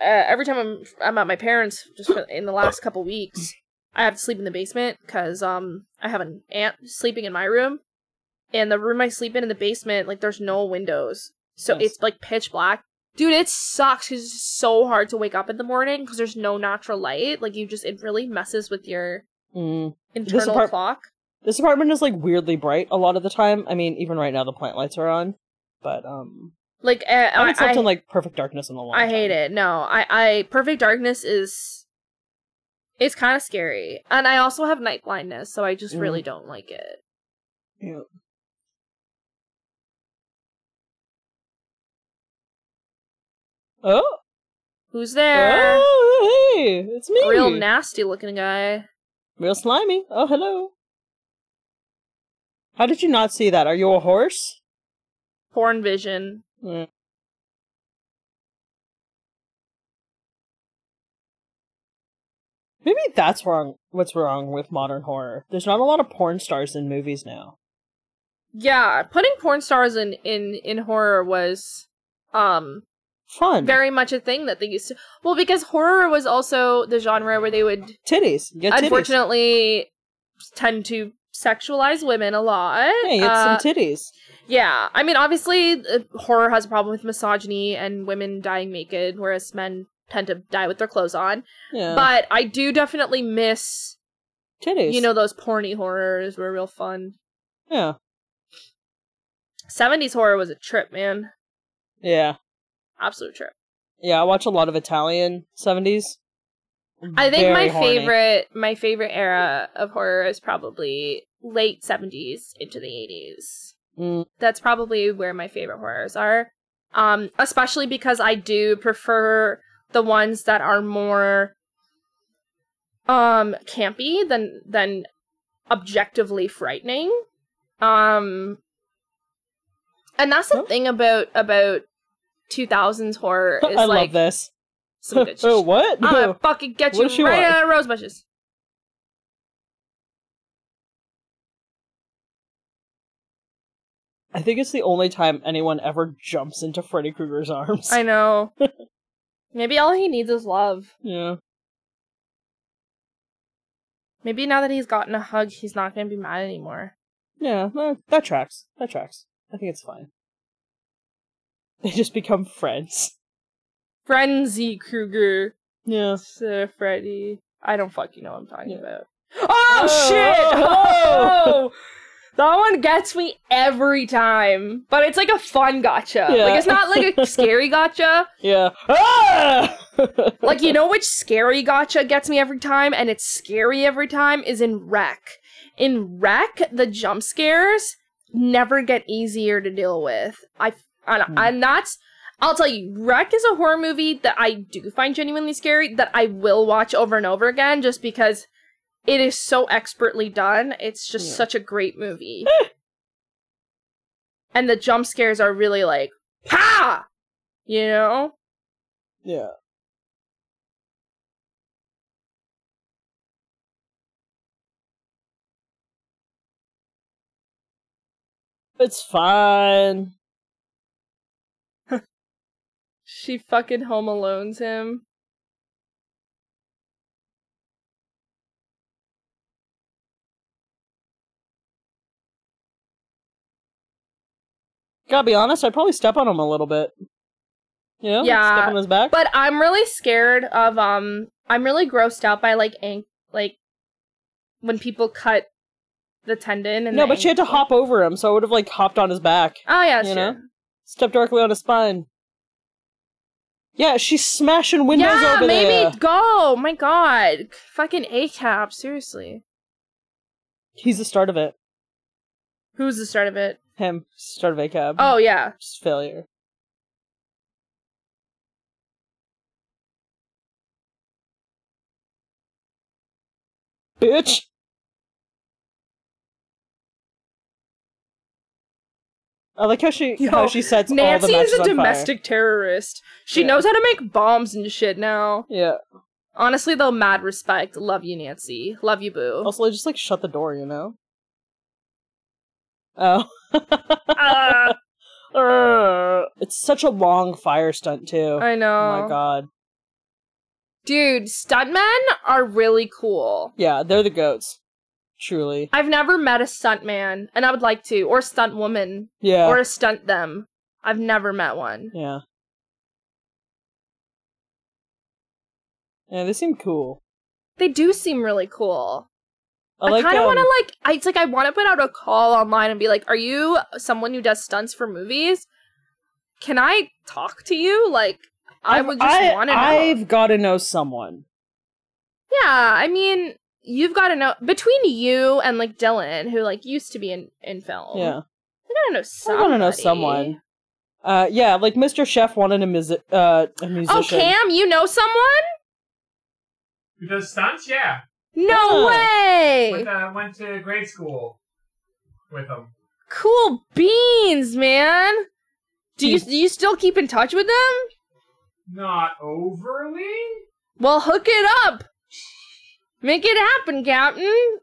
Speaker 2: uh, every time I'm I'm at my parents, just for, in the last couple weeks, I have to sleep in the basement because um I have an aunt sleeping in my room, and the room I sleep in in the basement like there's no windows, so
Speaker 3: Nice.
Speaker 2: it's like pitch black. Dude, it sucks 'cause it's so hard to wake up in the morning because there's no natural light. Like you just it really messes with your
Speaker 3: Mm.
Speaker 2: internal
Speaker 3: apart-
Speaker 2: clock.
Speaker 3: This apartment is like weirdly bright a lot of the time. I mean, even right now the plant lights are on, but um,
Speaker 2: Like uh, I,
Speaker 3: I haven't slept
Speaker 2: I-
Speaker 3: in like perfect darkness in a long.
Speaker 2: I hate
Speaker 3: time.
Speaker 2: it. No, I, I perfect darkness is it's kind of scary, and I also have night blindness, so I just
Speaker 3: Mm.
Speaker 2: really don't like it.
Speaker 3: Yeah. Oh,
Speaker 2: Who's there?
Speaker 3: oh, hey, it's me.
Speaker 2: Real nasty looking guy.
Speaker 3: Real slimy. Oh, hello. How did you not see that? Are you a horse?
Speaker 2: Porn vision.
Speaker 3: Mm. Maybe that's wrong. What's wrong with modern horror? There's not a lot of porn stars in movies now.
Speaker 2: Yeah, putting porn stars in in in horror was um
Speaker 3: Fun.
Speaker 2: very much a thing that they used to. Well, because horror was also the genre where they would
Speaker 3: titties. Get titties.
Speaker 2: unfortunately tend to sexualize women a lot.
Speaker 3: Hey, get
Speaker 2: Uh,
Speaker 3: some titties.
Speaker 2: Yeah, I mean, obviously, uh, horror has a problem with misogyny and women dying naked, whereas men tend to die with their clothes on.
Speaker 3: Yeah.
Speaker 2: But I do definitely miss,
Speaker 3: titties.
Speaker 2: you know, those porny horrors were real fun.
Speaker 3: Yeah.
Speaker 2: Seventies horror was a trip, man,
Speaker 3: Yeah.
Speaker 2: absolute trip.
Speaker 3: Yeah, I watch a lot of Italian 70s.
Speaker 2: I think
Speaker 3: Very
Speaker 2: my
Speaker 3: horny.
Speaker 2: favorite, my favorite era of horror is probably late seventies into the eighties.
Speaker 3: Mm,
Speaker 2: that's probably where my favorite horrors are. Um, especially because I do prefer the ones that are more um campy than than objectively frightening. Um and that's the
Speaker 3: Huh?
Speaker 2: thing about about 2000s horror is
Speaker 3: <laughs> I
Speaker 2: like
Speaker 3: love this.
Speaker 2: some good shit. <laughs>
Speaker 3: oh, <laughs> what?
Speaker 2: I'm gonna fucking get you
Speaker 3: What she
Speaker 2: right
Speaker 3: want?
Speaker 2: out of rose bushes.
Speaker 3: I think it's the only time anyone ever jumps into Freddy Krueger's arms.
Speaker 2: I know. Maybe all he needs is love.
Speaker 3: <laughs> yeah.
Speaker 2: Maybe now that he's gotten a hug, he's not gonna be mad anymore.
Speaker 3: Yeah, eh, that tracks. That tracks. I think it's fine. They just become friends. <laughs>
Speaker 2: Frenzy Krueger.
Speaker 3: Yeah.
Speaker 2: Sir Freddy. I don't fucking know what I'm talking
Speaker 3: Yeah.
Speaker 2: about. Oh,
Speaker 3: Oh, <laughs>
Speaker 2: shit!
Speaker 3: oh.
Speaker 2: Oh! That one gets me every time. But it's like a fun gotcha.
Speaker 3: Yeah.
Speaker 2: Like it's not like
Speaker 3: <laughs>
Speaker 2: a scary gotcha.
Speaker 3: Yeah. <laughs> Ah!
Speaker 2: Like you know which scary gotcha gets me every time and it's scary every time is in wreck. In wreck, the jump scares never get easier to deal with. I and,
Speaker 3: Hmm.
Speaker 2: and that's I'll tell you, Wreck is a horror movie that I do find genuinely scary that I will watch over and over again just because it is so expertly done. It's just
Speaker 3: Yeah. Eh.
Speaker 2: such a great
Speaker 3: <laughs>
Speaker 2: movie. and the jump scares are really like, pa! You know?
Speaker 3: yeah. It's fine.
Speaker 2: She fucking home alones him.
Speaker 3: Gotta be honest, I'd probably step on him a little bit. You know?
Speaker 2: Yeah,
Speaker 3: Step on his back.
Speaker 2: But I'm really scared of um I'm really grossed out by like ank like when people cut the tendon and
Speaker 3: no,
Speaker 2: the
Speaker 3: but she had to
Speaker 2: ankle.
Speaker 3: hop over him, so I would have, like, hopped on his back.
Speaker 2: Oh yeah,
Speaker 3: you
Speaker 2: sure.
Speaker 3: know? Stepped directly on his spine. Yeah, she's smashing windows
Speaker 2: yeah,
Speaker 3: over
Speaker 2: maybe
Speaker 3: there.
Speaker 2: go. Oh My God, fucking a cap. Seriously,
Speaker 3: He's the start of it.
Speaker 2: who's the start of it?
Speaker 3: Him. Start of ACAB.
Speaker 2: Oh yeah,
Speaker 3: Just failure. Bitch! I like how she
Speaker 2: Yo,
Speaker 3: how she sets all the
Speaker 2: Nancy
Speaker 3: matches
Speaker 2: is a
Speaker 3: on fire.
Speaker 2: domestic terrorist. She
Speaker 3: Yeah.
Speaker 2: knows how to make bombs and shit now.
Speaker 3: Yeah.
Speaker 2: Honestly, though, mad respect. Love you, Nancy. Love you, Boo.
Speaker 3: <laughs> Also, I just like shut the door, you know. Oh. <laughs>
Speaker 2: Ah,
Speaker 3: it's such a long fire stunt too.
Speaker 2: I know.
Speaker 3: Oh my god.
Speaker 2: Dude, stuntmen are really cool.
Speaker 3: Yeah, they're the goats. Truly.
Speaker 2: I've never met a stuntman, and I would like to, or a stunt woman,
Speaker 3: Yeah.
Speaker 2: or a stunt them. I've never met one.
Speaker 3: Yeah. Yeah, they seem cool.
Speaker 2: They do seem really cool.
Speaker 3: I,
Speaker 2: I,
Speaker 3: like
Speaker 2: kind of
Speaker 3: um,
Speaker 2: want to like. I, it's like I want to put out a call online and be like, "Are you someone who does stunts for movies? Can I talk to you? Like, I
Speaker 3: I've-
Speaker 2: would just
Speaker 3: I-
Speaker 2: want to know."
Speaker 3: I've got to know someone.
Speaker 2: Yeah, I mean, you've got to know between you and like Dylan, who like used to be in in film.
Speaker 3: Yeah.
Speaker 2: Oh, I gotta know
Speaker 3: I
Speaker 2: somebody.
Speaker 3: want to know someone. Uh yeah, like Mr. Chef wanted a music uh a musician.
Speaker 2: Oh, Cam, you know someone?
Speaker 4: Who does stunts? Yeah.
Speaker 2: No
Speaker 3: Yeah.
Speaker 2: way!
Speaker 4: Went, uh, went to grade school with them.
Speaker 2: Cool beans, man. Do
Speaker 3: Hmm.
Speaker 2: you do you still keep in touch with them?
Speaker 4: Not overly?
Speaker 2: Well, hook it up. Make it happen, Captain.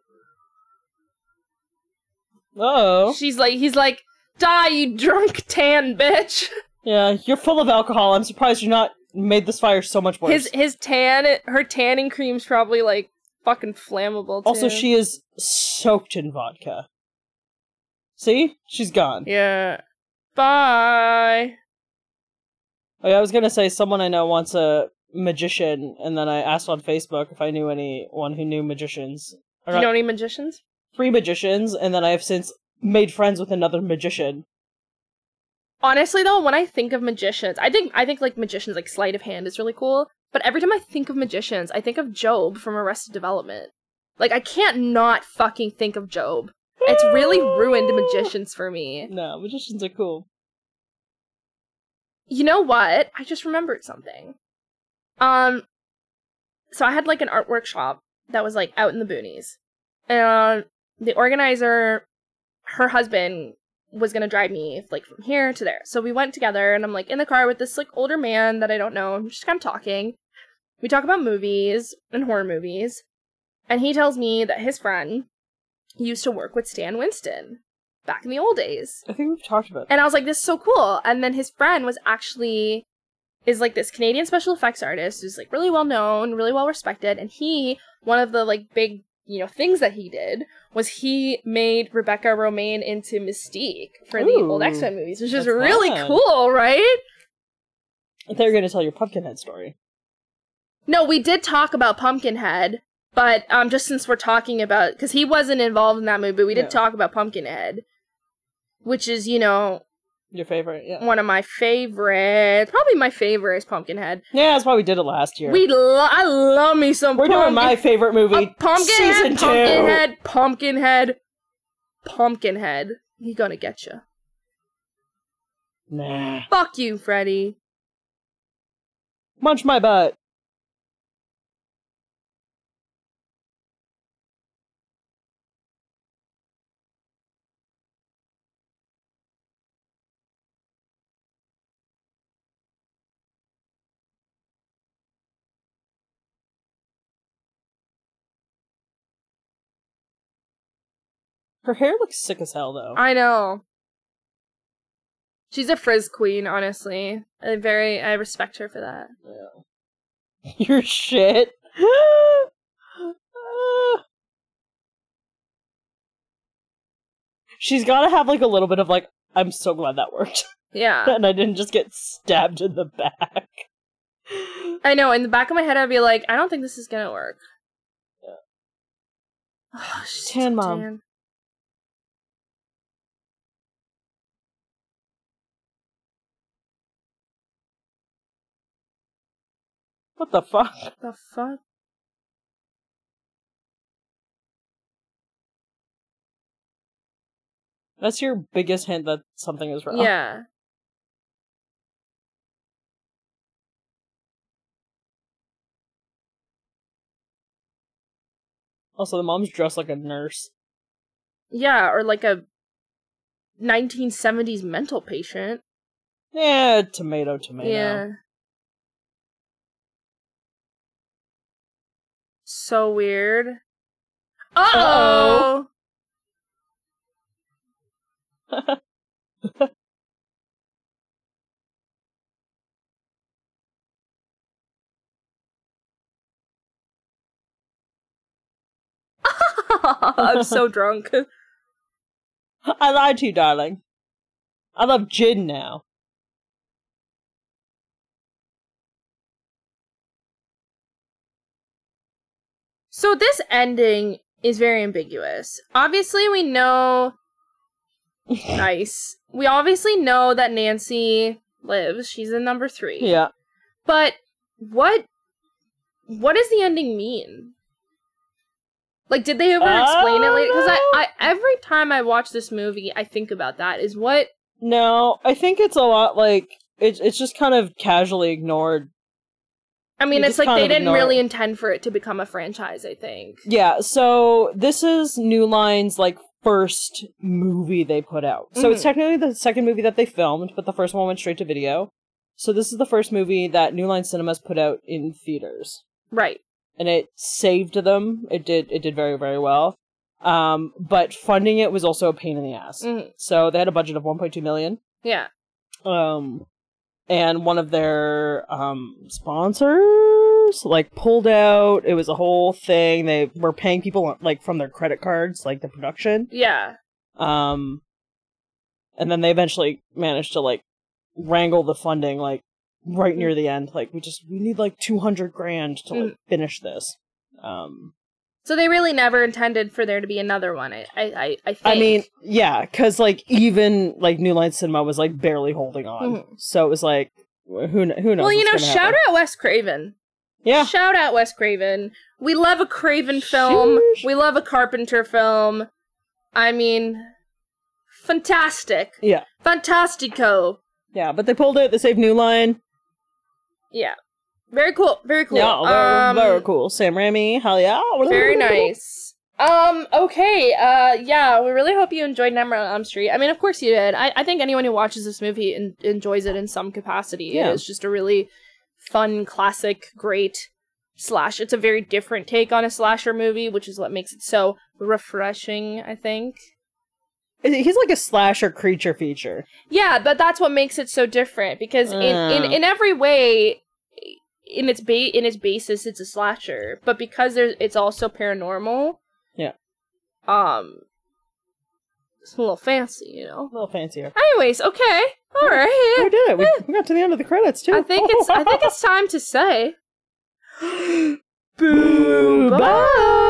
Speaker 3: Oh.
Speaker 2: She's like, he's like, die, you drunk tan bitch.
Speaker 3: Yeah, you're full of alcohol. I'm surprised you're not made this fire so much
Speaker 2: <laughs>
Speaker 3: worse.
Speaker 2: His his tan, her tanning cream's probably like fucking flammable. Too.
Speaker 3: also, she is soaked in vodka. See? She's gone.
Speaker 2: Yeah. Bye.
Speaker 3: Like, I was gonna say someone I know wants a magician, and then I asked on Facebook if I knew anyone who knew magicians. Or
Speaker 2: Do you know
Speaker 3: not-
Speaker 2: any magicians?
Speaker 3: three magicians, and then I have since made friends with another magician.
Speaker 2: Honestly, though, when I think of magicians, I think I think like magicians, like sleight of hand, is really cool. But every time I think of magicians, I think of Job from Arrested Development. Like I can't not fucking think of Job. It's really ruined magicians for me.
Speaker 3: No, magicians are cool.
Speaker 2: You know what? I just remembered something. Um, so I had like an art workshop that was like out in the boonies, and the organizer, her husband, was gonna drive me like from here to there. So we went together, and I'm like in the car with this like older man that I don't know. I'm just kind of talking. We talk about movies and horror movies, and he tells me that his friend used to work with Stan Winston back in the old days.
Speaker 3: I think we've talked about.
Speaker 2: And I was like, this is so cool. And then his friend was actually is like this Canadian special effects artist who's like really well known, really well respected, and he one of the like big you know things that he did was he made Rebecca Romaine into Mystique for the
Speaker 3: Ooh,
Speaker 2: old X Men movies, which is
Speaker 3: that's
Speaker 2: really
Speaker 3: fun.
Speaker 2: cool, right?
Speaker 3: They're gonna tell your Pumpkinhead story.
Speaker 2: No, we did talk about Pumpkinhead, but um, just since we're talking about because he wasn't involved in that movie, but we did
Speaker 3: No.
Speaker 2: talk about Pumpkinhead, which is you know
Speaker 3: Your favorite, yeah.
Speaker 2: one of my favorites. Probably my favorite is Pumpkinhead.
Speaker 3: Yeah, that's why we did it last year.
Speaker 2: We lo- I love me some.
Speaker 3: We're doing my favorite movie, season
Speaker 2: pumpkinhead,
Speaker 3: two.
Speaker 2: pumpkinhead, pumpkinhead, pumpkinhead. He gonna get you.
Speaker 3: Nah,
Speaker 2: Fuck you, Freddy.
Speaker 3: munch my butt. Her hair looks sick as hell, though.
Speaker 2: I know. She's a frizz queen, honestly. I very I respect her for that.
Speaker 3: <laughs> Your shit. She's got to have like a little bit of like, I'm so glad that worked, <laughs>
Speaker 2: Yeah.
Speaker 3: and I didn't just get stabbed in the back. <laughs>
Speaker 2: I know, in the back of my head I'd be like, I don't think this is gonna work.
Speaker 3: Yeah.
Speaker 2: Oh, she's
Speaker 3: Tan
Speaker 2: so
Speaker 3: mom.
Speaker 2: tan.
Speaker 3: What the fuck?
Speaker 2: The fuck?
Speaker 3: That's your biggest hint that something is wrong.
Speaker 2: Yeah.
Speaker 3: Also, the mom's dressed like a nurse.
Speaker 2: Yeah, or like a 1970s mental patient.
Speaker 3: Yeah, tomato, tomato.
Speaker 2: Yeah. So weird. Uh oh. <laughs> I'm so drunk.
Speaker 3: <laughs> I lied to you, darling. I love gin now.
Speaker 2: So this ending is very ambiguous. Obviously, we know.
Speaker 3: <laughs>
Speaker 2: nice. We obviously know that Nancy lives. She's in number three.
Speaker 3: Yeah.
Speaker 2: But what? What does the ending mean? Like, did they ever
Speaker 3: I
Speaker 2: explain it?
Speaker 3: don't
Speaker 2: Later? Because I,
Speaker 3: know.
Speaker 2: I, every time I watch this movie, I think about that. Is what?
Speaker 3: No, I think it's a lot like it's it's just kind of casually ignored.
Speaker 2: I mean,
Speaker 3: You
Speaker 2: it's
Speaker 3: just
Speaker 2: like
Speaker 3: kind
Speaker 2: they
Speaker 3: of
Speaker 2: didn't
Speaker 3: ignore
Speaker 2: really
Speaker 3: it.
Speaker 2: intend for it to become a franchise. I think.
Speaker 3: Yeah, so this is New Line's like first movie they put out. So it's
Speaker 2: Mhm.
Speaker 3: technically the second movie that they filmed, but the first one went straight to video. So this is the first movie that New Line Cinemas put out in theaters.
Speaker 2: Right.
Speaker 3: and it saved them. It did it did very very well. Um, but funding it was also a pain in the ass.
Speaker 2: Mhm.
Speaker 3: So they had a budget of 1.2 million.
Speaker 2: Yeah.
Speaker 3: Um, and one of their um sponsors like pulled out. It was a whole thing. They were paying people like from their credit cards, like the production.
Speaker 2: Yeah.
Speaker 3: Um, and then they eventually managed to like wrangle the funding like right near the end. Like we just we need like two hundred grand to
Speaker 2: Mm.
Speaker 3: like finish this. Um,
Speaker 2: So they really never intended for there to be another one. I, I, I, I think.
Speaker 3: I mean, yeah, because like even like New Line Cinema was like barely holding on, so it was like wh- who kn- who knows?
Speaker 2: Mm-hmm. well, you know,
Speaker 3: what's gonna
Speaker 2: shout
Speaker 3: happen.
Speaker 2: out Wes Craven.
Speaker 3: yeah,
Speaker 2: Shout out Wes Craven. We love a Craven film.
Speaker 3: Sheesh.
Speaker 2: We love a Carpenter film. I mean, fantastic.
Speaker 3: Yeah.
Speaker 2: Fantastico.
Speaker 3: yeah, but they pulled it. They saved New Line.
Speaker 2: Yeah. Very cool. Very cool.
Speaker 3: Yeah, very,
Speaker 2: Um,
Speaker 3: very cool. Sam Raimi, hell yeah,
Speaker 2: Very nice. Um, okay, uh, yeah, we really hope you enjoyed Nightmare on Elm Street. I mean, of course you did. I, I think anyone who watches this movie en- enjoys it in some capacity.
Speaker 3: Yeah.
Speaker 2: It's just a really fun, classic, great slash. It's a very different take on a slasher movie, which is what makes it so refreshing, I think.
Speaker 3: He's like a slasher creature feature.
Speaker 2: Yeah, but that's what makes it so different because in, in,
Speaker 3: Mm.
Speaker 2: in every way in its ba- in its basis it's a slasher, but because there's it's also paranormal.
Speaker 3: Yeah.
Speaker 2: Um it's a little fancy, you know.
Speaker 3: A little fancier.
Speaker 2: Anyways, okay. All
Speaker 3: We
Speaker 2: right.
Speaker 3: did it. We, we got to the end of the credits too.
Speaker 2: I think
Speaker 3: <laughs>
Speaker 2: it's I think it's time to say
Speaker 3: Boo!
Speaker 2: bye.